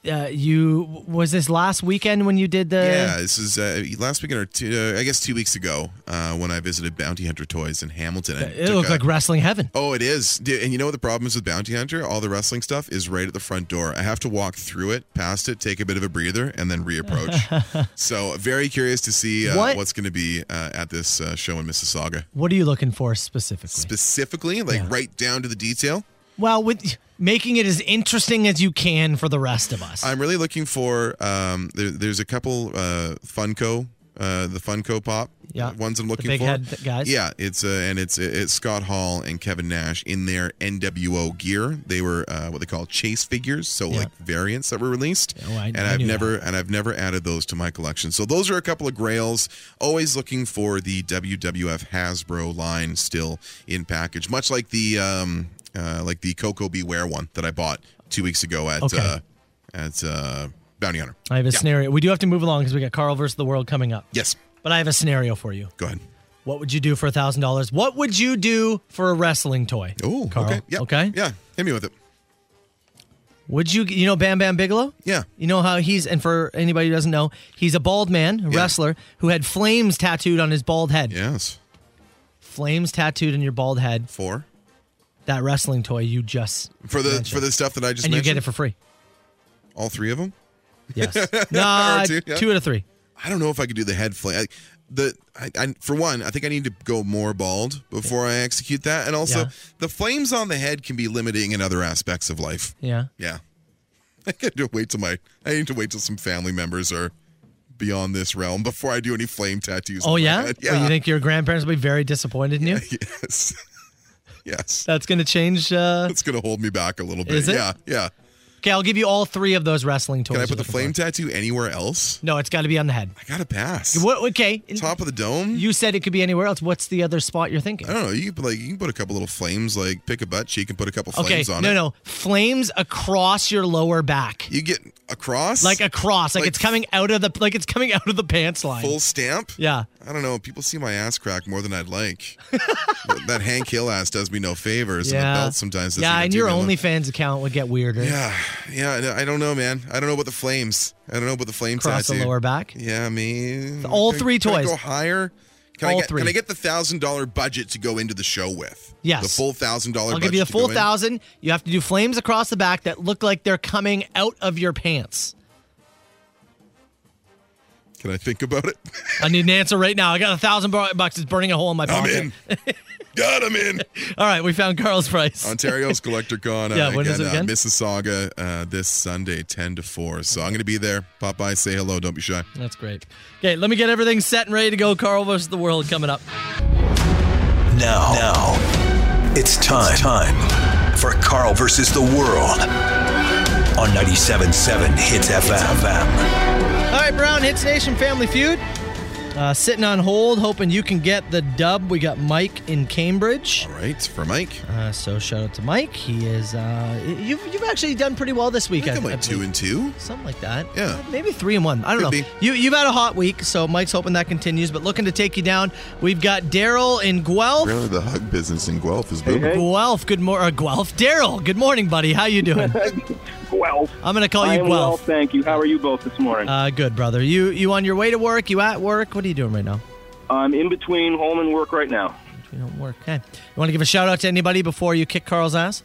[SPEAKER 6] Uh, you was this last weekend when you did the?
[SPEAKER 7] Yeah, this is uh, last weekend or two, uh, I guess two weeks ago uh, when I visited Bounty Hunter Toys in Hamilton. I
[SPEAKER 6] It
[SPEAKER 7] took
[SPEAKER 6] looked
[SPEAKER 7] a-
[SPEAKER 6] like wrestling heaven.
[SPEAKER 7] Oh, it is. Dude, And you know what the problem is with Bounty Hunter? All the wrestling stuff is right at the front door. I have to walk through it, past it, take a bit of a breather, and then
[SPEAKER 6] *laughs*
[SPEAKER 7] reapproach. so, very curious to see uh,
[SPEAKER 6] What-
[SPEAKER 7] what's going to be uh, at this uh, show in Mississauga.
[SPEAKER 6] What are you looking for specifically?
[SPEAKER 7] Specifically, like right down to the detail.
[SPEAKER 6] Well, with making it as interesting as you can for the rest of us.
[SPEAKER 7] I'm really looking for. Um, there, there's a couple uh, Funko uh, the Funko Pop
[SPEAKER 6] Yeah.
[SPEAKER 7] ones I'm looking
[SPEAKER 6] big
[SPEAKER 7] for.
[SPEAKER 6] head th- guys.
[SPEAKER 7] Yeah, it's uh, and it's it's Scott Hall and Kevin Nash in their NWO gear. They were uh, what they call chase figures, so like variants that were released.
[SPEAKER 6] Oh, I-
[SPEAKER 7] and
[SPEAKER 6] I
[SPEAKER 7] have
[SPEAKER 6] knew
[SPEAKER 7] never and I've never added those to my collection. So those are a couple of grails. Always looking for the WWF Hasbro line still in package, much like the um, uh, like the Coco Beware one that I bought two weeks ago at
[SPEAKER 6] Okay.
[SPEAKER 7] uh, at uh, Bounty Hunter.
[SPEAKER 6] I have a scenario. We do have to move along because we got Carl versus the world coming up.
[SPEAKER 7] Yes.
[SPEAKER 6] But I have a scenario for you.
[SPEAKER 7] Go ahead.
[SPEAKER 6] What would you do for thousand dollars? What would you do for a wrestling toy?
[SPEAKER 7] Oh,
[SPEAKER 6] Carl.
[SPEAKER 7] okay. Yeah.
[SPEAKER 6] Okay.
[SPEAKER 7] Yeah. Hit me with it.
[SPEAKER 6] Would you? You know Bam Bam Bigelow?
[SPEAKER 7] Yeah.
[SPEAKER 6] You know how he's and for anybody who doesn't know, he's a bald man, a wrestler who had flames tattooed on his bald head.
[SPEAKER 7] Yes.
[SPEAKER 6] Flames tattooed in your bald head.
[SPEAKER 7] For
[SPEAKER 6] that wrestling toy you just
[SPEAKER 7] For the
[SPEAKER 6] mentioned.
[SPEAKER 7] for the stuff that I just
[SPEAKER 6] and you
[SPEAKER 7] mentioned?
[SPEAKER 6] get it
[SPEAKER 7] *laughs*
[SPEAKER 6] for free.
[SPEAKER 7] All three of them?
[SPEAKER 6] Yes.
[SPEAKER 7] Or
[SPEAKER 6] Nah,
[SPEAKER 7] yeah.
[SPEAKER 6] two out of three.
[SPEAKER 7] I don't know if I could do the head flame. I, the I, I, for one, I think I need to go more bald before I execute that, and also
[SPEAKER 6] Yeah.
[SPEAKER 7] the flames on the head can be limiting in other aspects of life.
[SPEAKER 6] Yeah.
[SPEAKER 7] Yeah, *laughs* I got to wait till my I need to wait till some family members are beyond this realm before I do any flame tattoos.
[SPEAKER 6] Oh
[SPEAKER 7] on my
[SPEAKER 6] yeah.
[SPEAKER 7] head.
[SPEAKER 6] Well,
[SPEAKER 7] yeah.
[SPEAKER 6] you think your grandparents will be very disappointed in you?
[SPEAKER 7] *laughs* yes. *laughs* yes.
[SPEAKER 6] That's gonna change. Uh,
[SPEAKER 7] It's gonna hold me back a little bit.
[SPEAKER 6] Is it?
[SPEAKER 7] Yeah, yeah.
[SPEAKER 6] Okay, I'll give you all three of those wrestling toys.
[SPEAKER 7] Can I put
[SPEAKER 6] you're
[SPEAKER 7] the flame tattoo anywhere else?
[SPEAKER 6] No, it's got to be on the head.
[SPEAKER 7] I gotta pass.
[SPEAKER 6] What, okay.
[SPEAKER 7] Top of the dome.
[SPEAKER 6] You said it could be anywhere else. What's the other spot you're thinking?
[SPEAKER 7] I don't know. You can put, like you can put a couple little flames, like pick a butt cheek and put a couple
[SPEAKER 6] Okay.
[SPEAKER 7] flames on
[SPEAKER 6] no,
[SPEAKER 7] it.
[SPEAKER 6] no. Flames across your lower back.
[SPEAKER 7] You get across?
[SPEAKER 6] Like across. Like,
[SPEAKER 7] Like-
[SPEAKER 6] it's coming out of the like it's coming *laughs* out of the pants line.
[SPEAKER 7] Full stamp.
[SPEAKER 6] yeah.
[SPEAKER 7] I don't know. People see my ass crack more than I'd like. *laughs* that Hank Hill ass does me no favors, and the belt sometimes. doesn't
[SPEAKER 6] Yeah,
[SPEAKER 7] even
[SPEAKER 6] and
[SPEAKER 7] do
[SPEAKER 6] your
[SPEAKER 7] me a little-
[SPEAKER 6] OnlyFans account would get weirder.
[SPEAKER 7] Yeah, yeah. I don't- I don't know, man. I don't know about the flames. I don't know about the flame
[SPEAKER 6] Across the
[SPEAKER 7] tattoo.
[SPEAKER 6] lower back.
[SPEAKER 7] Yeah, I mean,
[SPEAKER 6] All
[SPEAKER 7] can-
[SPEAKER 6] three
[SPEAKER 7] can I
[SPEAKER 6] toys.
[SPEAKER 7] go higher. Can I
[SPEAKER 6] All
[SPEAKER 7] get,
[SPEAKER 6] three.
[SPEAKER 7] Can I get the thousand dollar budget to go into the show with?
[SPEAKER 6] Yes.
[SPEAKER 7] the full thousand dollar.
[SPEAKER 6] I'll give you the full thousand. You have to do flames across the back that look like they're coming out of your pants.
[SPEAKER 7] Can I think about it? *laughs*
[SPEAKER 6] I need an answer right now. I got a thousand bu- bucks. It's burning a hole in my pocket.
[SPEAKER 7] in. God, I'm in.
[SPEAKER 6] All right, we found Carl's price.
[SPEAKER 7] *laughs* Ontario's Collector Con.
[SPEAKER 6] Yeah, when is it again?
[SPEAKER 7] Uh, Mississauga uh, this Sunday, 10 to 4. So I'm going to be there. Pop by, say hello. Don't be shy.
[SPEAKER 6] That's great. Okay, let me get everything set and ready to go. Carl versus the world coming up.
[SPEAKER 5] Now, now, it's time, time for Carl versus the world on 97.7 Hits FM.
[SPEAKER 6] All right, Brown Hits Nation Family Feud. Uh, sitting on hold, hoping you can get the dub. We got Mike in Cambridge.
[SPEAKER 7] All right, for Mike.
[SPEAKER 6] Uh, so shout out to Mike. He is. Uh, y- you've you've actually done pretty well this week.
[SPEAKER 7] I think I'm
[SPEAKER 6] I- I
[SPEAKER 7] like two
[SPEAKER 6] believe.
[SPEAKER 7] and two.
[SPEAKER 6] Something like that.
[SPEAKER 7] Yeah.
[SPEAKER 6] Uh, Maybe three and one. I don't
[SPEAKER 7] Could
[SPEAKER 6] know.
[SPEAKER 7] be.
[SPEAKER 6] You you've had a hot week, so Mike's hoping that continues. But looking to take you down, we've got Daryl in Guelph.
[SPEAKER 7] Really, the hug business in Guelph is booming.
[SPEAKER 6] Guelph, good morning, Guelph. Daryl, good morning, buddy. How you doing?
[SPEAKER 15] Guelph.
[SPEAKER 6] I'm gonna call
[SPEAKER 15] I
[SPEAKER 6] you
[SPEAKER 15] am well,
[SPEAKER 6] Guelph.
[SPEAKER 15] thank you. How are you both this morning?
[SPEAKER 6] Uh, good brother. You you on your way to work? You at work? What are you doing right now?
[SPEAKER 15] I'm in between home and work right now.
[SPEAKER 6] We don't work. Okay. You want to give a shout out to anybody before you kick Carl's ass?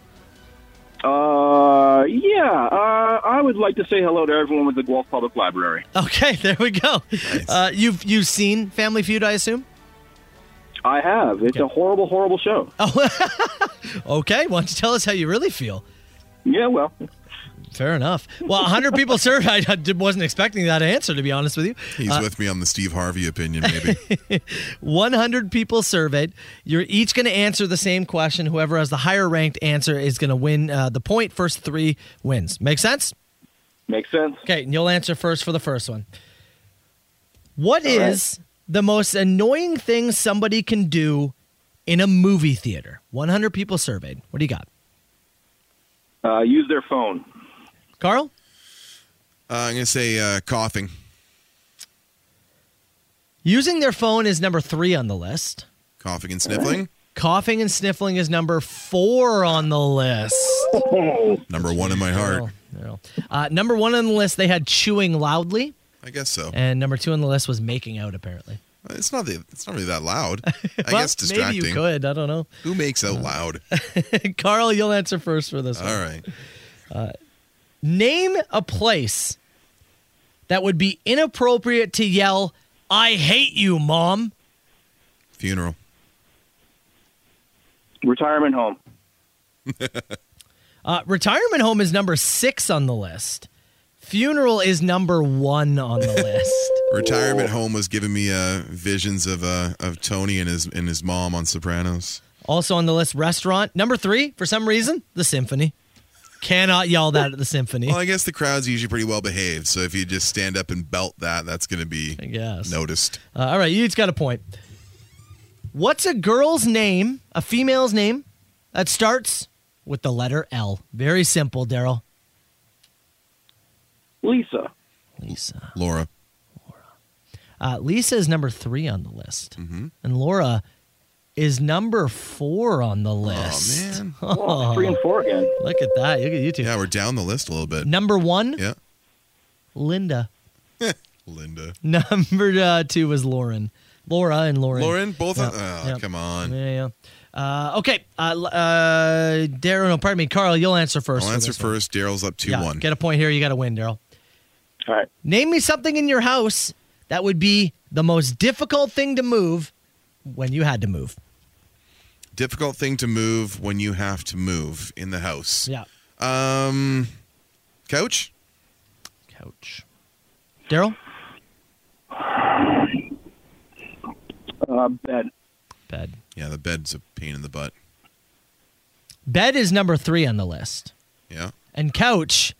[SPEAKER 15] Uh, yeah, uh, I would like to say hello to everyone with the Guelph Public Library.
[SPEAKER 6] Okay, *laughs* there we go. Uh, you've you've seen Family Feud, I assume.
[SPEAKER 15] I have. It's a horrible, horrible show.
[SPEAKER 6] Oh. *laughs* Okay, why don't you tell us how you really feel?
[SPEAKER 15] Yeah, well.
[SPEAKER 6] Fair enough. Well,
[SPEAKER 7] *laughs*
[SPEAKER 6] 100 people surveyed. I did- wasn't expecting that answer, to be honest with you.
[SPEAKER 7] He's
[SPEAKER 6] Uh,
[SPEAKER 7] with me on the Steve Harvey opinion,
[SPEAKER 6] *laughs*
[SPEAKER 7] maybe. Uh,
[SPEAKER 6] 100 people surveyed. You're each going to answer the same question. Whoever has the higher ranked answer is going to win uh, the point. First three wins. Make sense?
[SPEAKER 15] Makes sense.
[SPEAKER 6] Okay, and you'll answer first for the first one. What is
[SPEAKER 15] All right.
[SPEAKER 6] the most annoying thing somebody can do in a movie theater? 100 people surveyed. What do you got?
[SPEAKER 15] Uh, use their phone.
[SPEAKER 6] Carl?
[SPEAKER 7] Uh, I'm going to say uh, coughing.
[SPEAKER 6] Using their phone is number three on the list.
[SPEAKER 7] Coughing and sniffling.
[SPEAKER 6] Coughing and sniffling is number four on the list. Oh,
[SPEAKER 7] Number one in my heart.
[SPEAKER 6] Uh, number one on the list, they had chewing loudly,
[SPEAKER 7] I guess so. Uh,
[SPEAKER 6] and number two on the list was making out. Apparently,
[SPEAKER 7] It's not the, It's not really that
[SPEAKER 6] *laughs*
[SPEAKER 7] loud. I
[SPEAKER 6] Well,
[SPEAKER 7] guess distracting.
[SPEAKER 6] Maybe you could. I don't know.
[SPEAKER 7] Who makes out
[SPEAKER 6] *laughs*
[SPEAKER 7] loud?
[SPEAKER 6] Carl, you'll answer first for this.
[SPEAKER 7] All
[SPEAKER 6] one.
[SPEAKER 7] right.
[SPEAKER 6] Uh, name a place that would be inappropriate to yell, "I hate you, mom."
[SPEAKER 7] Funeral.
[SPEAKER 15] Retirement home.
[SPEAKER 6] Uh, retirement
[SPEAKER 7] *laughs*
[SPEAKER 6] home is number six on the list. Funeral is number one on the list.
[SPEAKER 7] Retirement home was giving me uh, visions of uh, of Tony and his and his mom on Sopranos.
[SPEAKER 6] Also on the list, restaurant number three for some reason, the Symphony. Cannot yell that at the Symphony.
[SPEAKER 7] Well, I guess the crowd's usually pretty well behaved, so if you just stand up and belt that, that's going to be
[SPEAKER 6] guess.
[SPEAKER 7] noticed.
[SPEAKER 6] Uh, all right, you each got a point. What's a girl's name, a female's name, that starts with the letter L? Very simple, Daryl.
[SPEAKER 15] Lisa.
[SPEAKER 6] Lisa.
[SPEAKER 7] Laura.
[SPEAKER 6] Uh, Lisa is number three on the list,
[SPEAKER 7] Mm-hmm.
[SPEAKER 6] and Laura is number four on the list.
[SPEAKER 7] man.
[SPEAKER 15] Well, three and four again.
[SPEAKER 6] *laughs* Look at that. Look at you two.
[SPEAKER 7] Yeah, we're down the list a little bit.
[SPEAKER 6] Number one,
[SPEAKER 7] Yeah,
[SPEAKER 6] Linda. *laughs*
[SPEAKER 7] Linda.
[SPEAKER 6] Number uh, two was Lauren. Laura and Lauren.
[SPEAKER 7] Lauren, both.
[SPEAKER 6] Yeah.
[SPEAKER 7] Of, oh,
[SPEAKER 6] Yeah.
[SPEAKER 7] come on.
[SPEAKER 6] Yeah, yeah. Uh, okay. Uh, l- uh, Daryl, no, pardon me. Carl, you'll answer 1st
[SPEAKER 7] I'll answer first. Daryl's up two
[SPEAKER 6] Yeah,
[SPEAKER 7] one.
[SPEAKER 6] Get a point here. You got to win, Daryl.
[SPEAKER 15] All right.
[SPEAKER 6] Name me something in your house that would be the most difficult thing to move when you had to move.
[SPEAKER 7] Difficult thing to move when you have to move in the house.
[SPEAKER 6] Yeah.
[SPEAKER 7] Um, couch.
[SPEAKER 6] Couch. Daryl?
[SPEAKER 15] Uh, bed.
[SPEAKER 6] Bed.
[SPEAKER 7] Yeah, the bed's a pain in the butt.
[SPEAKER 6] Bed is number three on the list.
[SPEAKER 7] Yeah.
[SPEAKER 6] And couch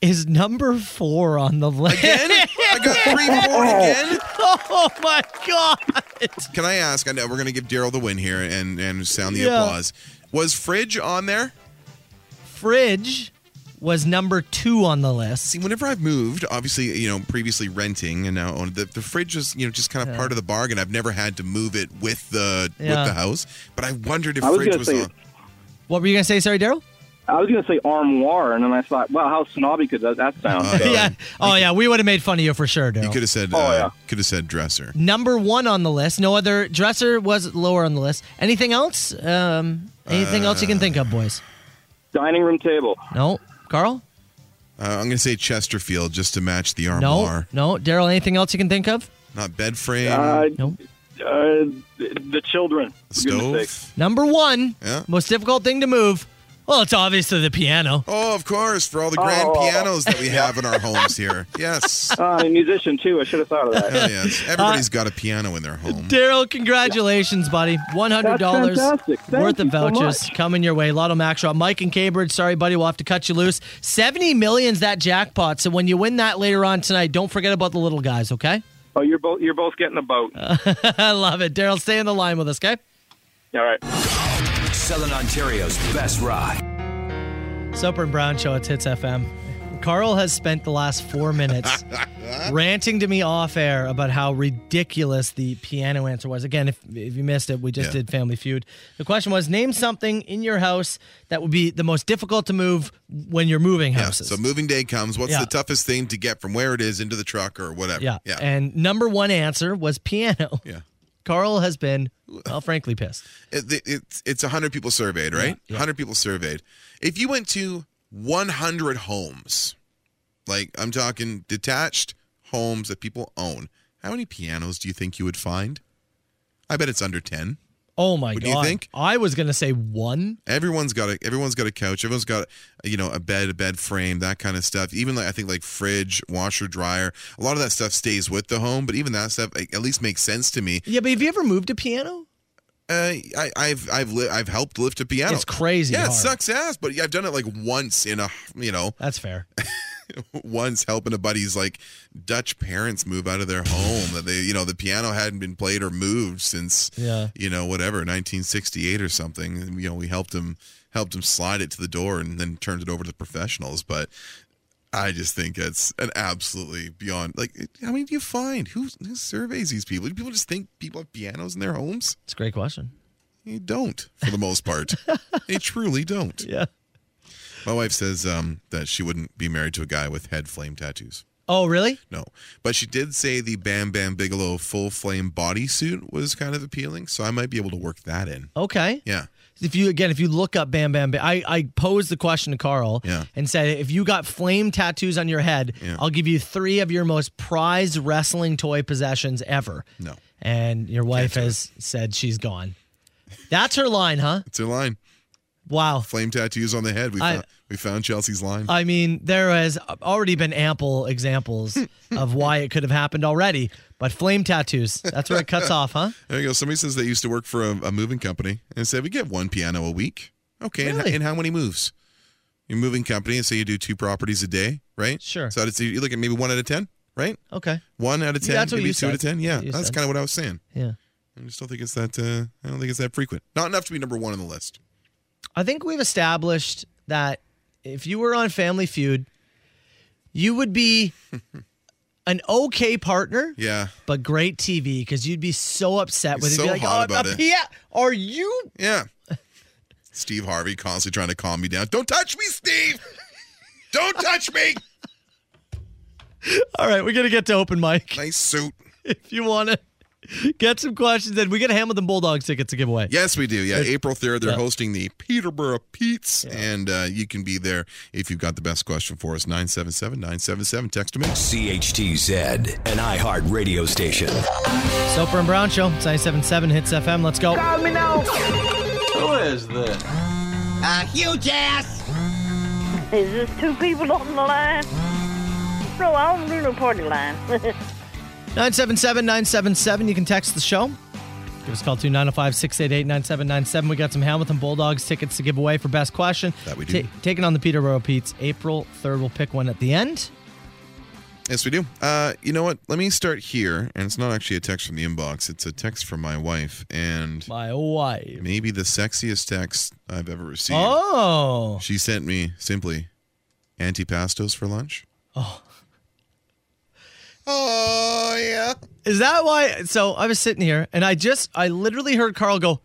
[SPEAKER 6] is number four on the list. *laughs*
[SPEAKER 7] Again? *laughs* I got three more again.
[SPEAKER 6] Oh my god!
[SPEAKER 7] Can I ask? I know we're gonna give Daryl the win here and and sound the
[SPEAKER 6] Yeah.
[SPEAKER 7] applause. Was fridge on there?
[SPEAKER 6] Fridge was number two on the list.
[SPEAKER 7] See, whenever I've moved, obviously, you know, previously renting and now owned, the, the fridge was, you know, just kind of
[SPEAKER 6] Yeah.
[SPEAKER 7] part of the bargain. I've never had to move it with the
[SPEAKER 6] Yeah.
[SPEAKER 7] with the house, but I wondered if
[SPEAKER 15] I was
[SPEAKER 7] fridge
[SPEAKER 15] gonna
[SPEAKER 7] was
[SPEAKER 15] say- *laughs*
[SPEAKER 7] on.
[SPEAKER 6] What were you gonna say, sorry, Daryl?
[SPEAKER 15] I was going to say armoire, and then I thought, wow, how snobby could that, that sound? So,
[SPEAKER 6] yeah. Oh yeah, we would have made fun of you for sure,
[SPEAKER 7] Uh, You
[SPEAKER 6] Daryl.
[SPEAKER 7] could have said,
[SPEAKER 15] Oh,
[SPEAKER 7] uh, could have said dresser.
[SPEAKER 6] Number one on the list. No other dresser was lower on the list. Anything else? Um, anything else you can think of, boys?
[SPEAKER 15] Dining room table.
[SPEAKER 6] No, Carl.
[SPEAKER 7] Uh, I'm going to say Chesterfield just to match the
[SPEAKER 6] No,
[SPEAKER 7] armoire.
[SPEAKER 6] no, Daryl. Anything else you can think of?
[SPEAKER 7] Not bed frame.
[SPEAKER 15] Uh,
[SPEAKER 6] No.
[SPEAKER 15] Uh, the the children.
[SPEAKER 7] Stove.
[SPEAKER 6] Number one,
[SPEAKER 7] Yeah.
[SPEAKER 6] most difficult thing to move. Well, it's obviously the piano.
[SPEAKER 7] Oh, of course, for all the grand
[SPEAKER 15] Oh.
[SPEAKER 7] pianos
[SPEAKER 15] *laughs*
[SPEAKER 7] that we have in our homes here. Yes.
[SPEAKER 15] Uh, I'm a musician, too. I should have thought of
[SPEAKER 7] *laughs*
[SPEAKER 15] that.
[SPEAKER 7] Hell yes.
[SPEAKER 6] Uh,
[SPEAKER 7] Everybody's got a piano in their home.
[SPEAKER 6] Daryl, congratulations, buddy. One hundred dollars
[SPEAKER 15] That's fantastic. Thank
[SPEAKER 6] worth of
[SPEAKER 15] you so
[SPEAKER 6] vouchers
[SPEAKER 15] much.
[SPEAKER 6] coming your way. Lotto Max Draw. Mike and Cambridge. Sorry, buddy, we'll have to cut you loose. Seventy million's that jackpot. So when you win that later on tonight, don't forget about the little guys. Okay. *laughs*
[SPEAKER 15] Oh, you're both you're both getting a boat.
[SPEAKER 6] I love it, Daryl. Stay on the line with us, okay?
[SPEAKER 15] All right.
[SPEAKER 5] Southern Ontario's best rock.
[SPEAKER 6] Supper and Brown Show. It's Hits FM. Carl has spent the last
[SPEAKER 7] *laughs*
[SPEAKER 6] four minutes ranting to me off air about how ridiculous the piano answer was. Again, if, if you missed it, we just
[SPEAKER 7] Yeah.
[SPEAKER 6] did Family Feud. The question was name something in your house that would be the most difficult to move when you're moving
[SPEAKER 7] Yeah.
[SPEAKER 6] houses.
[SPEAKER 7] So moving day comes. What's
[SPEAKER 6] Yeah.
[SPEAKER 7] the toughest thing to get from where it is into the truck or whatever?
[SPEAKER 6] Yeah.
[SPEAKER 7] Yeah.
[SPEAKER 6] And number one answer was piano.
[SPEAKER 7] Yeah.
[SPEAKER 6] Carl has been, well, frankly, pissed.
[SPEAKER 7] it, it- it's it's 100 people surveyed, right? 100 people surveyed. If you went to 100 homes, like I'm talking detached homes that people own, how many pianos do you think you would find? I bet it's under 10.
[SPEAKER 6] Oh my
[SPEAKER 7] What do
[SPEAKER 6] god!
[SPEAKER 7] you think?
[SPEAKER 6] I was gonna say one.
[SPEAKER 7] Everyone's got a everyone's got a couch. Everyone's got you know a bed, a bed frame, that kind of stuff. Even like I think like fridge, washer, dryer. A lot of that stuff stays with the home, but even that stuff like, at least makes sense to me.
[SPEAKER 6] Yeah, but have you ever moved a piano?
[SPEAKER 7] Uh, I, I've I've li- I've helped lift a piano.
[SPEAKER 6] It's crazy
[SPEAKER 7] Yeah, it
[SPEAKER 6] hard.
[SPEAKER 7] sucks ass, but I've done it like once in a you know *laughs*
[SPEAKER 6] That's fair.
[SPEAKER 7] once helping a buddy's like Dutch parents move out of their home that they you know the piano hadn't been played or moved since
[SPEAKER 6] Yeah.
[SPEAKER 7] you know whatever 1968 or something. And, You know we helped him helped him slide it to the door and then turned it over to professionals, but. I just think it's an absolutely beyond like how many do you find? Who who surveys these people? Do people just think people have pianos in their homes?
[SPEAKER 6] It's a great question.
[SPEAKER 7] They don't, for the most
[SPEAKER 6] *laughs*
[SPEAKER 7] part. they truly don't.
[SPEAKER 6] Yeah.
[SPEAKER 7] My wife says um, that she wouldn't be married to a guy with head flame tattoos.
[SPEAKER 6] Oh, really?
[SPEAKER 7] No. But she did say the Bam Bam Bigelow full flame bodysuit was kind of appealing, so I might be able to work that in.
[SPEAKER 6] Okay.
[SPEAKER 7] Yeah.
[SPEAKER 6] If you again, if you look up Bam Bam Bam, I, I posed the question to Carl
[SPEAKER 7] Yeah.
[SPEAKER 6] and said, if you got flame tattoos on your head,
[SPEAKER 7] Yeah.
[SPEAKER 6] I'll give you three of your most prized wrestling toy possessions ever.
[SPEAKER 7] No.
[SPEAKER 6] And your wife has said she's gone. That's her line, huh?
[SPEAKER 7] It's her line.
[SPEAKER 6] Wow.
[SPEAKER 7] Flame tattoos on the head. We
[SPEAKER 6] I-
[SPEAKER 7] found, we found Chelsea's line.
[SPEAKER 6] I mean, there has already been
[SPEAKER 7] *laughs*
[SPEAKER 6] ample examples of why it could have happened already, but flame tattoos, that's where it cuts off, huh?
[SPEAKER 7] There you go. Somebody says they used to work for a, a moving company and said we get one piano a week. Okay, and-
[SPEAKER 6] Really?
[SPEAKER 7] and, how many moves? Your moving company, and say you do two properties a day, right? Sure. So that's, you look at maybe one out of ten, right?
[SPEAKER 6] Okay.
[SPEAKER 7] One out of ten,
[SPEAKER 6] That's what
[SPEAKER 7] maybe
[SPEAKER 6] you
[SPEAKER 7] two out of
[SPEAKER 6] said.
[SPEAKER 7] ten. Yeah,
[SPEAKER 6] You
[SPEAKER 7] that's
[SPEAKER 6] said.
[SPEAKER 7] kind of what I was saying.
[SPEAKER 6] Yeah.
[SPEAKER 7] I just don't think it's that. Uh, I don't think it's that frequent. Not enough to be number one on the list.
[SPEAKER 6] I think we've established that if you were on Family Feud, you would *laughs* be an okay partner,
[SPEAKER 7] Yeah.
[SPEAKER 6] but great TV because you'd be so upset with it.
[SPEAKER 7] He's
[SPEAKER 6] You'd
[SPEAKER 7] so
[SPEAKER 6] be like,
[SPEAKER 7] hot
[SPEAKER 6] oh,
[SPEAKER 7] about
[SPEAKER 6] a
[SPEAKER 7] it."
[SPEAKER 6] P- are you?
[SPEAKER 7] Yeah. Steve Harvey constantly trying to calm me down. Don't touch me, Steve. Don't touch
[SPEAKER 6] *laughs*
[SPEAKER 7] me.
[SPEAKER 6] *laughs* All right, we're gonna get to open mic.
[SPEAKER 7] Nice suit.
[SPEAKER 6] If you want to *laughs* get some questions, then we got a Hamilton Bulldog tickets to give away.
[SPEAKER 7] Yes, we do. Yeah,
[SPEAKER 6] There's-
[SPEAKER 7] April 3rd, they're
[SPEAKER 6] Yeah.
[SPEAKER 7] hosting the Peterborough Pete's, and uh, you can be there if you've got the best question for us. 977 977. Text to me.
[SPEAKER 5] CHTZ, an iHeart radio station.
[SPEAKER 6] Soper and Brown Show, 977 Hits FM. Let's go.
[SPEAKER 2] Call me now.
[SPEAKER 6] Who is this?
[SPEAKER 2] A huge ass.
[SPEAKER 1] Is this two people on the line? No, I don't do no party line. *laughs*
[SPEAKER 6] 977 977. You can text the show. Give us a call to 905 688 9797. We got some Hamilton Bulldogs tickets to give away for best question. That we
[SPEAKER 7] do.
[SPEAKER 6] taking on the Peterborough Pete's April 3rd. We'll pick one at the end.
[SPEAKER 7] Yes, we do. Uh, you know what? Let me start here, and it's not actually a text from the inbox, it's a text from my wife, and
[SPEAKER 6] My wife.
[SPEAKER 7] maybe the sexiest text I've ever received.
[SPEAKER 6] Oh.
[SPEAKER 7] She sent me simply antipastos for lunch. Oh, yeah.
[SPEAKER 6] Is that why? So I was sitting here and I just, I literally heard Carl go,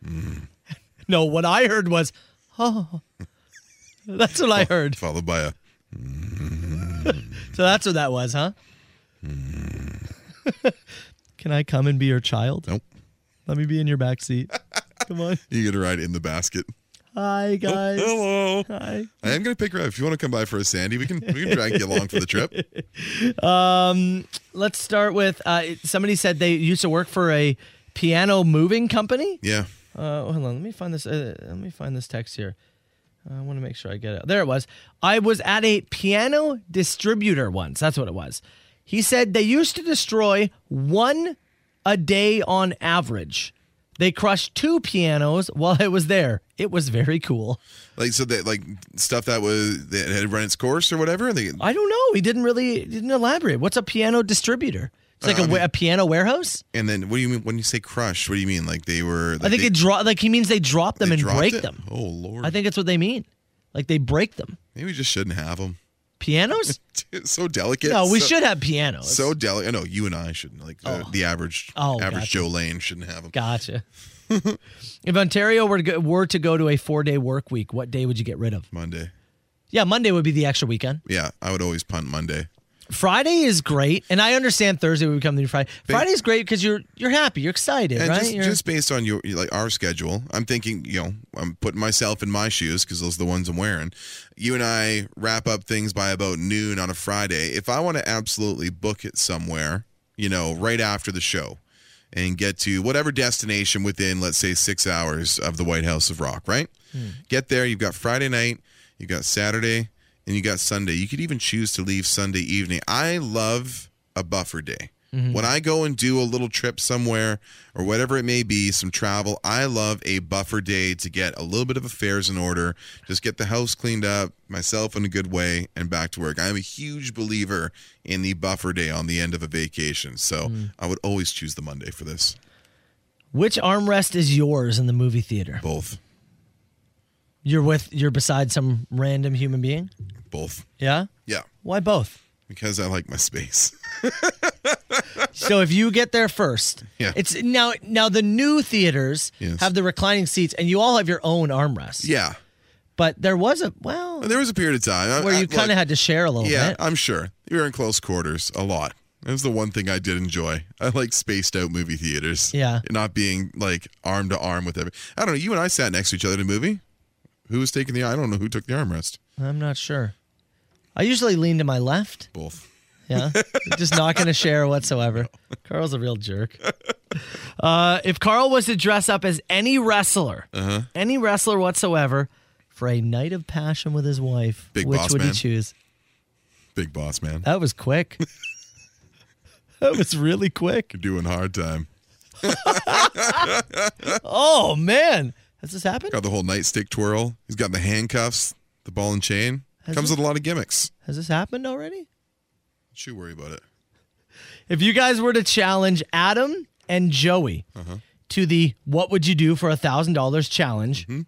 [SPEAKER 6] *laughs* no, what I heard was, *laughs* oh. That's what I heard.
[SPEAKER 7] Followed by a.
[SPEAKER 6] So that's what that was, huh? *laughs* Can I come and be your child?
[SPEAKER 7] Nope.
[SPEAKER 6] Let me be in your back seat.
[SPEAKER 7] *laughs*
[SPEAKER 6] Come on.
[SPEAKER 7] You get a ride in the basket.
[SPEAKER 6] Hi guys.
[SPEAKER 7] Oh, hello.
[SPEAKER 6] Hi.
[SPEAKER 7] I am gonna pick her up. If you want to come by for a sandy, we can we can drag you along for the
[SPEAKER 6] *laughs*
[SPEAKER 7] trip.
[SPEAKER 6] Um, let's start with uh, somebody said they used to work for a piano moving company.
[SPEAKER 7] Yeah.
[SPEAKER 6] Uh, hold on, let me find this. Uh, let me find this text here. I want to make sure I get it. There it was. I was at a piano distributor once. That's what it was. He said they used to destroy one a day on average. They crushed two pianos while I was there. It was very cool.
[SPEAKER 7] Like so that like stuff that was that had run its course or whatever. They
[SPEAKER 6] I don't know. He didn't really he didn't elaborate. What's a piano distributor? It's like
[SPEAKER 7] Uh,
[SPEAKER 6] a
[SPEAKER 7] I
[SPEAKER 6] wa-
[SPEAKER 7] mean-
[SPEAKER 6] a piano warehouse.
[SPEAKER 7] and then what do you mean when you say crush? What do you mean? Like they were? Like
[SPEAKER 6] I think
[SPEAKER 7] they
[SPEAKER 6] it draw like he means they drop them
[SPEAKER 7] they
[SPEAKER 6] and
[SPEAKER 7] dropped
[SPEAKER 6] break
[SPEAKER 7] it?
[SPEAKER 6] them.
[SPEAKER 7] Oh lord.
[SPEAKER 6] I think that's what they mean. Like they break them.
[SPEAKER 7] Maybe we just shouldn't have them.
[SPEAKER 6] Pianos?
[SPEAKER 7] *laughs* so delicate.
[SPEAKER 6] no, we
[SPEAKER 7] so-
[SPEAKER 6] should have pianos.
[SPEAKER 7] So delicate. No, you and I shouldn't. Like uh, the average
[SPEAKER 6] Oh,
[SPEAKER 7] average
[SPEAKER 6] gotcha.
[SPEAKER 7] Joe Lane shouldn't have them. *laughs*
[SPEAKER 6] Gotcha. if Ontario were to go, were to go to a four day work week, what day would you get rid of?
[SPEAKER 7] Monday.
[SPEAKER 6] Yeah, Monday would be the extra weekend.
[SPEAKER 7] Yeah, I would always punt Monday.
[SPEAKER 6] Friday is great, and I understand Thursday would become the new Friday. Friday is great because you're you're happy, you're excited,
[SPEAKER 7] And
[SPEAKER 6] right?
[SPEAKER 7] just,
[SPEAKER 6] You're-
[SPEAKER 7] just based on your like our schedule, I'm thinking, you know, I'm putting myself in my shoes because those are the ones I'm wearing. You and I wrap up things by about noon on a Friday. If I want to absolutely book it somewhere, you know, right after the show, and get to whatever destination within, let's say, six hours of the White House of Rock, right?
[SPEAKER 6] Hmm.
[SPEAKER 7] Get there. You've got Friday night. You've got Saturday, and you got Sunday. You could even choose to leave Sunday evening. I love a buffer day.
[SPEAKER 6] Mm-hmm.
[SPEAKER 2] Mhm.
[SPEAKER 7] When I go and do a little trip somewhere or whatever it may be, some travel, I love a buffer day to get a little bit of affairs in order, just get the house cleaned up, myself in a good way, and back to work. I'm a huge believer in the buffer day on the end of a vacation. So
[SPEAKER 6] Hmm.
[SPEAKER 7] I would always choose the Monday for this.
[SPEAKER 6] Which armrest is yours in the movie theater?
[SPEAKER 7] Both.
[SPEAKER 6] You're with you're beside some random human being.
[SPEAKER 7] Both.
[SPEAKER 6] Yeah.
[SPEAKER 7] Yeah.
[SPEAKER 6] Why both?
[SPEAKER 7] Because I like my space. *laughs*
[SPEAKER 6] So if you get there first,
[SPEAKER 7] Yeah.
[SPEAKER 6] it's now now the new theaters
[SPEAKER 7] Yes.
[SPEAKER 6] have the reclining seats, and you all have your own armrests.
[SPEAKER 7] Yeah.
[SPEAKER 6] But there was a well,
[SPEAKER 7] There was a period of time I-
[SPEAKER 6] *laughs* where
[SPEAKER 7] I-
[SPEAKER 6] you kind
[SPEAKER 7] look,
[SPEAKER 6] of had to share a little
[SPEAKER 7] yeah,
[SPEAKER 6] bit.
[SPEAKER 7] I'm sure. We were in close quarters a lot. That was the one thing I did enjoy. I like spaced out movie theaters.
[SPEAKER 6] Yeah.
[SPEAKER 7] Not being like arm to arm with every. I don't know. You and I sat next to each other in a movie. Who was taking the? I don't know who took the armrest.
[SPEAKER 6] I'm not sure. I usually lean to my left.
[SPEAKER 7] Both. *laughs*
[SPEAKER 6] Yeah, just not going to share whatsoever. Carl's a real jerk.
[SPEAKER 7] Uh-huh.
[SPEAKER 6] Uh, if Carl was to dress up as any wrestler, any wrestler whatsoever, for a night of passion with his wife,
[SPEAKER 7] Big
[SPEAKER 6] which
[SPEAKER 7] boss
[SPEAKER 6] would
[SPEAKER 7] man.
[SPEAKER 6] he choose?
[SPEAKER 7] Big boss man.
[SPEAKER 6] That
[SPEAKER 7] *laughs*
[SPEAKER 6] was quick. that was really quick.
[SPEAKER 7] You're doing hard time.
[SPEAKER 6] oh man, has this happened?
[SPEAKER 7] Got the whole nightstick twirl. He's got the handcuffs, the ball and chain.
[SPEAKER 6] Has
[SPEAKER 7] Comes
[SPEAKER 6] it-
[SPEAKER 7] with a lot of gimmicks.
[SPEAKER 6] Has this happened already?
[SPEAKER 7] Don't you worry about it.
[SPEAKER 6] If you guys were to challenge Adam and Joey to the "What would you do for a thousand dollars?" challenge,
[SPEAKER 7] Mm-hmm.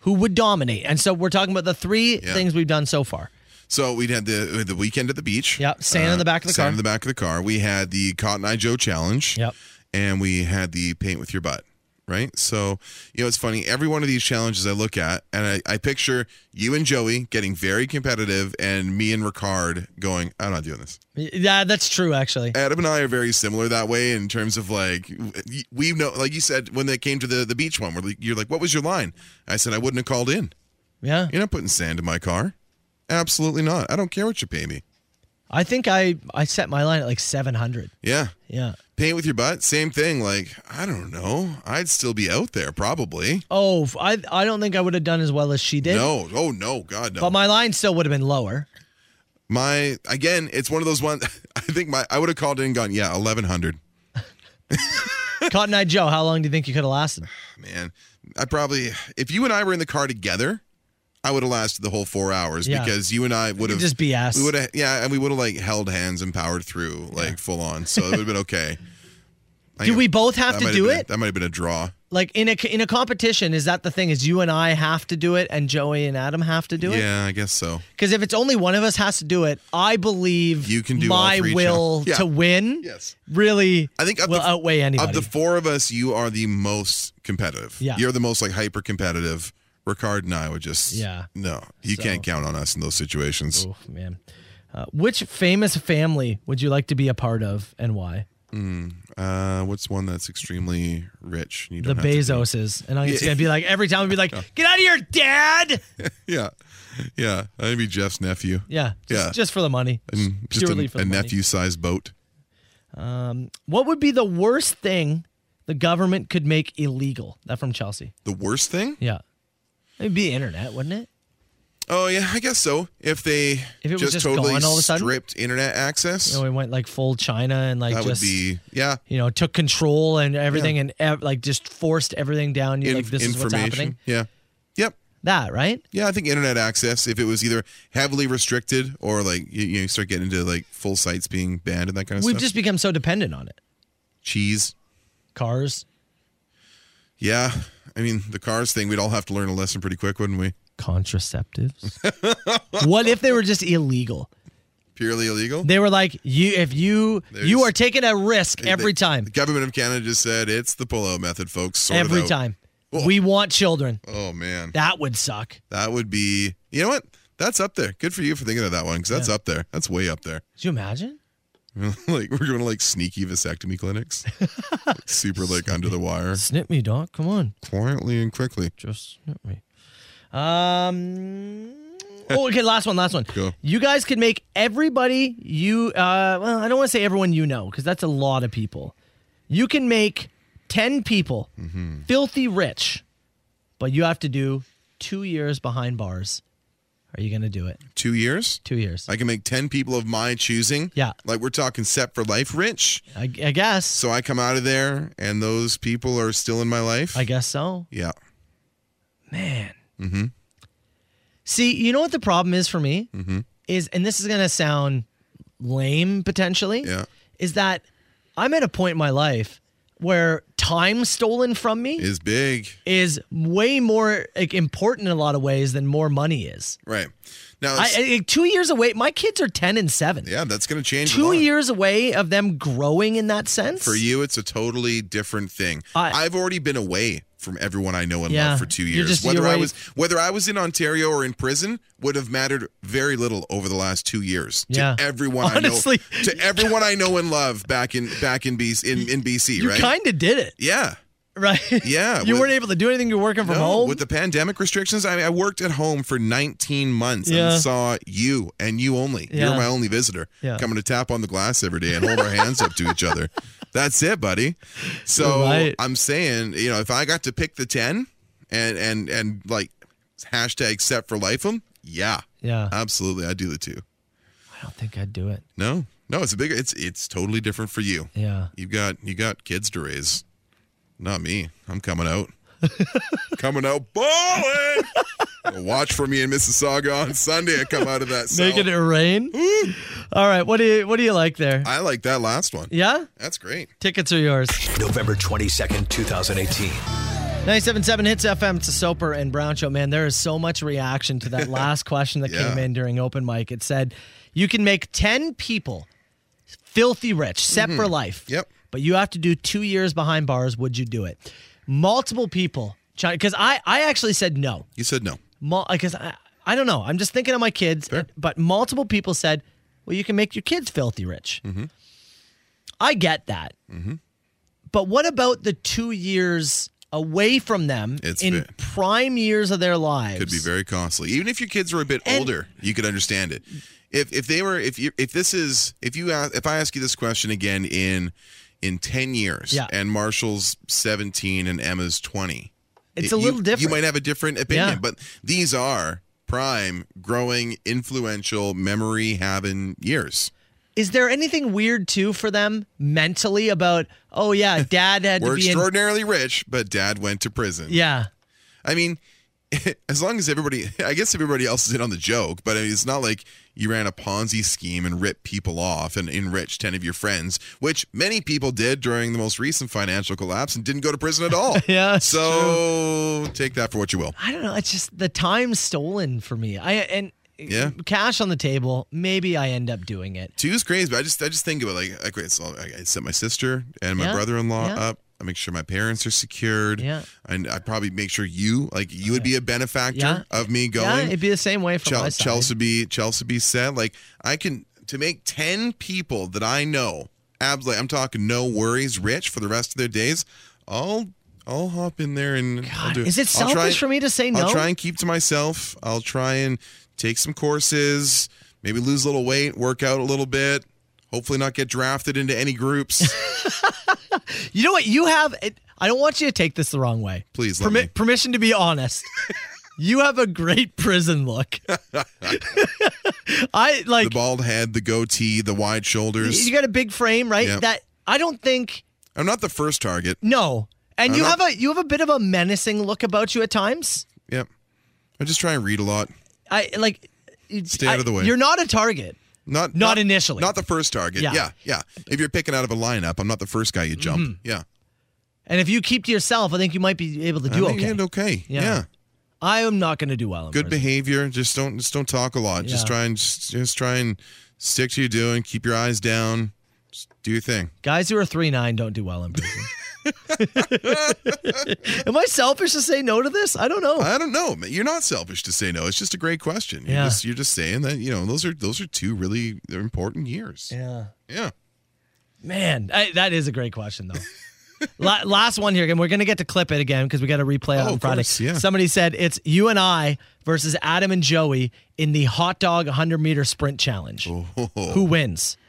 [SPEAKER 6] who would dominate? And so we're talking about the three things we've done so far.
[SPEAKER 7] So we'd had the the weekend at the beach. Uh,
[SPEAKER 6] Yep, sand in the back of the
[SPEAKER 7] sand
[SPEAKER 6] car.
[SPEAKER 7] in the back of the car. We had the Cotton Eye Joe challenge. Yep. And we had the paint with your butt. Right. So you know it's funny. Every one of these challenges I look at, and I, I picture you and Joey getting very competitive, and me and Ricard going, "I'm not doing this."
[SPEAKER 6] Yeah, that's true. Actually,
[SPEAKER 7] Adam and I are very similar that way in terms of like we know, like you said when they came to the the beach one, where like- you're like, "What was your line?" I said, "I wouldn't have called in."
[SPEAKER 6] Yeah,
[SPEAKER 7] you're not putting sand in my car. Absolutely not. I don't care what you pay me.
[SPEAKER 6] I think I I set my line at like seven hundred.
[SPEAKER 7] Yeah.
[SPEAKER 6] Yeah.
[SPEAKER 7] Paint with your butt, same thing. Like, I don't know. I'd still be out there probably.
[SPEAKER 6] Oh, f- I I don't think I would have done as well as she did.
[SPEAKER 7] No. Oh no, God no.
[SPEAKER 6] But my line still would have been
[SPEAKER 7] *laughs*
[SPEAKER 6] lower.
[SPEAKER 7] my again, it's one *laughs* of those ones I think my I would have called in and gone, yeah, eleven hundred.
[SPEAKER 6] Cotton Eye Joe, how long do you think you could have lasted?
[SPEAKER 7] Man. I probably if you and I were in the car together, I would have lasted the whole four hours
[SPEAKER 6] Yeah.
[SPEAKER 7] because you and I would have
[SPEAKER 6] just BS.
[SPEAKER 7] We would have yeah, and we would have like held hands and powered through like full on. So
[SPEAKER 6] *laughs*
[SPEAKER 7] it would have been okay. I
[SPEAKER 6] Do
[SPEAKER 7] think
[SPEAKER 6] we both have
[SPEAKER 7] that
[SPEAKER 6] to
[SPEAKER 7] might
[SPEAKER 6] do
[SPEAKER 7] been a-
[SPEAKER 6] it?
[SPEAKER 7] that might have been a draw.
[SPEAKER 6] Like in a in a competition, is that the thing? Is you and I have to do it, and Joey and Adam have to do it?
[SPEAKER 7] Yeah, I guess so.
[SPEAKER 6] Because if it's only one of us has to do it, I believe you can
[SPEAKER 7] do all
[SPEAKER 6] my
[SPEAKER 7] three
[SPEAKER 6] will
[SPEAKER 7] channels. Yeah.
[SPEAKER 6] to win.
[SPEAKER 7] Yes.
[SPEAKER 6] really.
[SPEAKER 7] I think of
[SPEAKER 6] will
[SPEAKER 7] the-
[SPEAKER 6] outweigh anybody.
[SPEAKER 7] Of the four of us, you are the most competitive.
[SPEAKER 6] Yeah.
[SPEAKER 7] You're the most like hyper competitive. Ricard and I would just
[SPEAKER 6] Yeah.
[SPEAKER 7] No, you
[SPEAKER 6] So-
[SPEAKER 7] can't count on us in those situations.
[SPEAKER 6] Oh man, uh, which famous family would you like to be a part of, and why?
[SPEAKER 7] Mm, uh, what's one that's extremely rich? and You
[SPEAKER 6] The
[SPEAKER 7] don't have to
[SPEAKER 6] Bezoses, and I'm just
[SPEAKER 7] Yeah.
[SPEAKER 6] gonna be like every time I'd be like,
[SPEAKER 7] *laughs*
[SPEAKER 6] "Get out of here, Dad!"
[SPEAKER 7] be- yeah, yeah. I'd be Jeff's nephew.
[SPEAKER 6] Yeah, just,
[SPEAKER 7] yeah.
[SPEAKER 6] just for the money,
[SPEAKER 7] And just
[SPEAKER 6] purely
[SPEAKER 7] a,
[SPEAKER 6] for the
[SPEAKER 7] a
[SPEAKER 6] money.
[SPEAKER 7] nephew-sized boat.
[SPEAKER 6] Um, what would be the worst thing the government could make illegal? That from Chelsea.
[SPEAKER 7] The worst thing?
[SPEAKER 6] Yeah, it'd be internet, wouldn't it?
[SPEAKER 7] Oh yeah, I guess so. If they
[SPEAKER 6] If it was
[SPEAKER 7] just,
[SPEAKER 6] just
[SPEAKER 7] totally
[SPEAKER 6] gone all of a sudden?
[SPEAKER 7] stripped internet access,
[SPEAKER 6] You know, we went like full China and like
[SPEAKER 7] that
[SPEAKER 6] just
[SPEAKER 7] would be yeah.
[SPEAKER 6] you know took control and everything
[SPEAKER 7] Yeah.
[SPEAKER 6] and ev- like just forced everything down. You like this is what's happening.
[SPEAKER 7] Yeah. Yep.
[SPEAKER 6] That right?
[SPEAKER 7] Yeah, I think internet access. If it was either heavily restricted or like you, you start getting into like full sites being banned and that kind of
[SPEAKER 6] We've
[SPEAKER 7] stuff.
[SPEAKER 6] just become so dependent on it.
[SPEAKER 7] cheese.
[SPEAKER 6] Cars,
[SPEAKER 7] Yeah, I mean the cars thing. We'd all have to learn a lesson pretty quick, wouldn't we? *laughs*
[SPEAKER 6] contraceptives. what if they were just illegal?
[SPEAKER 7] Purely illegal.
[SPEAKER 6] They were like you if you you are taking a risk every
[SPEAKER 7] The-
[SPEAKER 6] time.
[SPEAKER 7] The government of Canada just said it's the pull-out method, folks. Sort it
[SPEAKER 6] every
[SPEAKER 7] out."
[SPEAKER 6] time. We want children.
[SPEAKER 7] Oh man,
[SPEAKER 6] That would suck.
[SPEAKER 7] that would be. You know what? That's up there. Good for you for thinking of that one because that's up there. That's way up there. *laughs*
[SPEAKER 6] Could you imagine?
[SPEAKER 7] like we're going to like sneaky vasectomy
[SPEAKER 6] *laughs*
[SPEAKER 7] clinics, Like, super like under the wire,
[SPEAKER 6] Snip me, doc. Come on.
[SPEAKER 7] quietly and quickly.
[SPEAKER 6] Just snip me. Um. Oh, okay. Last one. Last one.
[SPEAKER 7] Go.
[SPEAKER 6] You guys could make everybody you. Uh, well, I don't want to say everyone you know because that's a lot of people. You can make ten people
[SPEAKER 7] Mm-hmm.
[SPEAKER 6] filthy rich, but you have to do two years behind bars. Are you going to do it?
[SPEAKER 7] Two years?
[SPEAKER 6] Two years.
[SPEAKER 7] I can make 10 people of my choosing.
[SPEAKER 6] Yeah.
[SPEAKER 7] Like we're talking set for life rich.
[SPEAKER 6] I, I guess.
[SPEAKER 7] So I come out of there and those people are still in my life.
[SPEAKER 6] I guess so.
[SPEAKER 7] Yeah.
[SPEAKER 6] Man.
[SPEAKER 7] Mm-hmm.
[SPEAKER 6] See, you know what the problem is for me
[SPEAKER 7] Mhm.
[SPEAKER 6] is, and this is gonna sound lame potentially.
[SPEAKER 7] Yeah.
[SPEAKER 6] Is that I'm at a point in my life where time stolen from me
[SPEAKER 7] Is big.
[SPEAKER 6] is way more like, important in a lot of ways than more money is.
[SPEAKER 7] Right. Now,
[SPEAKER 6] I,
[SPEAKER 7] it's-
[SPEAKER 6] I- like, two years away, my kids are ten and seven.
[SPEAKER 7] yeah, that's going to change. a
[SPEAKER 6] Two
[SPEAKER 7] lot.
[SPEAKER 6] years away of them growing in that sense.
[SPEAKER 7] For you, it's a totally different thing. I, have already been away from everyone I know and
[SPEAKER 6] Yeah.
[SPEAKER 7] love for two
[SPEAKER 6] You're
[SPEAKER 7] years.
[SPEAKER 6] just-
[SPEAKER 7] whether
[SPEAKER 6] you're
[SPEAKER 7] I
[SPEAKER 6] right.
[SPEAKER 7] was whether I was in Ontario or in prison would have mattered very little over the last two years to
[SPEAKER 6] Yeah.
[SPEAKER 7] everyone
[SPEAKER 6] Honestly.
[SPEAKER 7] I know to everyone I know and love back in back in BC in, in BC.
[SPEAKER 6] you
[SPEAKER 7] right?
[SPEAKER 6] kind of did it,
[SPEAKER 7] yeah.
[SPEAKER 6] right?
[SPEAKER 7] Yeah,
[SPEAKER 6] *laughs* you
[SPEAKER 7] with-
[SPEAKER 6] weren't able to do anything. You're working from
[SPEAKER 7] No,
[SPEAKER 6] home.
[SPEAKER 7] With the pandemic restrictions, I, I worked at home for 19 months
[SPEAKER 6] Yeah.
[SPEAKER 7] and saw you and you only.
[SPEAKER 6] Yeah.
[SPEAKER 7] You're my only visitor.
[SPEAKER 6] Yeah.
[SPEAKER 7] Coming to tap on the glass every day and hold our hands up to each
[SPEAKER 6] *laughs*
[SPEAKER 7] other. That's it, buddy. So
[SPEAKER 6] You're right.
[SPEAKER 7] I'm saying, you know, if I got to pick the 10 and and and like hashtag set for life 'em? Yeah.
[SPEAKER 6] Yeah.
[SPEAKER 7] Absolutely. I do the two.
[SPEAKER 6] I don't think I'd do it.
[SPEAKER 7] No. No, it's a big it's it's totally different for you.
[SPEAKER 6] Yeah.
[SPEAKER 7] You've got you got kids to raise. Not me. I'm coming
[SPEAKER 6] *laughs*
[SPEAKER 7] out. coming out balling. Watch for me in Mississauga on Sunday. I come out of that. cell.
[SPEAKER 6] Making it rain. All right. What do you What do you like there?
[SPEAKER 7] I like that last one.
[SPEAKER 6] Yeah.
[SPEAKER 7] That's great.
[SPEAKER 6] Tickets are yours.
[SPEAKER 5] November 22nd, 2018.
[SPEAKER 6] 977 hits FM. It's a Soper and Brown show. Man, there is so much reaction
[SPEAKER 7] *laughs*
[SPEAKER 6] to that last question that
[SPEAKER 7] Yeah.
[SPEAKER 6] came in during open mic. It said, "You can make ten people filthy rich, set for
[SPEAKER 7] Mhm.
[SPEAKER 6] life.
[SPEAKER 7] Yep.
[SPEAKER 6] But you have to do two years behind bars. Would you do it? Multiple people. Because I, I actually said no.
[SPEAKER 7] You said no.
[SPEAKER 6] Because I, I don't know. I'm just thinking of my kids. But multiple people said, well, you can make your kids filthy rich.
[SPEAKER 7] Mm-hmm.
[SPEAKER 6] I get that. But what about the two years away from them
[SPEAKER 7] It's
[SPEAKER 6] in
[SPEAKER 7] fair.
[SPEAKER 6] prime years of their lives?
[SPEAKER 7] Could be very costly. Even if your kids were a bit older, you could understand it. If if they were if you if this is if you ask, if I ask you this question again in in 10 years
[SPEAKER 6] Yeah.
[SPEAKER 7] and Marshall's 17 and Emma's 20.
[SPEAKER 6] It's
[SPEAKER 7] you-
[SPEAKER 6] a little
[SPEAKER 7] You
[SPEAKER 6] different.
[SPEAKER 7] might have a different opinion,
[SPEAKER 6] Yeah.
[SPEAKER 7] but these are prime growing influential memory having years.
[SPEAKER 6] Is there anything weird too for them mentally about,
[SPEAKER 7] *laughs*
[SPEAKER 6] oh yeah, dad had to
[SPEAKER 7] We're
[SPEAKER 6] be in
[SPEAKER 7] extraordinarily rich, but dad went to prison.
[SPEAKER 6] Yeah.
[SPEAKER 7] I mean, *laughs* as long as everybody, *laughs* I guess everybody else is in on the joke, but I mean, it's not like you ran a Ponzi scheme and ripped people off and enriched 10 of your friends, which many people did during the most recent financial collapse and didn't go to prison at all.
[SPEAKER 6] *laughs* Yeah, it's
[SPEAKER 7] So take that for what you will.
[SPEAKER 6] I don't know. It's just the time stolen for me. I and
[SPEAKER 7] Yeah.
[SPEAKER 6] cash on the table. Maybe I end up doing it.
[SPEAKER 7] Two's crazy, but I just I just think about like okay, so I I set my sister and my
[SPEAKER 6] Yeah,
[SPEAKER 7] brother-in-law
[SPEAKER 6] yeah.
[SPEAKER 7] up. I make sure my parents are secured.
[SPEAKER 6] Yeah.
[SPEAKER 7] and I probably make sure you like you would be a benefactor
[SPEAKER 6] Yeah.
[SPEAKER 7] of me going.
[SPEAKER 6] Yeah, it'd be the same way for
[SPEAKER 7] Chel-
[SPEAKER 6] my side.
[SPEAKER 7] Chelsea be Chelsea be said like I can to make ten people that I know absolutely. I'm talking no worries, rich for the rest of their days. I'll I'll hop in there and I'll do
[SPEAKER 6] is it
[SPEAKER 7] I'll try-
[SPEAKER 6] selfish for me to say no?
[SPEAKER 7] I'll try and keep to myself. I'll try and take some courses, maybe lose a little weight, work out a little bit. Hopefully, not get drafted into any groups.
[SPEAKER 6] *laughs* You know what? You have. It, I don't want you to take this the wrong way.
[SPEAKER 7] Please let
[SPEAKER 6] Permi-
[SPEAKER 7] me.
[SPEAKER 6] permission to be
[SPEAKER 7] *laughs*
[SPEAKER 6] honest. you have a great prison look. I like
[SPEAKER 7] the bald head, the goatee, the wide shoulders.
[SPEAKER 6] you got a big frame, right?
[SPEAKER 7] Yeah.
[SPEAKER 6] That I don't think.
[SPEAKER 7] I'm not the first target.
[SPEAKER 6] No, and
[SPEAKER 7] I'm
[SPEAKER 6] you
[SPEAKER 7] not-
[SPEAKER 6] have a you have a bit of a menacing look about you at times.
[SPEAKER 7] Yep. I just try and read a lot.
[SPEAKER 6] I like. you-
[SPEAKER 7] Stay out
[SPEAKER 6] I-
[SPEAKER 7] of the way.
[SPEAKER 6] You're not a target.
[SPEAKER 7] Not,
[SPEAKER 6] Not initially.
[SPEAKER 7] Not the first target.
[SPEAKER 6] Yeah.
[SPEAKER 7] Yeah. yeah, If you're picking out of a lineup, I'm not the first guy you jump.
[SPEAKER 6] Mhm.
[SPEAKER 7] Yeah.
[SPEAKER 6] And if you keep to yourself, I think you might be able to do
[SPEAKER 7] I think
[SPEAKER 6] okay.
[SPEAKER 7] you did okay.
[SPEAKER 6] Yeah.
[SPEAKER 7] Yeah.
[SPEAKER 6] I am not going to do well. In
[SPEAKER 7] Good
[SPEAKER 6] prison.
[SPEAKER 7] behavior. Just don't just don't talk a lot. Just
[SPEAKER 6] Yeah.
[SPEAKER 7] try and just, just try and stick to your doing. Keep your eyes down. Just do your thing.
[SPEAKER 6] Guys who are three nine don't do well in prison. *laughs* Am I selfish to say no to this? I don't know.
[SPEAKER 7] I don't know. man. You're not selfish to say no. It's just a great question. You're
[SPEAKER 6] Yeah.
[SPEAKER 7] just you're just saying that, you know, those are those are two really important years.
[SPEAKER 6] Yeah.
[SPEAKER 7] Yeah.
[SPEAKER 6] Man, I, that is a great question though. *laughs* La- last one here, and we're going to get to clip it again because we got to replay it
[SPEAKER 7] Oh,
[SPEAKER 6] on
[SPEAKER 7] of
[SPEAKER 6] Friday.
[SPEAKER 7] course, yeah.
[SPEAKER 6] Somebody said it's you and I versus Adam and Joey in the hot dog 100 meter sprint challenge.
[SPEAKER 7] Oh.
[SPEAKER 6] Who wins?
[SPEAKER 7] *laughs*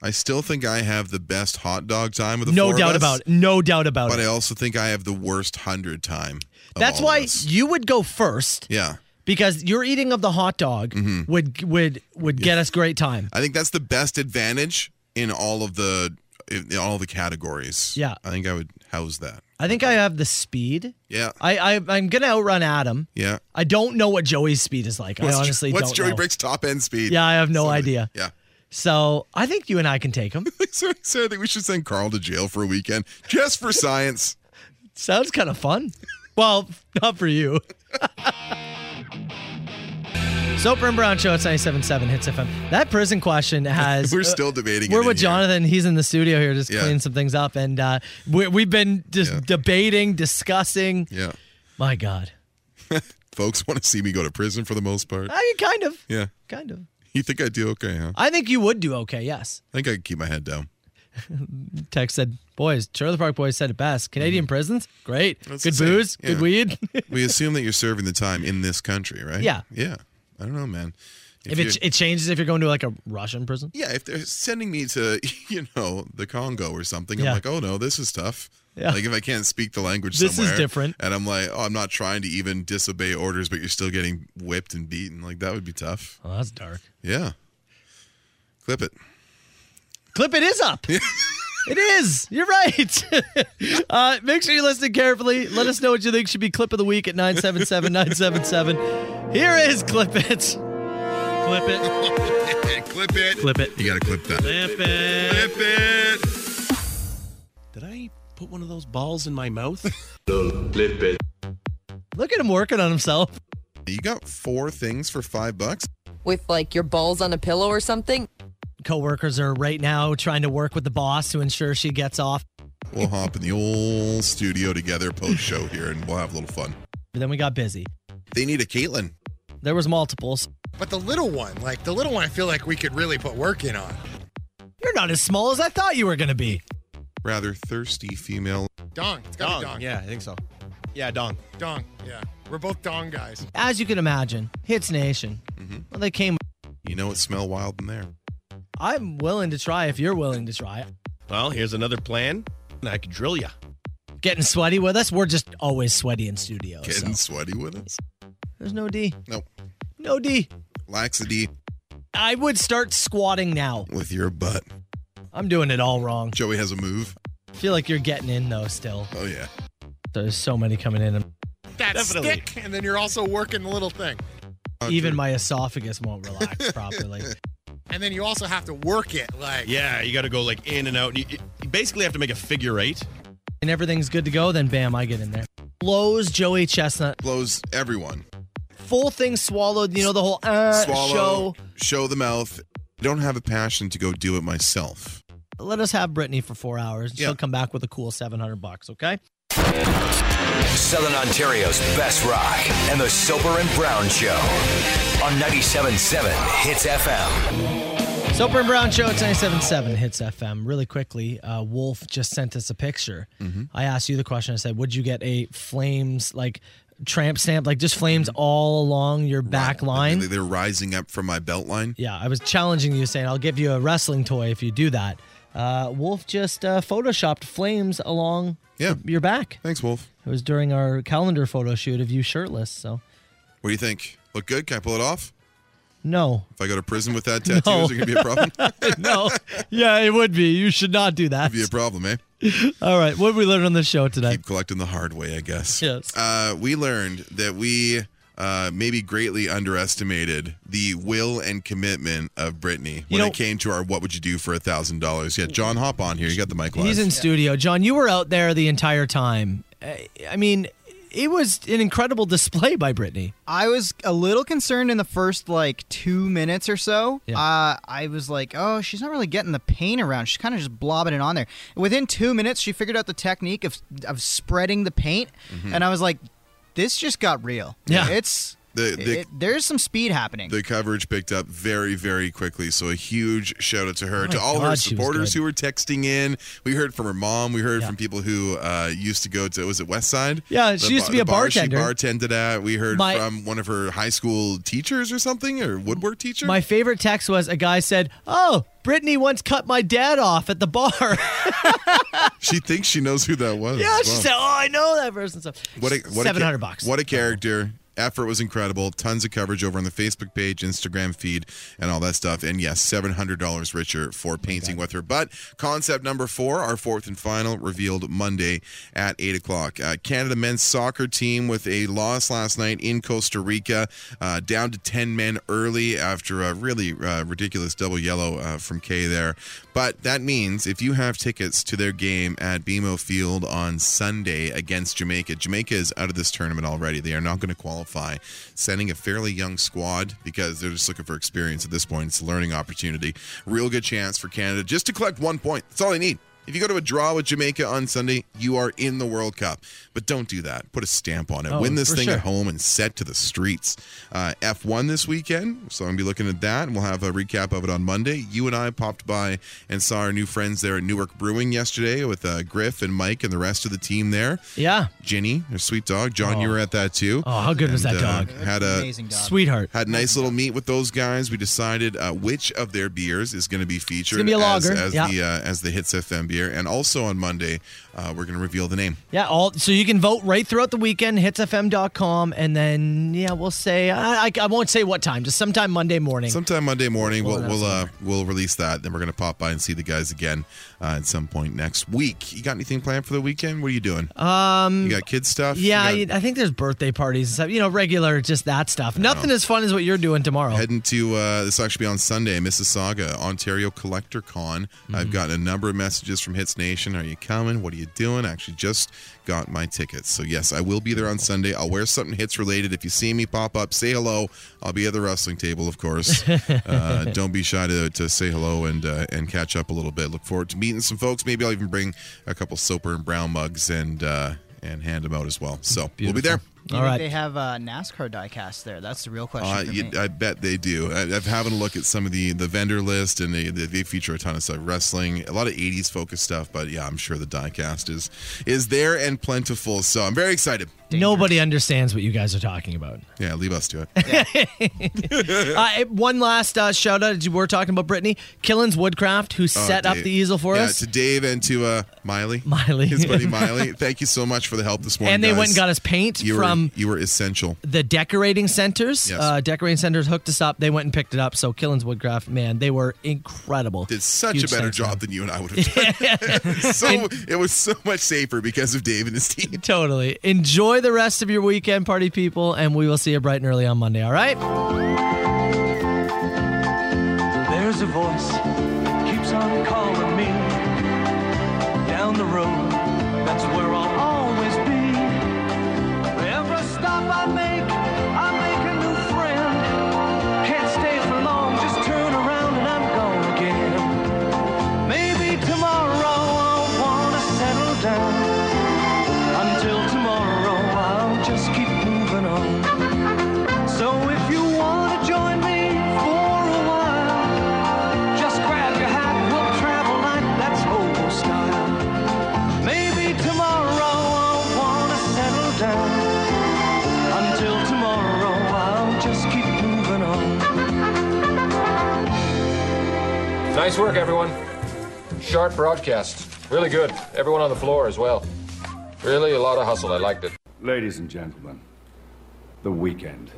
[SPEAKER 7] I still think I have the best hot dog time of the
[SPEAKER 6] No
[SPEAKER 7] four of
[SPEAKER 6] doubt
[SPEAKER 7] us,
[SPEAKER 6] about it. No doubt about
[SPEAKER 7] But
[SPEAKER 6] it.
[SPEAKER 7] I also think I have the worst hundred time. of
[SPEAKER 6] That's
[SPEAKER 7] all of
[SPEAKER 6] why
[SPEAKER 7] us.
[SPEAKER 6] you would go first
[SPEAKER 7] Yeah.
[SPEAKER 6] because your eating of the hot dog
[SPEAKER 7] Mm-hmm.
[SPEAKER 6] would would would get us great time.
[SPEAKER 7] I think that's the best advantage in all of the in all the categories.
[SPEAKER 6] Yeah.
[SPEAKER 7] I think I would house that.
[SPEAKER 6] I think I have the speed.
[SPEAKER 7] Yeah.
[SPEAKER 6] I, I I'm gonna outrun Adam.
[SPEAKER 7] Yeah.
[SPEAKER 6] I don't know what Joey's speed is like.
[SPEAKER 7] What's
[SPEAKER 6] I
[SPEAKER 7] Jo-
[SPEAKER 6] honestly
[SPEAKER 7] what's
[SPEAKER 6] don't
[SPEAKER 7] Joey
[SPEAKER 6] know.
[SPEAKER 7] Brick's top end speed?
[SPEAKER 6] Yeah, I have no idea.
[SPEAKER 7] Yeah. *laughs*
[SPEAKER 6] So I think you and I can take him.
[SPEAKER 7] so, so I think we should send Carl to jail for a weekend just for science.
[SPEAKER 6] Sounds kind of fun. Well, not for you. *laughs* Soper and Brown Show, it's 97.7 Hits FM. That
[SPEAKER 7] *laughs*
[SPEAKER 6] prison question has.
[SPEAKER 7] We're still debating it
[SPEAKER 6] uh, We're
[SPEAKER 7] in
[SPEAKER 6] with
[SPEAKER 7] here.
[SPEAKER 6] Jonathan. He's in the studio here just
[SPEAKER 7] Yeah.
[SPEAKER 6] cleaning some things up. And uh, we, we've been just debating, discussing.
[SPEAKER 7] Yeah.
[SPEAKER 6] My God.
[SPEAKER 7] Folks want to see me go to prison for the most part.
[SPEAKER 6] I mean, kind of.
[SPEAKER 7] Yeah.
[SPEAKER 6] Kind of.
[SPEAKER 7] You think I do okay, huh? I
[SPEAKER 6] I think you would do okay, yes.
[SPEAKER 7] think I can keep my head down.
[SPEAKER 6] Tex said, boys, Trailer Park Boys said it best. Canadian prisons, great.
[SPEAKER 7] Mm. That's
[SPEAKER 6] good
[SPEAKER 7] the same.
[SPEAKER 6] booze,
[SPEAKER 7] Yeah.
[SPEAKER 6] good weed. *laughs*
[SPEAKER 7] we assume that you're serving the time in this country, right?
[SPEAKER 6] Yeah.
[SPEAKER 7] Yeah. I don't know, man.
[SPEAKER 6] If, it, it changes if you're going to like a Russian prison?
[SPEAKER 7] Yeah, if they're sending me to, *laughs* you know, the Congo or something,
[SPEAKER 6] Yeah.
[SPEAKER 7] I'm like, oh no, this is tough.
[SPEAKER 6] Yeah.
[SPEAKER 7] Like if I can't speak the language
[SPEAKER 6] This is
[SPEAKER 7] somewhere,
[SPEAKER 6] different.
[SPEAKER 7] And I'm like, oh, I'm not trying to even disobey orders, but you're still getting whipped and beaten. Like that would be tough.
[SPEAKER 6] Oh, that's dark.
[SPEAKER 7] Yeah. Clip it.
[SPEAKER 6] Clip it is up. it is. You're right. *laughs* uh, make sure you listen carefully. Let us know what you think should be clip of the week at 977 977. Here is Clip It. Clip it.
[SPEAKER 7] clip it.
[SPEAKER 6] Clip it.
[SPEAKER 7] You got to clip that.
[SPEAKER 6] Clip it.
[SPEAKER 7] Clip it.
[SPEAKER 11] Did I put one of those balls in my mouth?
[SPEAKER 7] Clip it.
[SPEAKER 6] Look at him working on himself.
[SPEAKER 7] You got four things for five bucks.
[SPEAKER 12] with like your balls on a pillow or something.
[SPEAKER 6] Coworkers are right now trying to work with the boss to ensure she gets off.
[SPEAKER 7] We'll hop in the old studio together post show here and we'll have a little fun.
[SPEAKER 6] But then we got busy.
[SPEAKER 7] They need a Caitlin.
[SPEAKER 6] There was multiples.
[SPEAKER 13] But the little one, like the little one, I feel like we could really put work in on.
[SPEAKER 6] You're not as small as I thought you were going to be.
[SPEAKER 7] Rather thirsty female.
[SPEAKER 13] Dong. It's got to be dong.
[SPEAKER 11] Yeah, I think so. Yeah, dong.
[SPEAKER 13] Dong. Yeah. We're both dong guys.
[SPEAKER 6] As you can imagine, Hits Nation.
[SPEAKER 11] Mm-hmm.
[SPEAKER 6] Well, they came.
[SPEAKER 7] You know it smell wild in there.
[SPEAKER 6] I'm willing to try if you're willing to try.
[SPEAKER 11] Well, here's another plan. and I could drill you.
[SPEAKER 6] Getting sweaty with us? We're just always sweaty in studio.
[SPEAKER 7] Getting sweaty with us?
[SPEAKER 6] There's no D.
[SPEAKER 7] Nope.
[SPEAKER 6] No D.
[SPEAKER 7] Laxity
[SPEAKER 6] I would start squatting now.
[SPEAKER 7] with your butt.
[SPEAKER 6] I'm doing it all wrong.
[SPEAKER 7] Joey has a move.
[SPEAKER 6] feel like you're getting in though still.
[SPEAKER 7] Oh yeah.
[SPEAKER 6] There's so many coming in.
[SPEAKER 13] That
[SPEAKER 11] Definitely.
[SPEAKER 13] stick, and then you're also working the little thing.
[SPEAKER 7] Oh,
[SPEAKER 6] Even my esophagus won't relax *laughs* properly.
[SPEAKER 13] And then you also have to work it. Like,
[SPEAKER 11] Yeah, you got to go like in and out. You, you basically have to make a figure eight.
[SPEAKER 6] And everything's good to go, then bam, I get in there. Blows Joey Chestnut.
[SPEAKER 7] Blows everyone.
[SPEAKER 6] Full thing swallowed, you know, the whole uh,
[SPEAKER 7] Swallow.
[SPEAKER 6] show.
[SPEAKER 7] Show. the mouth. I don't have a passion to go do it myself.
[SPEAKER 6] Let us have Brittany for four hours.
[SPEAKER 7] Yeah.
[SPEAKER 6] She'll come back with a cool 700 bucks, okay?
[SPEAKER 5] Southern Ontario's best rock and the Soper and Brown Show on 97.7 Hits FM.
[SPEAKER 6] Soper and Brown Show, it's 97.7 Hits FM. Really quickly, uh, Wolf just sent us a picture.
[SPEAKER 7] Mm-hmm.
[SPEAKER 6] I asked you the question. I said, would you get a flames, like tramp stamp, like just flames all along your back line?
[SPEAKER 7] They- They're rising up from my belt line.
[SPEAKER 6] Yeah, I was challenging you, saying I'll give you a wrestling toy if you do that. Uh, Wolf just uh, photoshopped flames along
[SPEAKER 7] Yeah.
[SPEAKER 6] your back.
[SPEAKER 7] Thanks, Wolf.
[SPEAKER 6] It was during our calendar photo shoot of you shirtless. So
[SPEAKER 7] What do you think? Look good? Can I pull it off?
[SPEAKER 6] no,
[SPEAKER 7] If I go to prison with that tattoo,
[SPEAKER 6] No.
[SPEAKER 7] is it gonna be a
[SPEAKER 6] *laughs*
[SPEAKER 7] problem?
[SPEAKER 6] no, yeah, it would be. You should not do that.
[SPEAKER 7] be a problem, eh?
[SPEAKER 6] All right, what did we learn on the show today?
[SPEAKER 7] Keep collecting the hard way, I guess.
[SPEAKER 6] Yes.
[SPEAKER 7] Uh, we learned that we uh, maybe greatly underestimated the will and commitment of Brittany when
[SPEAKER 6] know-
[SPEAKER 7] it came to our "What would you do for a thousand dollars?" Yeah, John, hop on here. You got the mic. Live.
[SPEAKER 6] He's in studio. John, you were out there the entire time. Uh, I mean, it was an incredible display by Brittany.
[SPEAKER 16] I was a little concerned in the first like two minutes or so. Uh, I was like, oh, she's not really getting the paint around. She's kind of just blobbing it on there. Within two minutes, she figured out the technique of of spreading the paint,
[SPEAKER 7] Mhm.
[SPEAKER 16] and I was like, this just got real.
[SPEAKER 7] Yeah.
[SPEAKER 16] it's
[SPEAKER 7] The- the-
[SPEAKER 16] it- there's some speed happening.
[SPEAKER 7] The coverage picked up very, very quickly. So a huge shout out to her,
[SPEAKER 6] Oh
[SPEAKER 16] My
[SPEAKER 7] to all her
[SPEAKER 16] God, she was
[SPEAKER 7] supporters
[SPEAKER 16] good.
[SPEAKER 7] who were texting in. We heard from her mom. We heard from people who uh, used to go to was it West Side?
[SPEAKER 6] Yeah, she
[SPEAKER 7] The
[SPEAKER 6] used
[SPEAKER 7] ba-
[SPEAKER 6] to be a
[SPEAKER 7] the bar
[SPEAKER 6] bartender.
[SPEAKER 7] She bartended at. We heard
[SPEAKER 6] My-
[SPEAKER 7] from one of her high school teachers or something, or woodwork teacher.
[SPEAKER 6] My favorite text was a guy said, "Oh, Brittany once cut my dad off at the bar." *laughs*
[SPEAKER 7] she thinks she knows who that was.
[SPEAKER 6] Yeah,
[SPEAKER 7] as
[SPEAKER 6] she
[SPEAKER 7] well.
[SPEAKER 6] said, "Oh, I know that person." So,
[SPEAKER 7] What a what
[SPEAKER 6] seven
[SPEAKER 7] a,
[SPEAKER 6] hundred
[SPEAKER 7] cha-
[SPEAKER 6] bucks?
[SPEAKER 7] What a character. Effort was incredible. Tons of coverage over on the Facebook page, Instagram feed, and all that stuff. And yes, seven hundred dollars richer for painting with her. But concept number four, our fourth and final, revealed Monday at eight o'clock. Uh, Canada men's soccer team with a loss last night in Costa Rica, uh, down to ten men early after a really uh, ridiculous double yellow uh, from Kay there. But that means if you have tickets to their game at BMO Field on Sunday against Jamaica, Jamaica is out of this tournament already. They are not going to qualify, sending a fairly young squad because they're just looking for experience at this point. It's a learning opportunity. Real good chance for Canada just to collect one point. That's all they need. If you go to a draw with Jamaica on Sunday, you are in the World Cup. But don't do that. Put a stamp on it.
[SPEAKER 17] Oh,
[SPEAKER 7] Win this
[SPEAKER 17] for
[SPEAKER 7] thing
[SPEAKER 17] sure.
[SPEAKER 7] at home and set to the streets. Uh, F1 this weekend, so I'm going to be looking at that, and we'll have a recap of it on Monday. You and I popped by and saw our new friends there at Newark Brewing yesterday with uh, Griff and Mike and the rest of the team there.
[SPEAKER 6] Yeah.
[SPEAKER 7] Ginny, their sweet dog. John, you were at that too. uh,
[SPEAKER 6] Oh, how good was that dog?
[SPEAKER 7] Had a
[SPEAKER 6] Amazing dog. Sweetheart.
[SPEAKER 7] Had a nice little meet with those guys. We decided uh, which of their beers is going to be featured
[SPEAKER 6] be a
[SPEAKER 7] as,
[SPEAKER 6] lager,
[SPEAKER 7] as
[SPEAKER 6] yeah.
[SPEAKER 7] the uh, as the Hits FM beer, and also on Monday uh, we're going to reveal the name.
[SPEAKER 6] Yeah, all so you can vote right throughout the weekend, hitsfm.com, and then yeah, we'll say I, I, I won't say what time, just sometime Monday morning.
[SPEAKER 7] Sometime Monday morning we'll
[SPEAKER 6] Well,
[SPEAKER 7] we'll uh, we'll release that. Then we're going to pop by and see the guys again uh, at some point next week. You got anything planned for the weekend? What are you doing?
[SPEAKER 6] Um,
[SPEAKER 7] you got kids stuff?
[SPEAKER 6] yeah,
[SPEAKER 7] You got-
[SPEAKER 6] I, I think there's birthday parties and stuff. You know, regular, just that stuff. Nothing as fun as what you're doing tomorrow.
[SPEAKER 7] Heading to uh, this will actually be on Sunday, Mississauga, Ontario Collector Con. I've gotten a number of messages from Hits Nation. Are you coming? What are you doing? I actually just got my tickets. So yes, I will be there on Sunday. I'll wear something hits related. If you see me pop up, say hello. I'll be at the wrestling table, of course. uh, don't be shy to, to say hello and uh, and catch up a little bit. Look forward to meeting some folks. Maybe I'll even bring a couple Soper and Brown mugs and uh, and hand them out as well. So we'll be there.
[SPEAKER 16] You think They have uh, NASCAR diecast there. That's the real question.
[SPEAKER 7] Uh,
[SPEAKER 16] for
[SPEAKER 7] you,
[SPEAKER 16] me.
[SPEAKER 7] I bet they do. I, I've having a look at some of the the vendor list, and they, they they feature a ton of stuff, wrestling, a lot of '80s focused stuff. But yeah, I'm sure the diecast is is there and plentiful. So I'm very excited.
[SPEAKER 6] Nobody understands what you guys are talking about.
[SPEAKER 7] Yeah, leave us to it.
[SPEAKER 6] uh, one last uh, shout out. We're talking about Brittany Killens Woodcraft, who
[SPEAKER 7] Oh,
[SPEAKER 6] *laughs* set up
[SPEAKER 7] Dave.
[SPEAKER 6] the easel for
[SPEAKER 7] Yeah,
[SPEAKER 6] us.
[SPEAKER 7] to Dave and to uh, Miley,
[SPEAKER 6] Miley,
[SPEAKER 7] his
[SPEAKER 6] *laughs*
[SPEAKER 7] buddy Miley. Thank you so much for the help this morning.
[SPEAKER 6] And they went
[SPEAKER 7] guys.
[SPEAKER 6] and got us paint
[SPEAKER 7] you were,
[SPEAKER 6] from-
[SPEAKER 7] you were essential.
[SPEAKER 6] the decorating centers.
[SPEAKER 7] Yes.
[SPEAKER 6] Uh, decorating centers hooked us up. They went and picked it up. So Killens Woodcraft, man, they were incredible. Did
[SPEAKER 7] Such a better job than you and I would have
[SPEAKER 6] *laughs*
[SPEAKER 7] done. *laughs* so it was so much safer because of Dave and his team.
[SPEAKER 6] Totally. Enjoy the rest of your weekend, party people, and we will see you bright and early on Monday. All right.
[SPEAKER 2] There's a voice keeps on calling me down the road. That's where I'll always be. Every stop I make, I make a new friend. Can't stay for long, just turn around and I'm gone again. Maybe tomorrow I'll wanna settle down. Until tomorrow I'll just keep moving on. So if you wanna join me for a while. Just grab your hat, we'll travel like that's old style. Maybe tomorrow I'll wanna settle down. Until tomorrow I'll just keep moving on.
[SPEAKER 18] Nice work, everyone. Sharp broadcast. Really good. Everyone on the floor as well. Really a lot of hustle. I liked it.
[SPEAKER 19] Ladies and gentlemen, the weekend.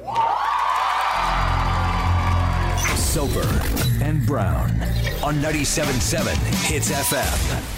[SPEAKER 5] Soper and Brown on 97.7 Hits FM.